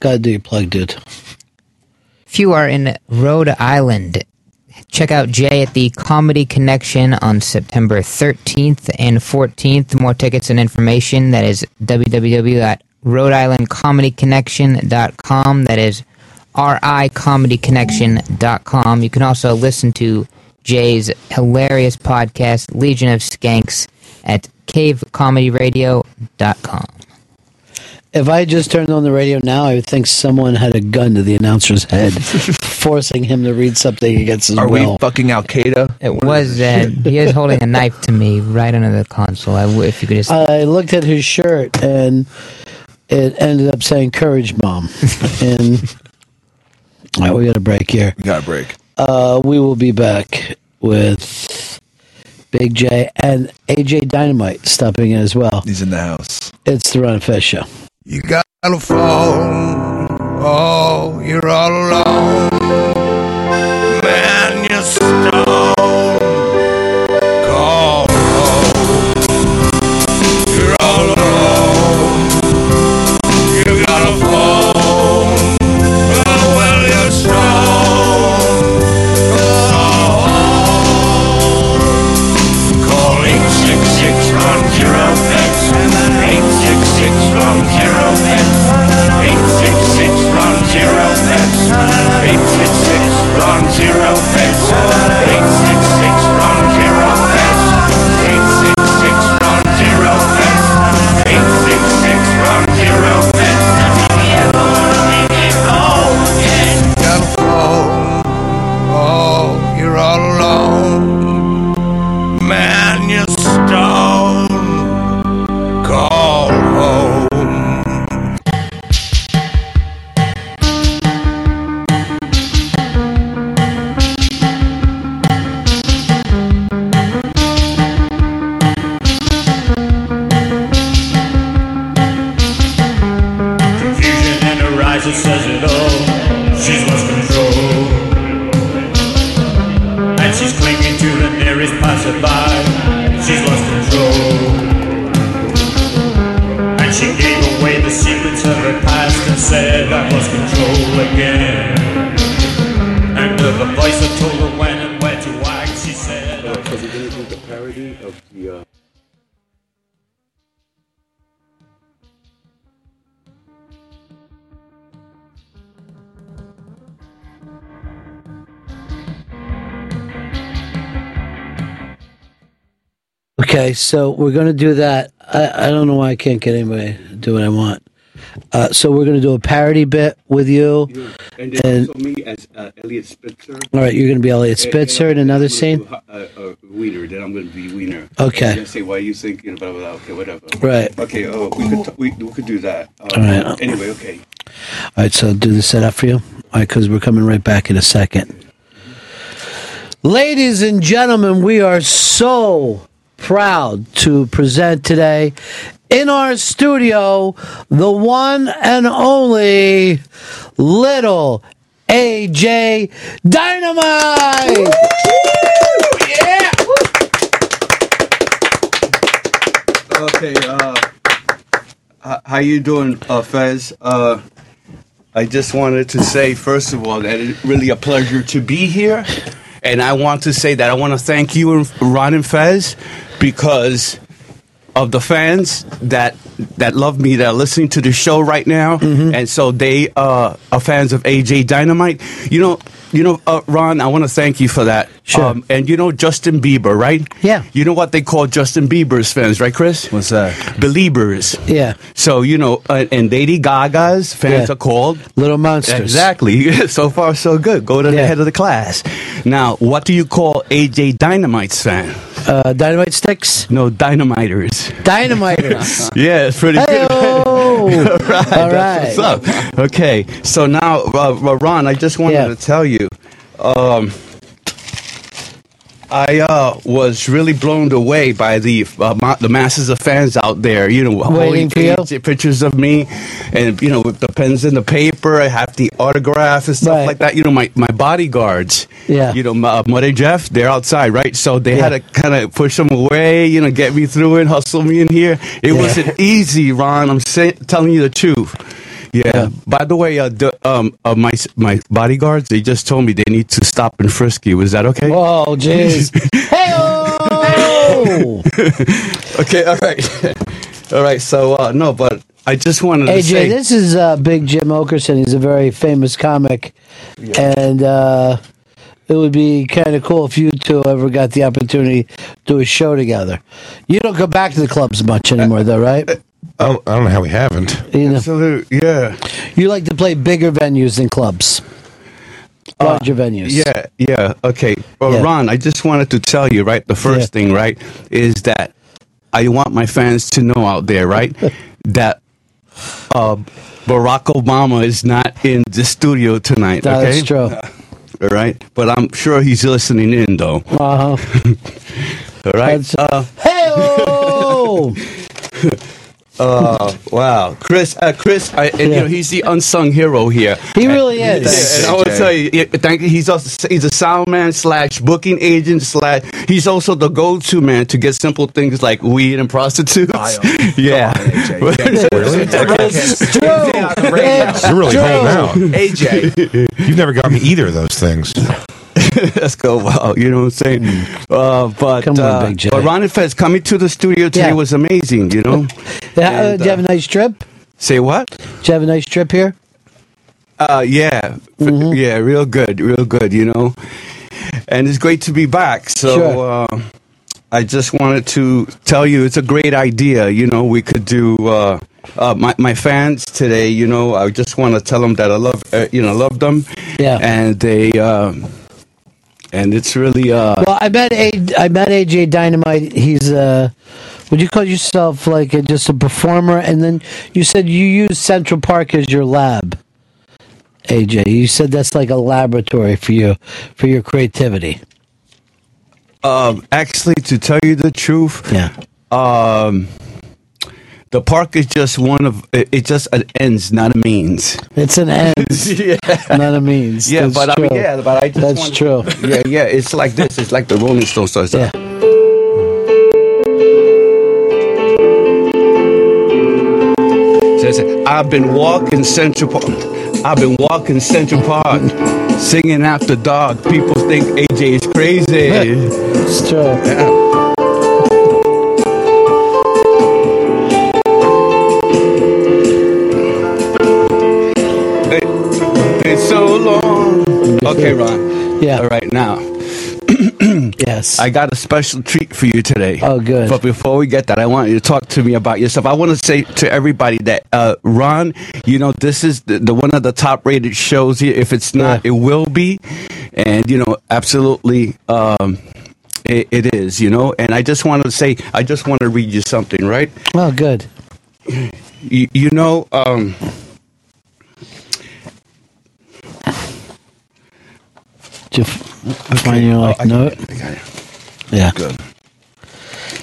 S5: gotta do your plug, dude.
S1: If you are in Rhode Island, check out Jay at the Comedy Connection on September 13th and 14th. More tickets and information that is www.rhodeislandcomedyconnection.com. That is ricomedyconnection.com. You can also listen to Jay's hilarious podcast, Legion of Skanks, at cavecomedyradio.com.
S5: If I just turned on the radio now, I would think someone had a gun to the announcer's head, forcing him to read something against his
S6: Are
S5: will.
S6: we fucking Al Qaeda?
S1: It was uh, he is holding a knife to me right under the console. I w- if you could just
S5: I looked at his shirt and it ended up saying "Courage, Mom." and all right, we got a break here.
S6: We got a break.
S5: Uh, we will be back with Big J and AJ Dynamite stopping in as well.
S6: He's in the house.
S5: It's the Ron and Fez show.
S3: You gotta fall. Oh, you're all alone. Man, you're stone. Cold. You're all alone. You gotta fall. Oh, well, you're strong. Call 866 run zero fence. 866 run zero fence. 866 run zero fence. 866 run zero fence. 866 run zero fence. 866 run zero fence. 866 run zero fence. You're gonna make it all. Yeah, you gotta fall. Oh, you're all alone. Man, you're stone cold. Confusion in her eyes, it says it all. She's lost control. And she's clinging to the nearest passerby. She's lost control. And she gave away the secrets of her past and said, I lost control again. And with the voice that told her when and where to act, she said,
S32: Because we're going to do the parody of the. Uh...
S5: Okay, so we're going to do that. I, I don't know why I can't get anybody to do what I want. Uh, so we're going to do a parody bit with you,
S16: And
S5: and,
S16: then also me as uh, Elliot Spitzer.
S5: all right, you're going to be Elliot Spitzer in another scene.
S16: Uh, uh, Wiener, then I'm going to be Wiener.
S5: Okay.
S16: Just say why you think you know, blah, blah, blah. Okay, whatever.
S5: Right.
S16: Okay. Oh, we could t- we, we could do that. Uh,
S5: All right.
S16: Anyway, okay.
S5: All right, so do the setup for you. All right, because we're coming right back in a second. Ladies and gentlemen, we are so proud to present today in our studio the one and only little AJ Dynamite. Yeah.
S16: Okay. Uh, h- how you doing, uh, Fez? Uh, I just wanted to say first of all that it's really a pleasure to be here, and I want to say that I want to thank you and Ron and Fez because of the fans that that love me that are listening to the show right now, and so they uh, are fans of AJ Dynamite. You know, you know, uh, Ron, I want to thank you for that. Sure. Um, and you know Justin Bieber, right? Yeah. You know what they call Justin Bieber's fans, right, Chris? What's that? Believers.
S5: Yeah.
S16: So you know, uh, and Lady Gaga's fans
S5: Yeah.
S16: are called
S5: Little Monsters.
S16: Exactly. so far, so good. Go to the head of the class. Now, what do you call AJ Dynamite's fan?
S5: Uh, dynamite sticks?
S16: No, dynamiters.
S5: Dynamiters.
S16: yeah, it's pretty good.
S5: All
S16: right. that's What's up? Okay. So now, uh, uh, Ron, I just wanted to tell you. Um, I uh, was really blown away by the uh, ma- the masses of fans out there. You know, holding
S5: for you?
S16: pictures- pictures of me, and you know, with the pens in the paper, I have the autograph and stuff like that. You know, my, my bodyguards.
S5: Yeah.
S16: You know, my, uh, Mud and Jeff, they're outside, right? So they had to kind of push them away. You know, get me through it, hustle me in here. It wasn't easy, Ron. I'm say- telling you the truth. Yeah. By the way, uh, the, um, uh, my my bodyguards they just told me they need to stop in Frisky. Was that okay?
S5: Oh, jeez.
S16: okay. All right. all right. So uh, no, but I just wanted to
S5: AJ,
S16: say
S5: this is uh, Big Jim Okerson. He's a very famous comic, and uh, it would be kind of cool if you two ever got the opportunity to do a show together. You don't go back to the clubs much anymore, though, right?
S3: Oh, I don't know how we haven't.
S5: You know,
S16: Absolutely, yeah.
S5: You like to play bigger venues than clubs, larger venues.
S16: Uh, Yeah, yeah, okay. Well, Ron, I just wanted to tell you, right? The first thing, right, is that I want my fans to know out there, right, that uh, Barack Obama is not in the studio tonight.
S5: No,
S16: okay?
S5: that's true.
S16: All right, but I'm sure he's listening in, though.
S5: Uh huh.
S16: All right. Uh, uh, wow, Chris, uh, Chris, I, and, you know, he's the unsung hero here.
S5: He really
S16: And-
S5: is.
S16: Thanks, and I want to
S5: AJ.
S16: tell you, yeah, thank you. He's also, he's a sound man slash booking agent slash. He's also the go to man to get simple things like weed and prostitutes. yeah,
S3: Really? You're really holding out. AJ. You've never got me either of those things.
S16: Let's go. Wow. You know what I'm saying? Uh, but, uh, but Ron and Fez coming to the studio today
S5: Yeah.
S16: was amazing, you know?
S5: Yeah, uh,
S16: And,
S5: do you have a nice trip?
S16: Say what?
S5: Do you have a nice trip here?
S16: Uh, yeah, F-
S5: Mm-hmm.
S16: yeah, real good, real good, you know. And it's great to be back. So uh, I just wanted to tell you it's a great idea. You know, we could do uh, uh, my my fans today. You know, I just want to tell them that I love uh, you know love them.
S5: Yeah.
S16: And they um, and it's really uh,
S5: well, I met a I met AJ Dynamite. He's uh would you call yourself like a, just a performer? And then you said you use Central Park as your lab. AJ, you said that's like a laboratory for you for your creativity.
S16: Um, actually, to tell you the truth,
S5: yeah.
S16: Um, the park is just one of it. It's just an ends, not a means.
S5: It's an ends, not a means.
S16: Yeah,
S5: That's
S16: but I mean,
S5: true.
S16: yeah, but I just
S5: that's true.
S16: Yeah, yeah. It's like this. It's like the Rolling Stones. So it's yeah. Says, I've been walking Central Park. I've been walking Central Park, singing after dark. People think AJ is crazy.
S5: it's true.
S16: It's so long. Okay, Ron.
S5: Yeah.
S16: All right, now.
S5: yes.
S16: I got a special treat for you today.
S5: Oh, good.
S16: But before we get that, I want you to talk to me about yourself. I want to say to everybody that, uh, Ron, you know, this is the, the one of the top rated shows here. If it's not, it will be. And, you know, absolutely. Um, it, it is, you know, and I just want to say, I just want to read you something, right?
S5: Oh, good.
S16: You, you know, um,
S5: Did you f- find your
S16: Oh,
S5: like note? Yeah.
S16: Good.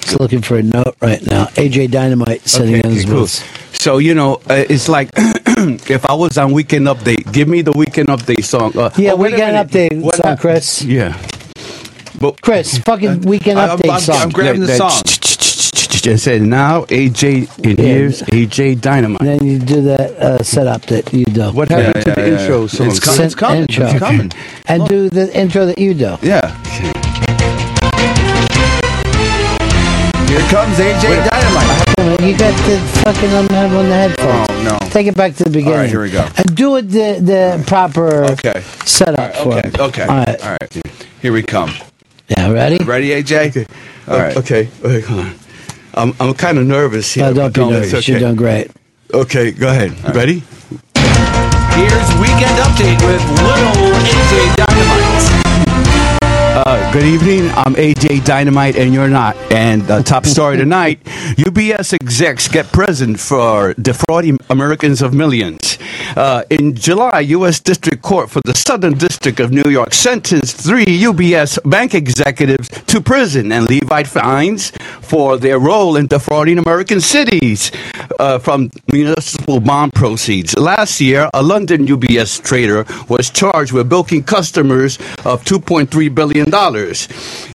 S5: He's looking for a note right now. AJ Dynamite sitting in his
S16: Okay, cool.
S5: booth.
S16: So you know, uh, it's like if I was on Weekend Update, give me the Weekend Update song. Uh,
S5: Yeah,
S16: oh, wait a
S5: Weekend
S16: minute.
S5: Update
S16: What
S5: song,
S16: hap-
S5: Chris.
S16: Yeah, but
S5: Chris, fucking weekend
S16: Uh, I- I'm-
S5: update
S16: I'm-
S5: song.
S16: I'm grabbing the
S5: That- that-
S16: song. It said now AJ and
S5: Yeah.
S16: here's AJ Dynamite.
S5: Then you do that uh, setup that you do.
S16: What happened Yeah, to the yeah, yeah, intro yeah. song? It's coming, it's coming, it's
S5: Intro.
S16: coming.
S5: And do the intro that you do.
S16: Yeah. Here comes AJ Dynamite.
S5: You got the fucking on the on the headphones.
S16: Oh, no.
S5: Take it back to the beginning.
S16: right, here we go.
S5: And do it the the proper
S16: Okay.
S5: setup for
S16: Okay.
S5: it.
S16: Oh, Okay.
S5: All right.
S16: All right. Here we come.
S5: Yeah. Ready?
S16: Ready, AJ? Okay. All right. Okay. Wait, hold on. I'm I'm kind of nervous here.
S5: No, Oh, don't
S16: but
S5: be
S16: no, it's
S5: nervous. You're
S16: okay.
S5: doing great.
S16: Okay. Go ahead. Ready?
S6: Here's Weekend Update with little AJ Dynamite.
S16: Uh, good evening. I'm AJ Dynamite, and you're not. And the top story tonight UBS execs get prison for defrauding Americans of millions. Uh, in July, U.S. District Court for the Southern District of New York sentenced three UBS bank executives to prison and levy fines for their role in defrauding American cities uh, from municipal bond proceeds. Last year, a London UBS trader was charged with bilking customers of $2.3 billion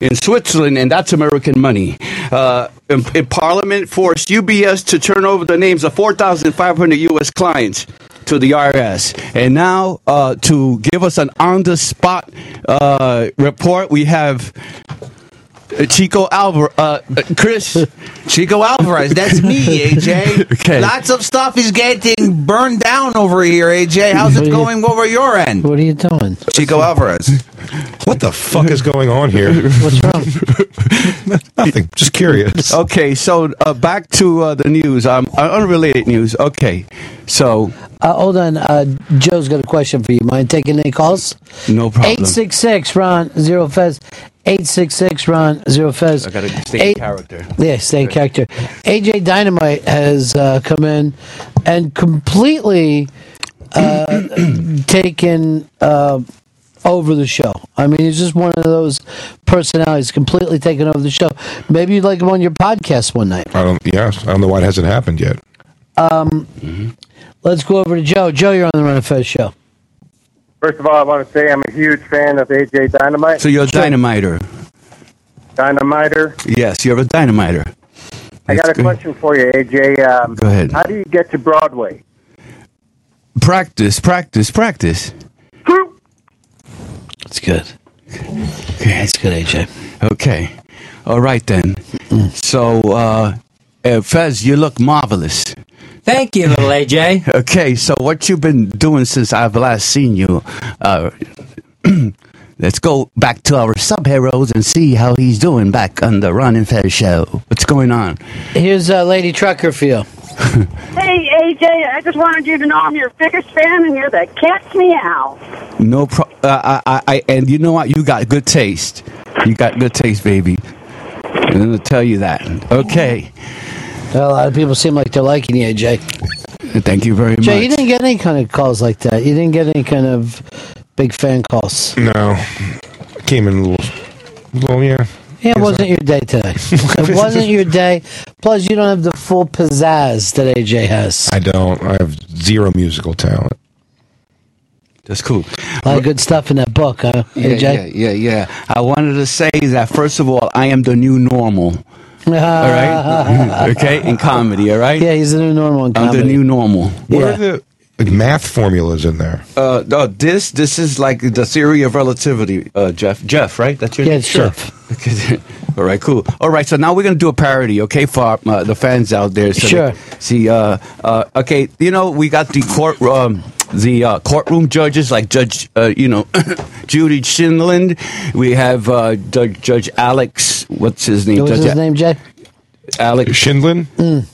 S16: in Switzerland, and that's American money. Uh, in, in Parliament forced UBS to turn over the names of 4,500 U.S. clients to the IRS. And now, uh, to give us an on the spot uh, report, we have. uh, Chico Alvarez, uh, uh, Chris,
S6: Chico Alvarez, that's me, AJ.
S16: Okay.
S6: Lots of stuff is getting burned down over here, AJ. How's
S5: What
S6: it
S5: are you-
S6: going over your end?
S5: What are you doing?
S6: Chico Alvarez.
S31: What the fuck is going on here?
S5: What's wrong?
S31: Nothing. Just curious.
S16: Okay, so uh, back to uh, the news. Um, uh, unrelated news. Okay, so
S5: Uh, hold on. Uh, Joe's got a question for you. Mind taking any calls?
S16: no problem.
S5: 866 Ron Zero Fez. 866 Ron Zero Fez. I got to
S16: stay in character.
S5: Yeah, stay in character. AJ Dynamite has uh, come in and completely uh, taken uh, over the show. I mean, he's just one of those personalities completely taken over the show. Maybe you'd like him on your podcast one night.
S31: I don't. Yeah, I don't know why it hasn't happened yet.
S5: Um, Let's go over to Joe. Joe, you're on the Ron and Fez show.
S10: First of all, I want to say I'm a huge fan of AJ Dynamite.
S16: So you're a dynamiter.
S10: Dynamiter.
S16: Yes, you're a dynamiter.
S10: I got a
S16: That's good.
S10: question for you, AJ. Um,
S16: Go ahead.
S10: How do you get to Broadway?
S16: Practice, practice, practice.
S5: That's good. That's good, AJ.
S16: Okay. All right then. So, uh, uh, Fez, you look marvelous.
S7: Thank you, little AJ.
S16: Okay, so what you've been doing since I've last seen you? Uh, let's go back to our sub heroes and see how he's doing back on the Ron and Fez show. What's going on?
S5: Here's uh, Lady Trucker for you.
S15: Hey, AJ, I just wanted you to know I'm your biggest fan and you're the cat's meow.
S16: No, pro- uh, I, I, I, and you know what? You got good taste. You got good taste, baby. I'm gonna tell you that. Okay.
S5: A lot of people seem like they're liking you, Jay.
S16: Thank you very
S5: Jay,
S16: much.
S5: you didn't get any kind of calls like that. You didn't get any kind of big fan calls.
S31: No, It came in a little. Well, yeah.
S5: Yeah, it wasn't your day today. it wasn't your day. Plus, you don't have the full pizzazz that AJ has.
S31: I don't. I have zero musical talent.
S16: That's cool.
S5: A lot of good stuff in that book, huh,
S16: Yeah,
S5: AJ?
S16: yeah, yeah, yeah. I wanted to say that first of all, I am the new normal. All right. okay, in comedy. All right. Yeah,
S5: he's the new normal in
S16: I'm the
S31: comedy.
S16: new normal.
S31: What are the like, math formulas in there?
S16: Uh, no, this this is like the theory of relativity, uh, Jeff. Jeff, right? That's your
S31: Yeah, it's
S16: Sure.
S31: Jeff.
S16: Okay. All right, cool. All right, so now we're gonna do a parody, okay, for uh, the fans out there. So
S5: Sure.
S16: they- see, uh, uh, okay, you know we got the court, um, the uh, courtroom judges like Judge, uh, you know, Judy Shinland. We have uh, Judge, Judge Alex. What's his name?
S5: What's
S16: Judge
S5: his name, Jay?
S16: Alex Schindlin.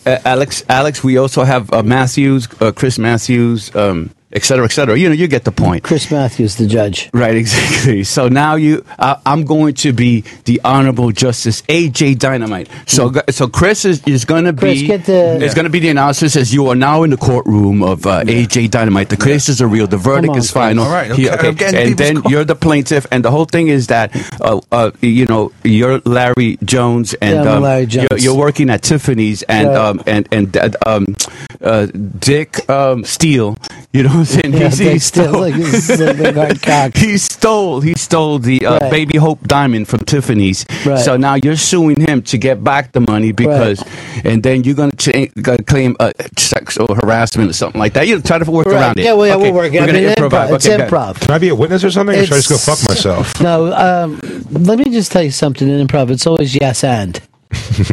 S16: Uh, Alex, Alex. We also have uh, Matthews, uh, Chris Matthews, um, et cetera, et cetera. You know, you get the point.
S5: Chris Matthews, the judge.
S16: Right, exactly. So now you, I I'm going to be the Honorable Justice AJ Dynamite. So, g- so Chris is, is going to
S5: Mm. Chris,
S16: be
S5: get the-
S16: is going to be the announcer. Says you are now in the courtroom of uh, AJ Dynamite. The cases are real. The verdict
S5: on,
S16: is final.
S5: Chris. All right,
S16: Here,
S5: okay, I'm getting
S16: And
S5: people's
S16: then you're the plaintiff, and the whole thing is that, uh, uh, you know, you're Larry Jones, and
S5: Yeah, I'm
S16: um,
S5: Larry Jones.
S16: You're, you're working at Tiffany's, and
S5: Right.
S16: um, and and uh, um, uh, Dick um, Steele. You know what I'm saying?
S5: Yeah,
S16: He's-
S5: Dick
S16: he
S5: Steele,
S16: stole-
S5: like, this is a big hard
S16: he stole he stole the uh,
S5: Right.
S16: baby hope diamond from tiffany's
S5: Right.
S16: so now you're suing him to get back the money because and then you're going to gonna claim uh, sexual harassment or something like that you know try to work
S5: Right.
S16: around it
S5: Yeah, well, yeah, we'll work it. I
S16: we're
S5: mean,
S16: gonna improvise.
S5: improv- it's
S16: Okay, good.
S5: improv.
S31: Can I be a witness or something? Or should I just go
S5: It's-
S31: fuck myself?
S5: No, um, let me just tell you something in improv. It's always yes and.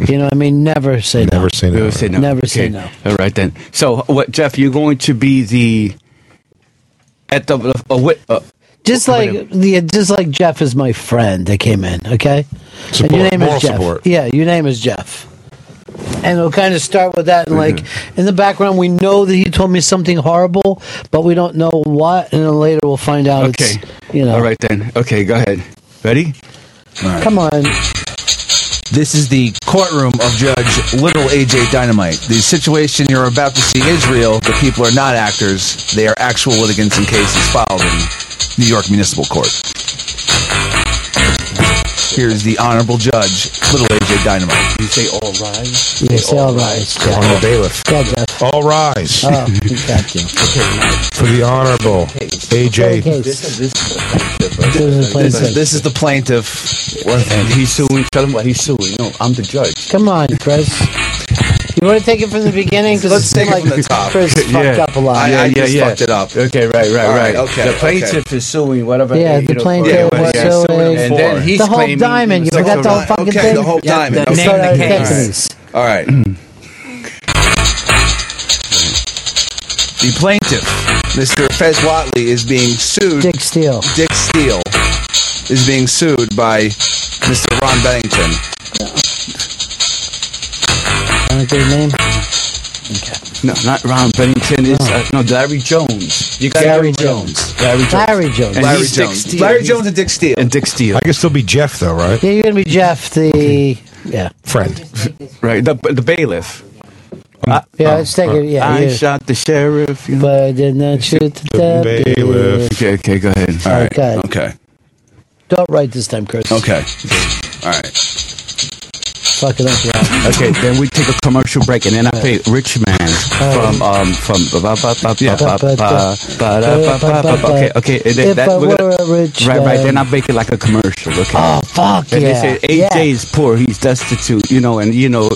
S5: you know, what I mean, never say no.
S31: Never say no.
S16: Never say no.
S5: Never say no.
S16: All right then. So what, Jeff? You're going to be the at the uh, wit, uh,
S5: Just like yeah, just like Jeff is my friend that came in, okay?
S16: Support,
S5: And your name
S16: moral
S5: is Jeff.
S16: support.
S5: Yeah, your name is Jeff. And we'll kind of start with that and
S31: Mm-hmm.
S5: like in the background we know that he told me something horrible, but we don't know what and then later we'll find out
S16: okay.
S5: it's you know
S16: All right then. Okay, go ahead. Ready?
S5: Come on.
S6: This is the courtroom of Judge Little AJ Dynamite. The situation you're about to see is real. The people are not actors, they are actual litigants in cases filed in New York Municipal Court. Here's the Honorable Judge Little AJ Dynamite. You say all rise?
S5: You say all rise.
S31: Come on, the bailiff. All rise.
S5: Oh, we got you.
S31: For the honorable AJ.
S5: This
S6: This is, this is the plaintiff. And he's suing. Tell him what he's suing. No, I'm the judge.
S5: Come on, Chris. You want to take it from the beginning? 'Cause
S6: Let's
S5: it's
S6: take it
S5: like
S6: from the top.
S5: Chris fucked up a lot.
S6: I, I just fucked it up.
S16: Okay, right, right,
S6: All right,
S16: right.
S6: okay,
S16: The plaintiff is suing whatever.
S5: Yeah, the
S16: you know,
S5: plaintiff
S16: yeah,
S5: was
S16: what he's
S5: suing
S16: suing
S5: him
S16: and then
S5: for.
S16: he's
S5: The whole
S16: claiming
S5: diamond, you
S16: sexual
S5: forgot the whole
S16: harassment.
S5: fucking
S6: okay,
S5: thing?
S6: the whole
S5: Yeah,
S6: diamond.
S5: the
S6: okay.
S5: name of the Sorry, case. Tiffany's.
S6: All right. the plaintiff, Mr. Fez Watley, is being sued.
S5: Dick Steele.
S6: Dick Steele is being sued by Mr. Ron Bennington.
S5: Want to get a name?
S16: No, not Ron Bennington. It's uh, no Larry Jones. You got
S5: Larry Jones.
S16: Larry Jones.
S5: Larry Jones.
S16: And
S5: Larry
S16: he's Dick
S5: Jones.
S16: Steele.
S5: Larry
S16: He's-
S6: Jones and Dick Steele.
S16: And Dick Steele.
S31: I can still be Jeff, though, right?
S5: Yeah, you're gonna be Jeff the yeah.
S31: Friend.
S16: Right. The, the bailiff. I,
S5: Yeah, let's take it. Yeah,
S16: Uh, I
S5: you.
S16: shot the sheriff. You know.
S5: but I did not shoot the bailiff.
S16: Okay, okay, go ahead.
S5: All right. Okay.
S6: Okay.
S5: Don't write this time, Chris.
S6: Okay. All right.
S5: Fuck it up, yeah.
S16: Okay, then we take a commercial break, and then I play Rich Man from um from ba- ba- ba- ba-
S5: Yeah.
S16: ba- ba- ba- ba- da- ba- ba- ba- okay okay. And then
S5: If
S16: that
S5: I
S16: we're
S5: were
S16: gonna-
S5: a rich
S16: right right.
S5: man.
S16: Then I make it like a commercial. Okay.
S5: Oh, fuck
S16: And
S5: yeah.
S16: they say AJ
S5: Yeah.
S16: is poor. He's destitute. You know, and you know,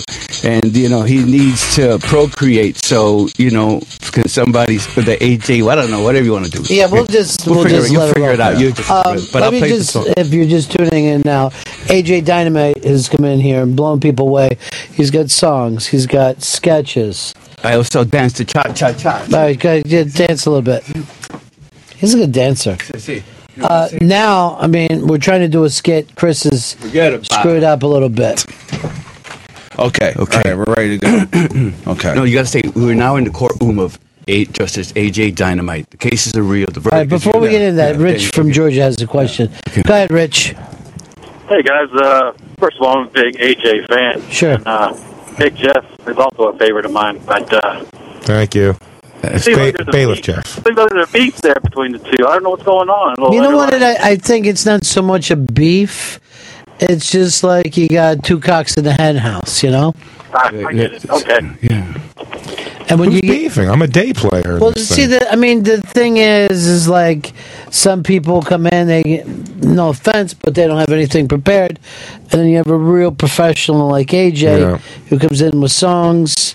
S16: and you know he needs to procreate. So you know, can somebody for the AJ? I don't know. Whatever you want to do.
S5: Yeah, we'll just we'll,
S16: figure
S5: just
S16: it. You'll
S5: let
S16: figure
S5: roll.
S16: it out. You just,
S5: um,
S16: but
S5: let
S16: I'll
S5: me
S16: play
S5: just,
S16: the song.
S5: if you're just tuning in now, AJ Dynamite has come in here and blown people away. He's got songs. He's got sketches.
S16: I also dance to cha cha cha.
S5: All right, guys, yeah, dance a little bit. He's a good dancer.
S16: See.
S5: Uh, now, I mean, we're trying to do a skit. Chris is
S16: Forget about it.
S5: screwed up a little bit.
S6: Okay. Okay. we're ready to go. okay.
S16: No, you got to say we're now in the courtroom of A Justice AJ Dynamite. The cases are real. The verdict.
S5: All right,
S16: is
S5: before we
S16: real.
S5: get into that,
S16: Yeah,
S5: Rich
S16: okay.
S5: from Georgia has a question. Go ahead, Rich.
S10: Hey guys, uh, first of all, I'm a big AJ fan.
S5: Sure.
S10: And, uh, Big Jeff is also a favorite of mine, but uh,
S31: Thank you.
S10: seems like
S31: Ba-
S10: there's a
S31: bailiff
S10: beef.
S31: Jeff.
S10: I think there's a beef there between the two. I don't know what's going on. Well,
S5: you know what?
S10: everybody-
S5: It, I, I think it's not so much a beef. It's just like you got two cocks in the hen house, you know.
S10: I, I get it. Okay.
S5: And when
S31: Who's
S5: you get,
S31: beefing? I'm a day player. in
S5: well,
S31: this
S5: see,
S31: thing.
S5: the I mean, the thing is, is like some people come in, they no offense, but they don't have anything prepared, and then you have a real professional like AJ
S31: Yeah.
S5: who comes in with songs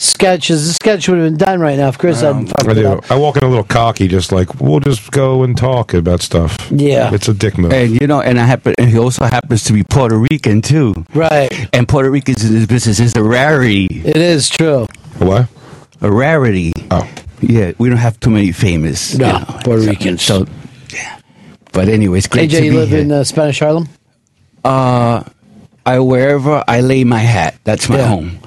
S5: sketches. The sketch would have been done right now if Chris hadn't fucked
S31: I
S5: it
S31: do.
S5: up.
S31: I walk in a little cocky, just like we'll just go and talk about stuff.
S5: Yeah.
S31: it's a dick move.
S16: And you know, and I happen, and he also happens to be Puerto Rican too.
S5: Right.
S16: And Puerto Ricans in this business is a rarity.
S5: It is true.
S31: What?
S16: A rarity. Oh. Yeah, we don't have too many famous.
S5: No,
S16: Puerto Ricans. So, yeah. But anyways, great
S5: AJ,
S16: to
S5: you
S16: be
S5: live
S16: here.
S5: in uh, Spanish Harlem?
S16: uh, I wherever I lay my hat, that's my
S5: Yeah. Um,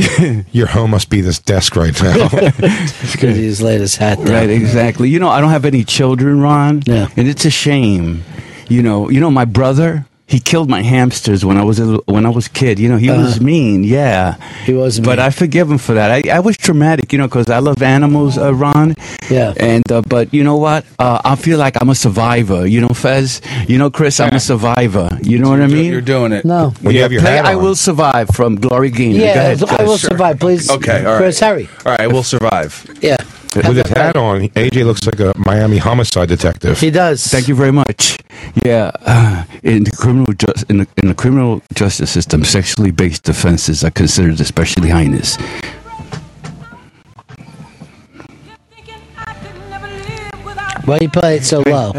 S16: home.
S31: Your home must be this desk right now.
S5: Because he's laid his hat down.
S16: Right, exactly. You know, I don't have any children, Ron. Yeah. And it's a shame. You know, you know, my brother, he killed my hamsters when I was a, little- when I was a kid. You know, he was
S5: Uh-huh.
S16: mean. Yeah,
S5: he was.
S16: But I forgive him for that. I, I was traumatic, you know, because I love animals, uh, Ron.
S5: Yeah.
S16: And uh, but you know what? Uh, I feel like I'm a survivor. You know, Fez. You know, Chris. I'm a survivor. You know what I mean? You're doing it.
S5: No.
S16: When you have your play, I will survive from Glory Gaynor.
S5: Yeah,
S16: Go ahead,
S5: I will
S16: Fez.
S5: survive, please.
S16: Okay, all right.
S5: Chris, Harry.
S31: All right, we'll survive.
S5: Yeah.
S31: With his hat on, AJ looks like a Miami homicide detective.
S5: He does.
S16: Thank you very much. Yeah, uh, in the criminal just in the, in the criminal justice system, sexually based offenses are considered especially heinous.
S5: Why you play it so low?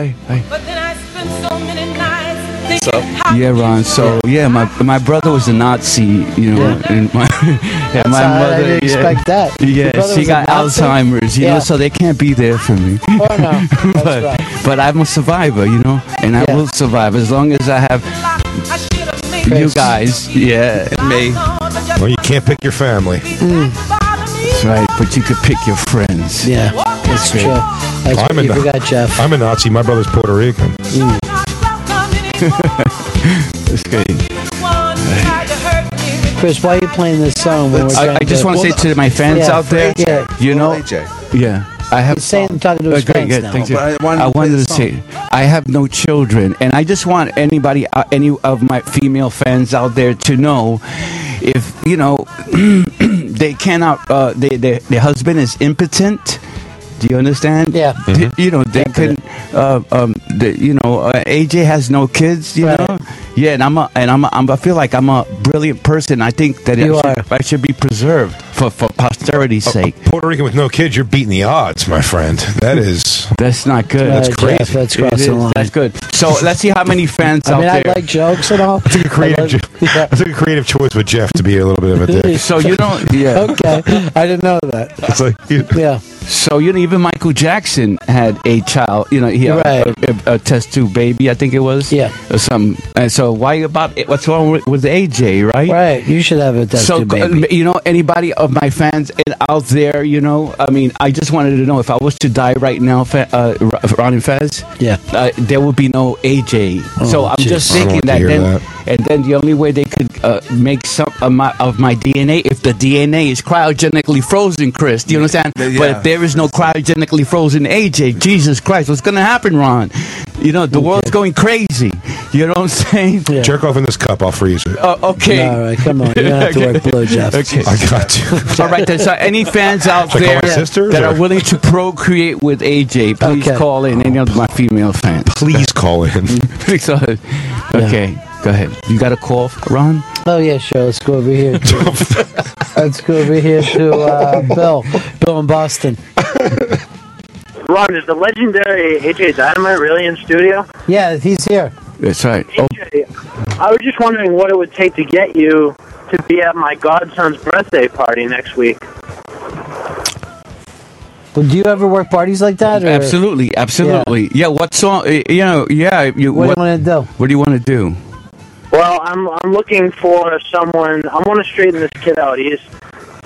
S16: So yeah, Ron. So yeah, my my brother was a Nazi. You know, and my, yeah,
S5: That's
S16: my
S5: all right,
S16: mother.
S5: I didn't
S16: yeah.
S5: expect that. Your
S16: Yeah,
S5: brother
S16: she
S5: was a
S16: got
S5: Nazi?
S16: Alzheimer's. You
S5: Yeah.
S16: know, so they can't be there for me.
S5: Oh, no.
S16: but but I'm a survivor. You know, and I will survive as long as I have you guys. Yeah, me.
S31: Well, you can't pick your family.
S16: Mm. That's right, but you could pick your friends.
S5: Yeah, that's true. That's
S31: I'm
S5: what you
S31: a,
S5: forgot, Jeff.
S31: I'm a Nazi. My brother's Puerto Rican.
S16: That's great.
S5: Chris, why are you playing this song? When we're
S16: I,
S5: trying
S16: I just want to say to my fans
S5: Yeah,
S16: out there,
S5: Yeah.
S16: you know, yeah, I have. Oh,
S5: Saying, talking to his
S16: great,
S5: fans
S16: good,
S5: now.
S16: thank you. I wanted, to, say, I have no children, and I just want anybody, uh, any of my female fans out there, to know if you know they cannot, uh, they, their their husband is impotent. Do you understand? Yeah. You know they couldn't. Uh, um, the, you know uh, AJ has no kids. You know. Yeah, and I'm a, and I'm, a, I'm I feel like I'm a brilliant person. I think that
S31: You
S16: I, should, I should be preserved for for
S31: Oh,
S16: posterity's sake.
S31: Puerto Rican with no kids, you're beating the odds, my friend. That is.
S16: That's not good.
S31: That's
S5: Right,
S31: crazy.
S5: Uh, Jeff, that's crossing
S16: It is.
S5: the line.
S16: That's good. So let's see how many fans
S5: I mean,
S16: out
S5: I
S16: there.
S5: like jokes and all.
S31: I took a creative, ju- I took a creative choice with Jeff to be a little bit of a dick.
S16: so you don't. Yeah.
S5: okay, I didn't know that.
S31: It's like
S5: yeah.
S16: So you know, even Michael Jackson had a child. You know, he had a, a, a test tube baby. I think it was. Yeah. Or something. And so why about it? What's wrong with, with AJ? Right.
S5: Right. You should have a test
S16: so
S5: tube baby.
S16: uh, you know anybody of my fans and out there you know i mean i just wanted to know if i was to die right now Fe- uh, R- ron and fez
S5: Yeah.
S16: uh, there would be no aj so
S5: Oh,
S16: i'm just
S5: jeez. I don't
S16: thinking
S5: want to
S16: that
S5: hear
S16: then
S5: that.
S16: and then the only way they could uh, make some of my, of my dna if the dna is cryogenically frozen chris do you understand
S5: Yeah.
S16: but if there is no cryogenically frozen aj jesus christ what's gonna happen ron you know the world's going crazy you know what i'm saying
S31: jerk off in this cup. I'll freeze it.
S16: uh, okay.
S5: All right, come on. You don't have to work blue, Jeff.
S16: Okay.
S31: I got you.
S16: All right, then, so any fans out
S31: Should I call
S16: there
S31: my sisters,
S16: that
S31: or-
S16: are willing to procreate with AJ, please
S5: Okay.
S16: call in. Any of my female fans,
S31: please call in.
S16: so, okay, go ahead. You got a call, Ron?
S5: Oh yeah, sure. Let's go over here. To, let's go over here to uh, Bill. Bill in Boston.
S11: Ron, is the legendary AJ Dynamite really in studio?
S5: Yeah, he's here.
S16: That's right. Oh,
S11: I was just wondering what it would take to get you to be at my godson's birthday party next week.
S5: Well, do you ever work parties like that? Or
S16: absolutely, absolutely. Yeah. what song? uh, You know, yeah. You,
S5: What do you want to do?
S16: What do you want to do?
S11: Well, I'm I'm looking for someone. I want to straighten this kid out. He's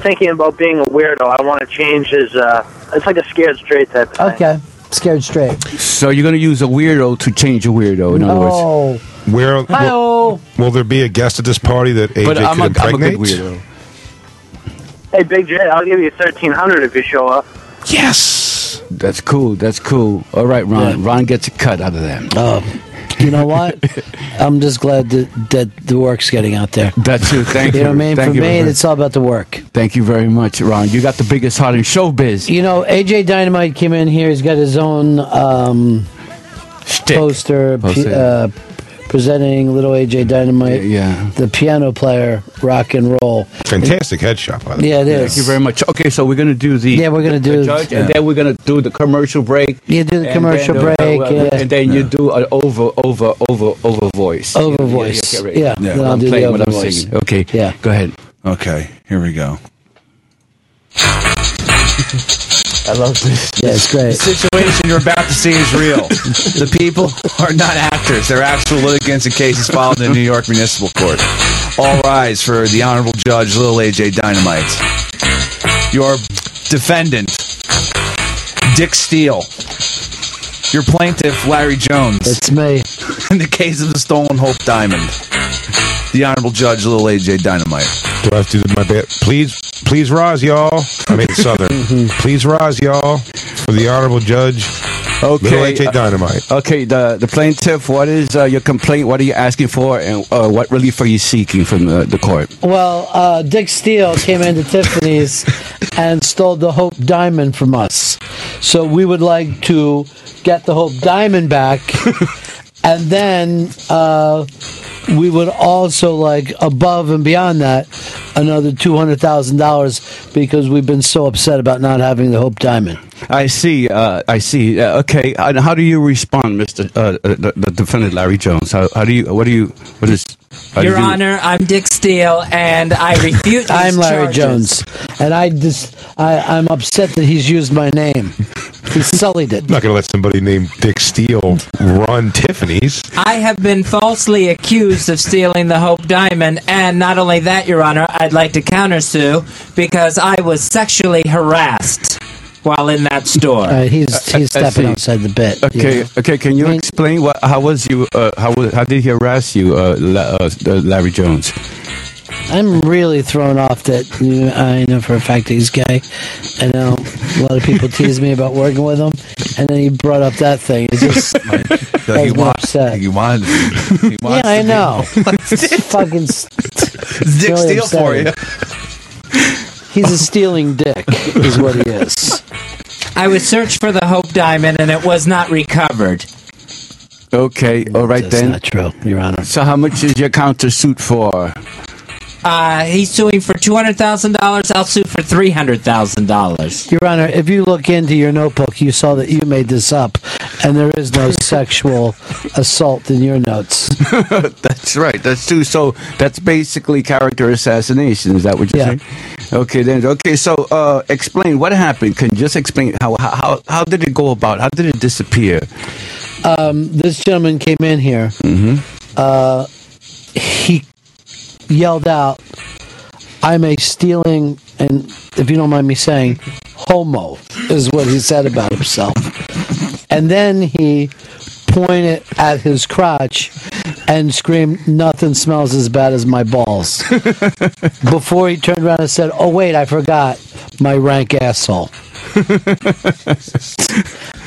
S11: thinking about being a weirdo. I want to change his. Uh, it's like a scared straight type. Of
S5: Okay. Scared straight.
S16: So you're gonna use a weirdo to change a weirdo. In other words,
S5: Oh.
S31: Where
S5: will,
S31: will there be a guest at this party that AJ
S16: But
S31: could
S16: I'm a- I'm a good
S31: impregnate?
S16: weirdo.
S11: Hey, Big J, I'll give you thirteen hundred if you show up.
S31: Yes.
S16: that's cool. That's cool. All right, Ron. Ron gets a cut out of that.
S5: Oh, you know what? I'm just glad that, that the work's getting out there.
S16: That's it. Thank you.
S5: You know what I mean?
S16: Thank
S5: For
S16: you,
S5: me,
S16: Ron.
S5: it's all about the work.
S16: Thank you very much, Ron. You got the biggest heart in showbiz.
S5: You know, AJ Dynamite came in here. He's got his own um, poster,
S16: Poster.
S5: P- uh, presenting Little AJ Dynamite, yeah. the piano player, rock and roll.
S31: Fantastic headshot, by the way.
S5: Yeah, it is.
S16: Thank you very much. Okay, so we're going to do the
S5: Yeah, we're gonna
S16: the
S5: do-
S16: judge, and then we're going to do the commercial break.
S5: You do the
S16: And
S5: commercial
S16: then, uh,
S5: break,
S16: well,
S5: yeah.
S16: and then you do an over, over, over, over voice.
S5: Over voice,
S16: right.
S5: yeah, then I'll
S16: I'm
S5: do the
S16: playing what
S5: over
S16: I'm
S5: voice.
S16: singing. Okay,
S5: yeah,
S16: go ahead.
S6: Okay, here we go.
S16: I love this.
S5: Yeah, it's
S6: The
S5: great.
S6: situation you're about to see is real. the people are not actors; they're actual litigants in cases filed in New York Municipal Court. All rise for the Honorable Judge Lil AJ Dynamite. Your defendant, Dick Steele. Your plaintiff, Larry Jones. It's
S5: me.
S6: In the case of the stolen Hope Diamond. The Honorable Judge Lil AJ Dynamite.
S31: Do I have to do my bit? Please, please rise, y'all. I mean, Southern.
S16: Mm-hmm.
S31: Please rise, y'all, for the honorable judge. Little
S16: Okay,
S31: AJ
S16: uh,
S31: Dynamite.
S16: Okay, the the plaintiff. What is uh, your complaint? What are you asking for, and uh, what relief are you seeking from uh, the court?
S5: Well, uh, Dick Steele came into Tiffany's and stole the Hope Diamond from us. So we would like to get the Hope Diamond back. and then uh, we would also like, above and beyond that, another $200,000 because we've been so upset about not having the Hope Diamond.
S16: I see. Uh, I see. Uh, okay. And how do you respond, Mister uh, uh, the, the defendant Larry Jones? How, how do you? What do you? What is? how do
S7: Your
S16: you-
S7: Honor, I'm Dick Steele, and I refute. These
S5: I'm Larry
S7: charges.
S5: Jones. And I just, I, I'm upset that he's used my name. He sullied it.
S31: I'm not going to let somebody named Dick Steele run Tiffany's.
S7: I have been falsely accused of stealing the Hope Diamond, and not only that, Your Honor, I'd like to countersue because I was sexually harassed while in that store.
S5: All right, Uh, he's
S6: Uh,
S16: I-
S5: he's
S16: I
S5: stepping
S16: see.
S5: outside the bit.
S16: Okay.
S5: yeah.
S16: Okay. Can you explain what? How was you? Uh, how was? How did he harass you, uh, La- uh, uh, Larry Jones?
S5: I'm really thrown off that you know, I know for a fact he's gay. I know a lot of people tease me about working with him, and then he brought up that thing. It's just
S6: Like,
S5: has
S6: he
S5: me
S6: wants-
S5: upset.
S6: he wants- he
S5: Yeah,
S6: wants
S5: I
S6: to be-
S5: know. It's fucking s-
S6: Dick
S5: really
S6: Steele for
S5: upsetting.
S6: you.
S5: He's a stealing dick, is what he is.
S7: I was searched for the Hope Diamond, and it was not recovered.
S16: Okay. All right then. That's
S5: true, Your Honor.
S16: So how much is your countersuit for?
S7: Uh, he's suing for two hundred thousand dollars. I'll sue for three hundred thousand dollars.
S5: Your Honor, if you look into your notebook, you saw that you made this up, and there is no sexual assault in your notes.
S16: that's right. That's true. So that's basically character assassination. Is that what you're saying? Okay. Then. Okay. So uh, explain what happened. Can you just explain how how how- how did it go about? How did it disappear?
S5: um, this gentleman came in here. Uh, he yelled out, "I'm a stealing," and if you don't mind me saying, "homo" is what he said about himself. And then he pointed at his crotch and screamed, "Nothing smells as bad as my balls." Before he turned around and said, "Oh wait, I forgot my rank asshole."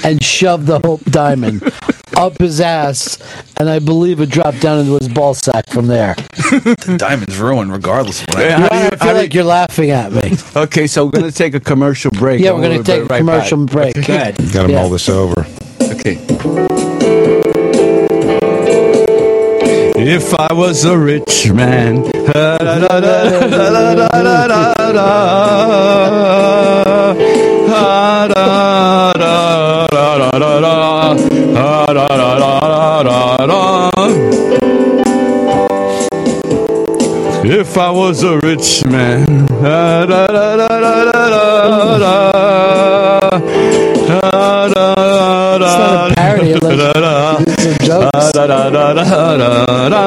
S5: and shoved the Hope Diamond up his ass, and I believe it dropped down into his ball sack from there.
S6: The diamond's ruined regardless of what
S16: Yeah,
S6: happens.
S16: how
S5: Your Honor,
S16: do you-
S5: I
S16: how
S5: feel
S16: do
S5: like you're laughing at me.
S16: Okay, so we're gonna take a commercial break.
S5: Yeah,
S16: and
S5: we're gonna
S16: we'll
S5: take
S16: be
S5: a
S16: right
S5: commercial
S16: back.
S5: break.
S16: Okay.
S5: Good.
S31: Got to mull this over.
S16: Okay. If I was a rich man, If I was a rich man, da, da, da, da, da, da, da, da, da, da,
S5: not a parody,
S16: da, da, da, da, da, da, da, da, da.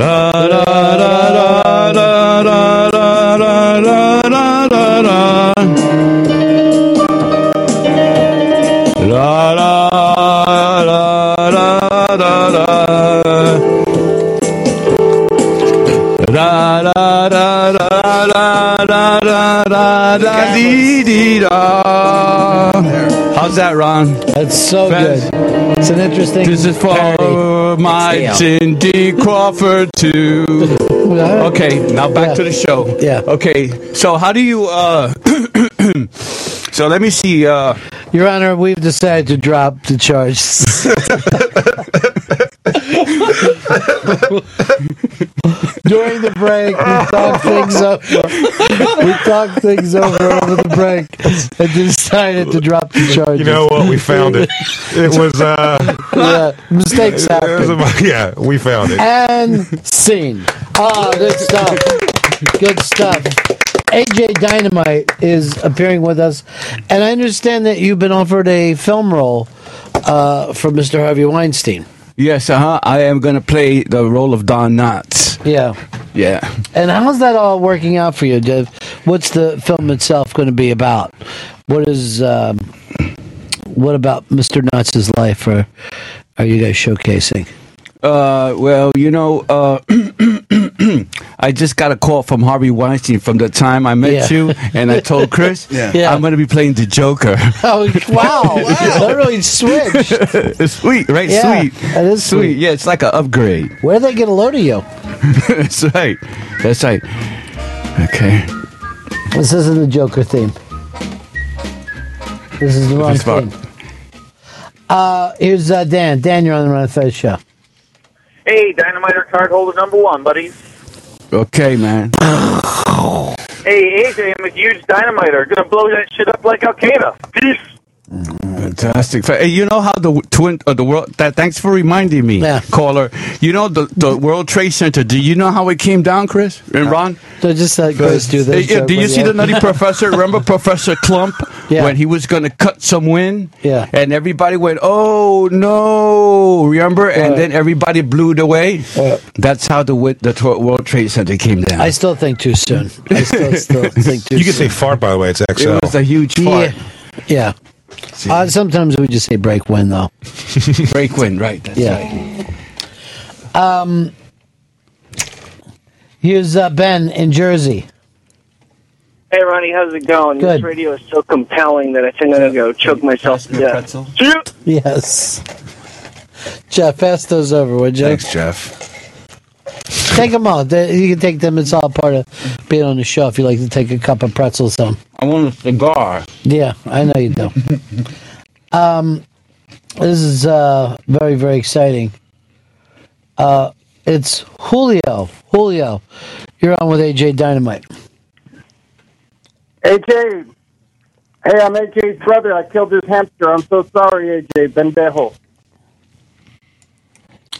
S16: Da, da, da, da, da, da, da, da, da, da, da, da. La la la la la la. La la la la la la la la la dee dee da. How's that, Ron?
S5: That's so good. It's an interesting.
S16: This is for my Cindy Crawford too. Okay, now back to the show.
S5: Yeah.
S16: Okay, so how do you? uh So let me see. uh
S5: Your Honor, we've decided to drop the charges. During the break, we talked things over. We talked things over over the break and decided to drop the charges.
S31: You know what? We found it. It was uh,
S5: yeah, mistakes
S31: it was
S5: happen.
S31: a- yeah, we found it.
S5: And scene. Oh, good stuff. Good stuff. AJ Dynamite is appearing with us, and I understand that you've been offered a film role uh, from Mr. Harvey Weinstein.
S16: Yes, uh huh. I am going to play the role of Don Knotts.
S5: Yeah.
S16: Yeah.
S5: And how's that all working out for you, Dev? What's the film itself going to be about? What is um, what about Mr. Knotz's life? Or are you guys showcasing?
S16: Uh, well, you know, uh, I just got a call from Harvey Weinstein from the time I met
S5: Yeah.
S16: you, and I told Chris,
S5: Yeah. Yeah.
S16: I'm going to be playing the Joker.
S5: Oh wow! That really switched.
S16: it's sweet, right?
S5: Yeah,
S16: sweet.
S5: that is sweet.
S16: Yeah, it's like an upgrade.
S5: Where would they get a load of you?
S16: That's right. That's right. Okay.
S5: This isn't the Joker theme. This is the wrong
S16: This part.
S5: theme. Uh, here's uh, Dan. Dan, you're on the Run of Fez show.
S22: Hey, Dynamiter cardholder number one, buddy.
S16: Okay, man.
S22: Hey, AJ, I'm a huge Dynamiter. Gonna blow that shit up like Al Qaeda. Peace.
S16: Fantastic. Fa- Hey, you know how the w- twin uh, the world that thanks for reminding me, caller. You know the, the World Trade Center. Do you know how it came down, Chris and Ron?
S5: So just let Chris do
S16: Hey,
S5: this.
S16: yeah, do you see the Nutty Professor? Remember Professor Clump
S5: Yeah.
S16: when he was going to cut some wind?
S5: Yeah.
S16: And everybody went, oh no, remember? And
S5: Right.
S16: then everybody blew it away. That's how the wi- the tw- World Trade Center came down.
S5: I still think too soon. I still, still think too
S31: You can say
S5: soon.
S31: fart, by the way. It's XL.
S16: It was a huge fart.
S5: Yeah. Uh, sometimes we just say break win though.
S16: break win, right? That's
S5: Yeah.
S16: right.
S5: Um, here's uh, Ben in Jersey.
S22: Hey, Ronnie, how's it going? This
S5: Good.
S22: radio is so compelling that I think I'm gonna go choke myself to death. Shoot!
S5: Yes. Jeff, pass those over, would you?
S6: Thanks, Jeff.
S5: Take them all. They- You can take them. It's all part of being on the show. If you like to take a cup of pretzels home.
S16: I want a cigar.
S5: Yeah, I know you do. um, this is uh, very, very exciting. Uh, it's Julio. Julio, you're on with AJ Dynamite.
S10: AJ, hey, I'm AJ's brother. I killed his hamster. I'm so sorry, AJ. Bendejo.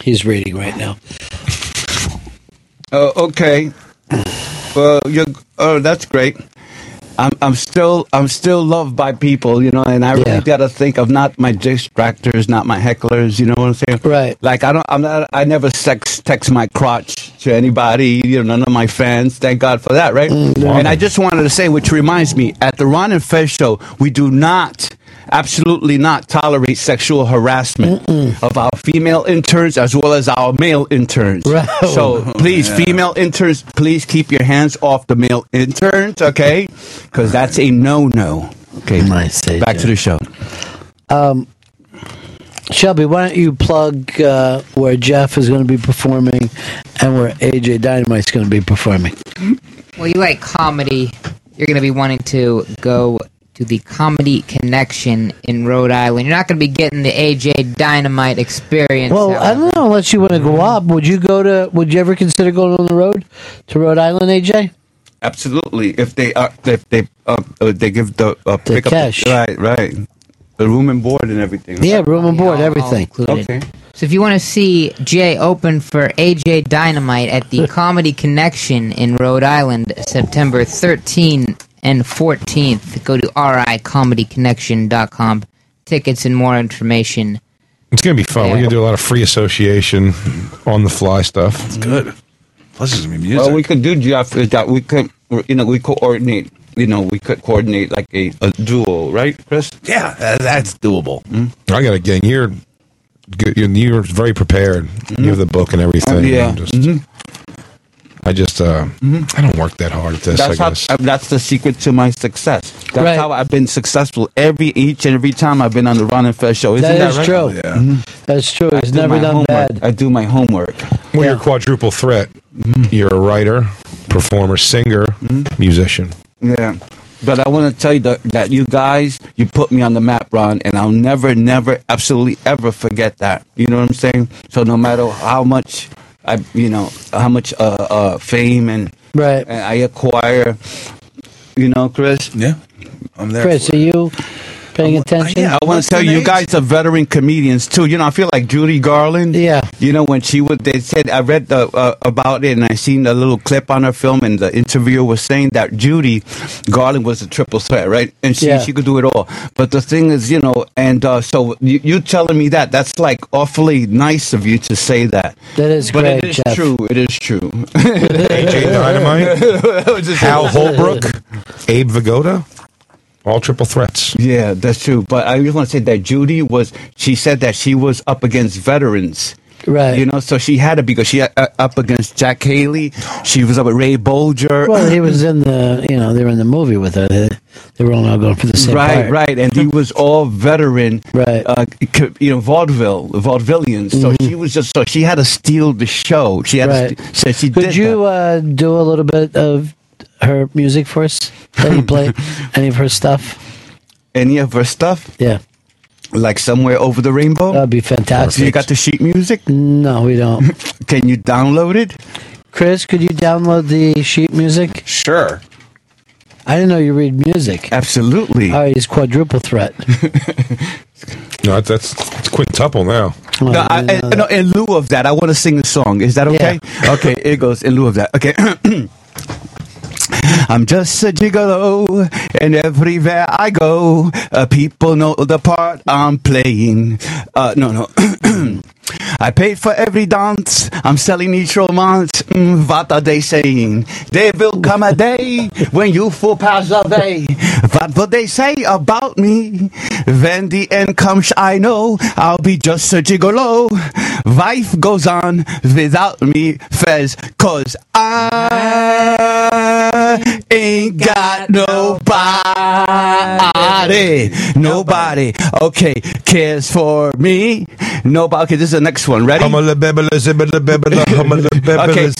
S5: He's reading right now.
S16: Oh, okay. Well, you oh, that's great. I'm, I'm still I'm still loved by people, you know, and I really gotta think of not my distractors, not my hecklers, you know what I'm saying?
S5: Right.
S16: Like I don't I'm not I never sex text my crotch to anybody, you know, none of my fans. Thank God for that, right?
S5: Mm,
S16: And I just wanted to say, which reminds me, at the Ron and Fez show, we do not absolutely not tolerate sexual harassment of our female interns as well as our male interns.
S5: Right.
S16: So please,
S5: Yeah.
S16: female interns, please keep your hands off the male interns, okay? Because that's a no no. Okay, back to the show.
S5: Um, Shelby, why don't you plug uh, where Jeff is going to be performing and where AJ Dynamite's going to be performing?
S1: Well, you like comedy. You're going to be wanting to go to the Comedy Connection in Rhode Island. You're not going to be getting the AJ Dynamite experience.
S5: Well, I don't know unless you want to go up. Would you go to? Would you ever consider going on the road to Rhode Island, AJ?
S16: Absolutely. If they are, if they uh, uh, they give the uh, pick
S5: cash.
S16: up right, right, the room and board and everything.
S5: Yeah, room and board, everything.
S16: Okay.
S1: So if you want to see Jay open for AJ Dynamite at the Comedy Connection in Rhode Island, September 13 and 14th, go to ricomedyconnection.com. Tickets and more information.
S31: It's going to be fun. We're going to do a lot of free association on the fly stuff. It's
S6: good. Plus, there's gonna be music.
S16: Well, we could do Jeff is that we could, you know, we coordinate. You know, we could coordinate like a, a duo, right, Chris? Hmm?
S6: Yeah, that's doable.
S31: I got to get you're good. You're, you're very prepared. You have the book and everything.
S16: Yeah. Mm-hmm.
S31: I'm just, I just uh, I don't work that hard at this.
S16: That's
S31: I
S16: how,
S31: guess.
S16: uh, that's the secret to my success. That's how I've been successful every each and every time I've been on the Ron and Fez show. Isn't that,
S5: That is
S16: right?
S5: true. That's true. He's
S16: Mm-hmm. do
S5: never
S16: my
S5: done
S16: homework.
S5: bad.
S16: I do my homework. Mm-hmm.
S31: Well, you're quadruple threat. You're a writer, performer, singer, musician.
S16: Yeah. But I want to tell you that, that you guys, you put me on the map, Ron, and I'll never, never, absolutely ever forget that. You know what I'm saying? So no matter how much I, you know, how much uh, uh, fame and
S5: right
S16: and I acquire. You know, Chris.
S6: Yeah, I'm there.
S5: Chris, are you paying attention?
S16: Yeah, I want to tell you, you guys are veteran comedians too. You know, I feel like Judy Garland.
S5: Yeah.
S16: You know, when she was, they said I read the, uh, about it and I seen a little clip on her film, and the interviewer was saying that Judy Garland was a triple threat, right? And she
S5: Yeah.
S16: she could do it all. But the thing is, you know, and uh, so you, you telling me that that's like awfully nice of you to say that.
S5: That is
S16: but it
S5: great,
S16: is
S5: Jeff.
S16: true. It is true.
S31: AJ Dynamite, Hal Holbrook, Abe Vigoda, all triple threats.
S16: Yeah, that's true. But I just want to say that Judy was. She said that she was up against veterans.
S5: Right.
S16: You know, so she had to because she uh, up against Jack Haley. She was up with Ray Bolger.
S5: Well, he was in the you know they were in the movie with her. They, they were all now going for the same
S16: right,
S5: part.
S16: right, and he was all veteran, right? Uh, c- you know, vaudeville, vaudevillians. So
S5: Mm-hmm.
S16: she was just so she had to steal the show. She had to st- so she
S5: Could you uh, do a little bit of her music for us? That you play any of her stuff?
S16: any of her stuff.
S5: Yeah,
S16: like somewhere over the rainbow.
S5: That'd be
S16: So
S5: fantastic.
S16: you got the sheet music?
S5: No, we don't.
S16: Can you download it?
S5: Chris, could you download the sheet music?
S6: Sure.
S5: I didn't know you read music.
S16: Absolutely.
S5: All right, he's quadruple threat.
S31: No, that's- that's it's quintuple now.
S16: No, I, and- no, in lieu of that, I want to sing a song. Is that okay? Okay, it goes in lieu of that. Okay. I'm just a gigolo, and everywhere I go, uh, people know the part I'm playing. Uh, no, no. I paid for every dance. I'm selling each romance. Mm, what are they saying? There will come a day when you full pass away. What will they say about me? When the end comes, I know I'll be just a gigolo. Life goes on without me, Fez, cause I ain't got nobody. Nobody, okay, cares for me. Nobody, okay, this is the next one. Ready? Okay,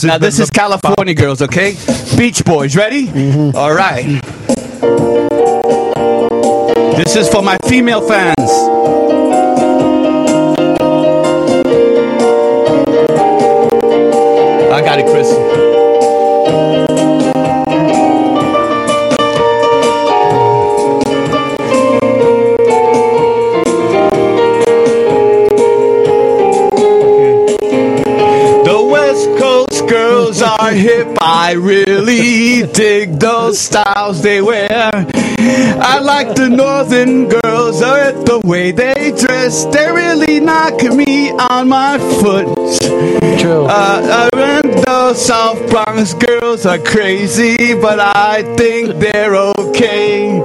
S16: now this is California girls, okay? Beach Boys, ready? All right. This is for my female fans. I got it, Chris. The West Coast girls are hip. I really dig those styles they wear. I like the Northern girls, uh, the way they dress. They really knock me on my foot.
S5: True.
S16: Uh, uh, and the South Bronx girls are crazy, but I think they're okay.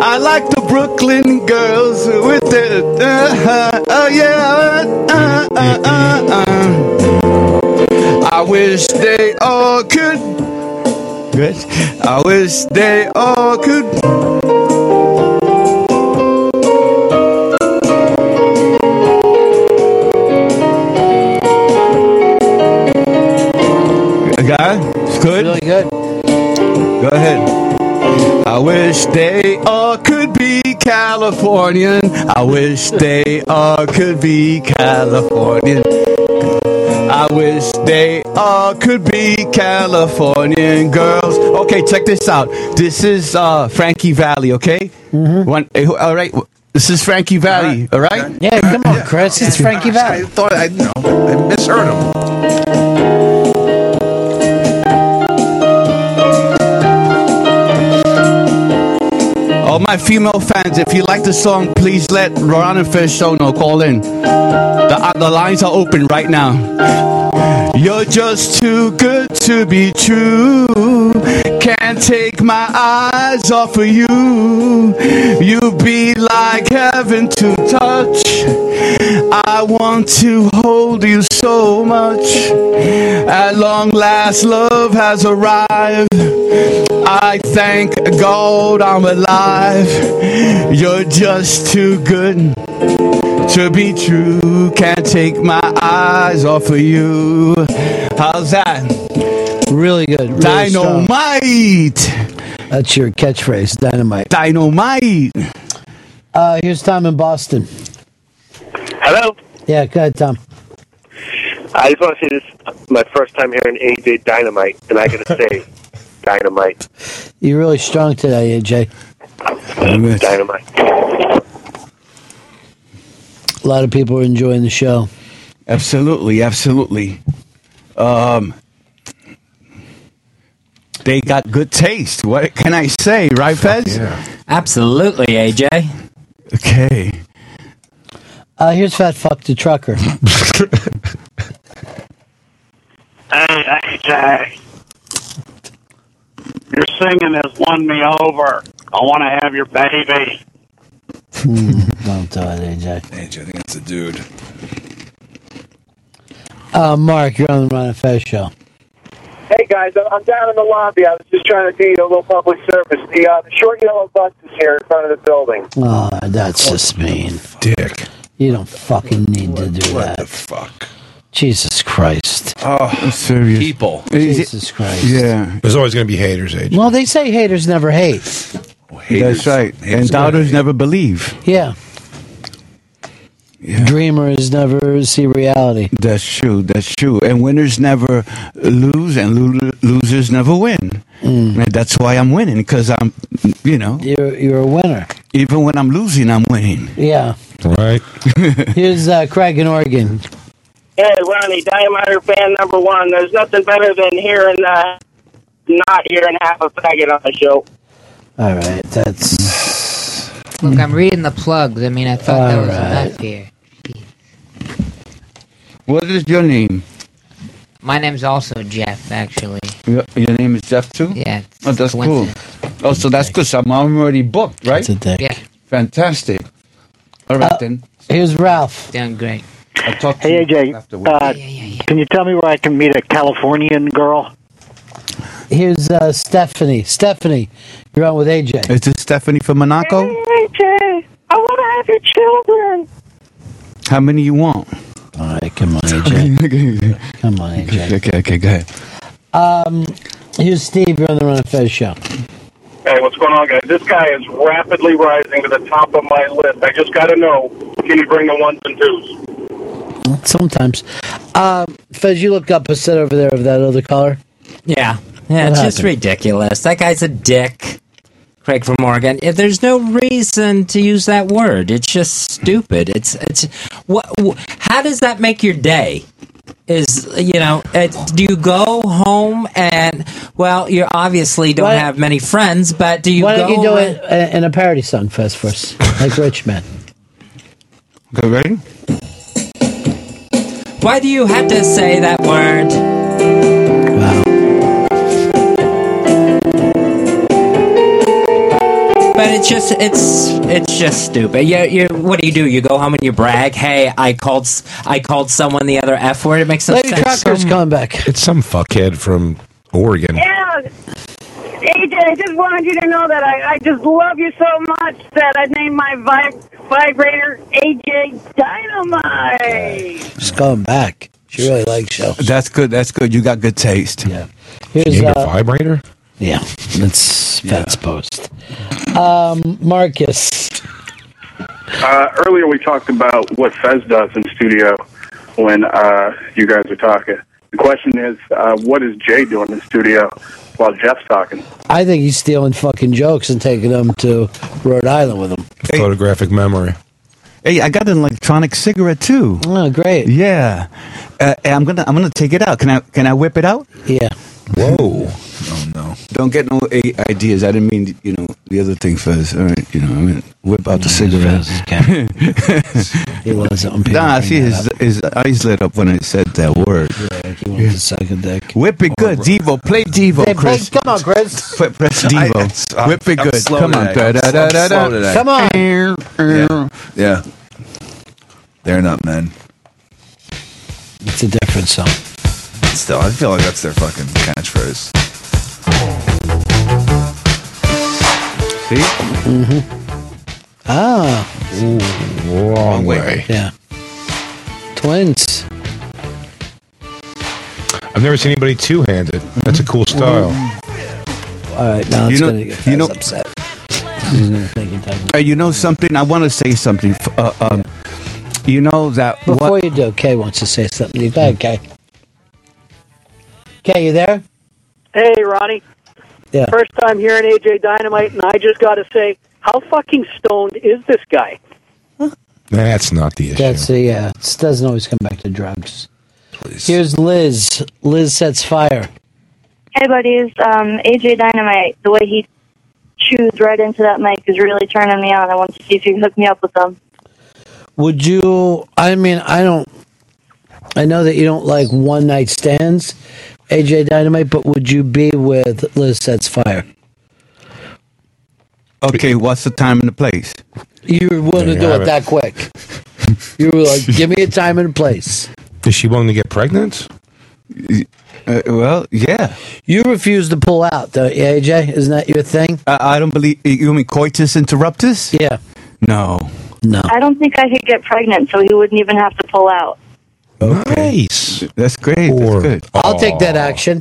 S16: I like the Brooklyn girls with the uh, uh, uh, yeah. Uh, uh, uh, uh. I wish they all could. Good. I wish they all could. Guy, good. Really
S5: good.
S16: Go ahead. I wish they all could be Californian. I wish they all could be Californian. I wish they all could be Californian girls. Okay, check this out. This is uh, Frankie Valley, okay?
S5: Mm-hmm.
S16: One, eh, who- all right. w- This is Frankie Valley, all right?
S5: Yeah, come on, Chris. It's Frankie Valley.
S6: I thought I, you know, I misheard him.
S16: All my female fans, if you like the song, please let Ron and Fish show know. Call in. The, uh, the lines are open right now. You're just too good to be true. Can't take my eyes off of you. You be like heaven to touch. I want to hold you so much. At long last, love has arrived. I thank God I'm alive. You're just too good to be true. Can't take my eyes off of you. How's that?
S5: Really good. Really strong.
S16: Dynamite.
S5: That's your catchphrase, dynamite.
S16: Dynamite.
S5: Uh, here's Tom in Boston.
S17: Hello.
S5: Yeah, go ahead, Tom.
S10: I just want to say this is my first time hearing AJ Dynamite, and I gotta say, Dynamite,
S5: You're really strong today, AJ.
S10: Dynamite.
S5: A lot of people are enjoying the show.
S16: Absolutely, absolutely. Um, they got good taste. What can I say, right, Fez?
S7: Absolutely, AJ.
S16: Okay.
S5: Uh, here's Fat Fuck the Trucker.
S13: Hey, AJ. Your singing has won me over. I want to have your baby.
S5: Don't do it, AJ.
S6: AJ, I think that's a dude.
S5: Uh, Mark, you're on the Ron and Fez show.
S10: Hey guys, I- I'm down in the lobby. I was just trying to do a little public service. The, uh, the short yellow bus is here in front of the building.
S5: Oh, that's just mean.
S31: Dick.
S5: You don't fucking need to do that. What the
S6: fuck?
S5: Jesus Christ.
S16: Oh, I'm serious.
S6: People.
S5: Jesus Christ.
S16: Yeah.
S31: There's always going to be haters, AJ.
S5: Well, they say haters never hate.
S16: That's right. and doubters never believe.
S5: Yeah. Dreamers never see reality.
S16: That's true. That's true. And winners never lose, and lo- losers never win. And that's why I'm winning because I'm, you know,
S5: Mm. you're you're a winner.
S16: Even when I'm losing, I'm winning.
S5: Yeah.
S31: Right.
S5: Here's uh, Craig in Oregon.
S13: Hey, Ronnie, Diamiter fan number one. There's nothing better than hearing, uh, not hearing half a faggot on the show.
S5: All right, that's.
S1: Look, I'm reading the plugs. I mean, I thought that was enough here.
S16: What is your name?
S1: My name's also Jeff, actually.
S16: Your, your name is Jeff too.
S1: Yeah.
S16: Oh, that's cool.
S1: coincidence.
S16: Oh, so that's good. So I'm already booked, right?
S1: Yeah.
S16: Fantastic. All
S5: Uh,
S16: right then.
S5: Here's Ralph.
S1: Doing great.
S16: I'll talk to
S13: Hey,
S16: you
S13: AJ.
S16: afterwards.
S13: Uh, Can you tell me where I can meet a Californian girl?
S5: Here's uh, Stephanie. Stephanie, you're on with AJ.
S16: Is this Stephanie from Monaco?
S13: AJ, I want to have your children.
S16: How many you want?
S5: All right, come on, AJ. come on, AJ.
S16: Okay, okay, go ahead.
S5: Um, here's Steve. You're on the Run and Fez show.
S10: Hey, what's going on, guys? This guy is rapidly rising to the top of my list. I just got to know can you bring the ones and twos?
S5: Sometimes, um, Fez, you look up a set over there of that other caller.
S7: Yeah. Yeah,
S5: What
S7: it's just
S5: happened?
S7: ridiculous. That guy's a dick. Craig from Oregon. If There's no reason to use that word. It's just stupid. It's it's what wh- how does that make your day? Is you know, it, do you go home and well, you obviously don't
S5: Why-
S7: have many friends, but do you
S5: Why don't
S7: go
S5: you do
S7: around-
S5: it in- in a parody song, Fez, for us, like Rich Man?
S16: Okay, ready?
S7: Why do you have to say that word? But it's just it's it's just stupid. You, you what do you do? You go home and you brag, "Hey, I called s- I called someone the other f word." It makes no
S5: Lady
S7: sense.
S5: Trucker's coming back.
S31: It's some fuckhead from Oregon.
S28: Yeah. AJ, I just wanted you to know that I, I just love you so much that I named my vib- vibrator AJ Dynamite.
S5: She's coming back. She really likes you.
S16: That's good. That's good. You got good taste.
S5: Yeah. Here's
S31: Named
S5: uh,
S31: a vibrator?
S5: Yeah, that's that's post. Um, Marcus.
S10: Uh, earlier, we talked about what Fez does in studio when uh, you guys are talking. The question is, uh, what is Jay doing in studio while Jeff's talking?
S5: I think he's stealing fucking jokes and taking them to Rhode Island with him.
S31: Photographic memory.
S16: Hey, I got an electronic cigarette too.
S5: Oh, great!
S16: Yeah, uh, and I'm gonna I'm gonna take it out. Can I can I whip it out?
S5: Yeah.
S16: Whoa! Oh no! Don't get no a- ideas. I didn't mean you know the other thing first. All right, you know I mean whip out the cigarette.
S5: he wasn't.
S16: Nah, I see his his eyes lit up when I said that word.
S5: he wanted to suck a dick. Oh,
S16: Whip it good, Devo. Play Devo,
S5: Hey,
S16: Chris.
S5: Blake, come on, Chris.
S16: P- press Devo. Whip it
S6: I'm
S16: good.
S6: slow
S16: Come on.
S6: today. I'm slow- I'm
S16: Da-da-da-da-da.
S6: slow today.
S5: Come on.
S6: Yeah. yeah. They're not men.
S5: It's a different song.
S6: Still, I feel like that's their fucking catchphrase.
S16: See?
S5: Mm-hmm. Ah,
S31: Wrong way.
S5: yeah. Twins.
S31: I've never seen anybody two handed. That's a cool style.
S5: All right, now it's
S16: You know-
S5: gonna get
S16: you know-
S5: Fez upset. He's gonna think he doesn't.
S16: Uh, you know something? I want to say something. F- Uh, um, You know that
S5: Before you do, Kay wants to say something. Go ahead, Kay. Kay, you there?
S19: Hey, Ronnie.
S5: Yeah.
S19: First time hearing AJ Dynamite, and I just got to say, how fucking stoned is this guy?
S31: That's not the issue.
S5: That's the yeah. It doesn't always come back to drugs. Here's Liz. Liz sets fire.
S20: Hey, buddies. Um, AJ Dynamite, the way he chews right into that mic is really turning me on. I want to see if you can hook me up with them.
S5: Would you? I mean, I don't. I know that you don't like one night stands, AJ Dynamite, but would you be with Liz Sets Fire?
S16: Okay, what's the time and the place?
S5: You were willing
S16: There
S5: to
S16: you
S5: do
S16: have
S5: it,
S16: it.
S5: that quick. You were like, give me a time and a place.
S31: Is she willing to get pregnant?
S16: Uh, well, yeah.
S5: You refuse to pull out, don't you, AJ? Isn't that your thing?
S16: I, I don't believe you mean coitus interruptus.
S5: Yeah.
S16: No. No.
S20: I don't think I could get pregnant, so he wouldn't even have to pull out.
S31: Nice.
S16: That's great. That's good.
S5: I'll take that action.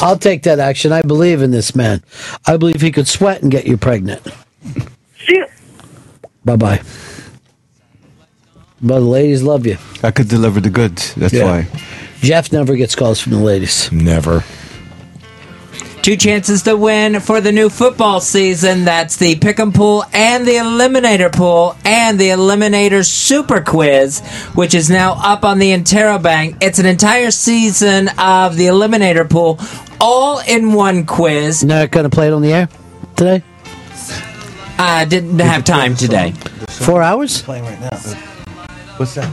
S5: I'll take that action. I believe in this man. I believe he could sweat and get you pregnant. Bye bye. But the ladies love you.
S16: I could deliver the goods. That's
S5: Yeah.
S16: why.
S5: Jeff never gets calls from the ladies.
S31: Never.
S7: Two chances to win for the new football season. That's the Pick'em Pool and the Eliminator Pool and the Eliminator Super Quiz, which is now up on the Interrobank. It's an entire season of the Eliminator Pool, all in one quiz.
S5: Not going to play it on the air today?
S7: I didn't have time today.
S5: Four hours?
S4: Playing right now. What's that?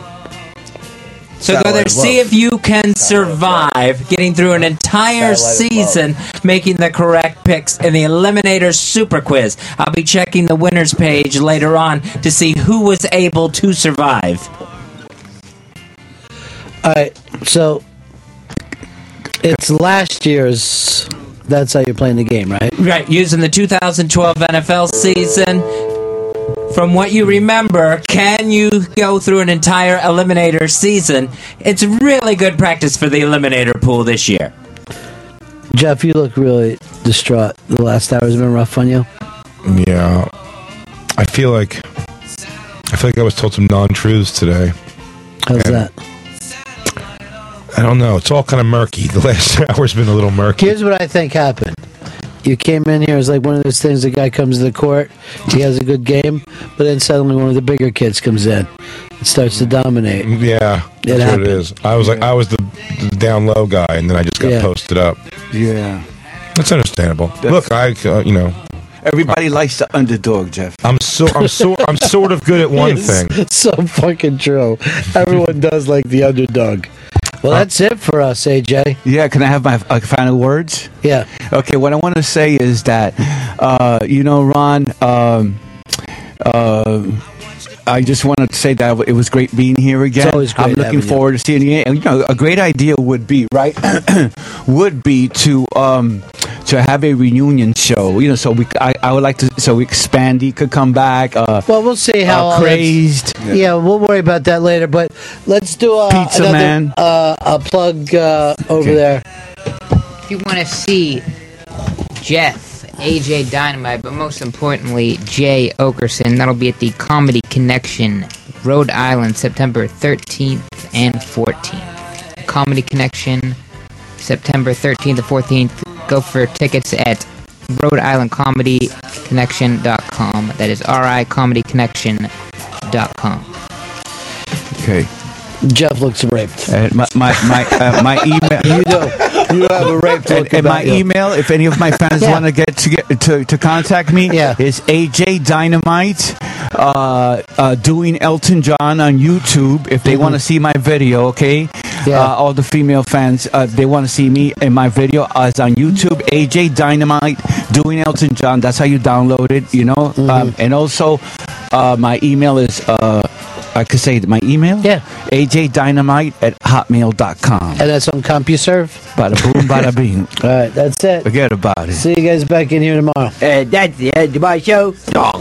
S7: So go there,
S4: Satellite
S7: see if you can survive getting through an entire
S4: Satellite
S7: season making the correct picks in the Eliminator Super Quiz. I'll be checking the winners page later on to see who was able to survive.
S5: All right. So it's last year's. That's how you're playing the game, right?
S7: Right, using the 2012 NFL season. From what you remember, can you go through an entire Eliminator season? It's really good practice for the Eliminator pool this year.
S5: Jeff, you look really distraught. The last hours have been rough on you.
S31: Mm-hmm. Yeah. I feel like I feel like I was told some non truths today.
S5: How's that?
S31: I don't know. It's all kind of murky. The last hour's been a little murky.
S5: Here's what I think happened. You came in here it's like one of those things. The guy comes to the court, he has a good game, but then suddenly one of the bigger kids comes in, and starts to dominate.
S31: Mm, Yeah,
S5: It
S31: that's
S5: happened.
S31: what it is. I was like, I was the, the down low guy, and then I just got
S5: Yeah.
S31: posted up.
S16: Yeah,
S31: that's understandable. Look, I uh, you know,
S16: Everybody likes the underdog, Jeff.
S31: I'm so I'm so I'm sort of good at one
S5: It's
S31: thing.
S5: So fucking true. Everyone does like the underdog. Well,
S31: Uh,
S5: that's it for us, AJ.
S16: Yeah, can I have my uh, final words?
S5: Yeah.
S16: Okay, what I want to say is that, uh, you know, Ron, um, uh, I just want to say that it was great being here again.
S5: always great
S16: I'm looking
S5: having you.
S16: forward to seeing you. And, you know, a great idea would be, right, would be to um, to have a reunion show. You know, so we, I, I would like to, so Expandy could come back. Uh,
S5: Well, we'll see
S16: uh,
S5: how all that's-
S16: crazed.
S5: Yeah. we'll worry about that later. But let's do a
S16: Pizza
S5: another,
S16: Man.
S5: Uh, a plug uh, over there.
S1: If you want to see Jeff, AJ Dynamite, but most importantly, Jay Okerson, that'll be at the Comedy Connection, Rhode Island, September 13th and 14th. Comedy Connection, September 13th and 14th. Go for tickets at Rhode Island Comedy Connection.com. That is RI Comedy Connection.com.
S16: Okay.
S5: Jeff looks raped.
S16: And my my my, uh, my email.
S5: You do. You have a rape
S16: And,
S5: look
S16: and my
S5: about you.
S16: email, if any of my fans
S5: Yeah.
S16: want to get to get to, to contact me, is AJ Dynamite uh, uh, doing Elton John on YouTube. If they
S5: Mm-hmm.
S16: want to see my video, okay. Yeah. Uh, all the female fans, uh, they want to see me in my video uh, it's on YouTube. AJ Dynamite doing Elton John. That's how you download it, you know.
S5: Mm-hmm.
S16: Um, and also, uh, my email is. Uh, I could say my email? Yeah. AJ Dynamite at hotmail.com.
S5: And that's on CompuServe?
S16: Bada boom, bada bing.
S5: All right, that's it.
S16: Forget about it.
S5: See you guys back in here tomorrow.
S28: Uh, that's the end of my show. Dong.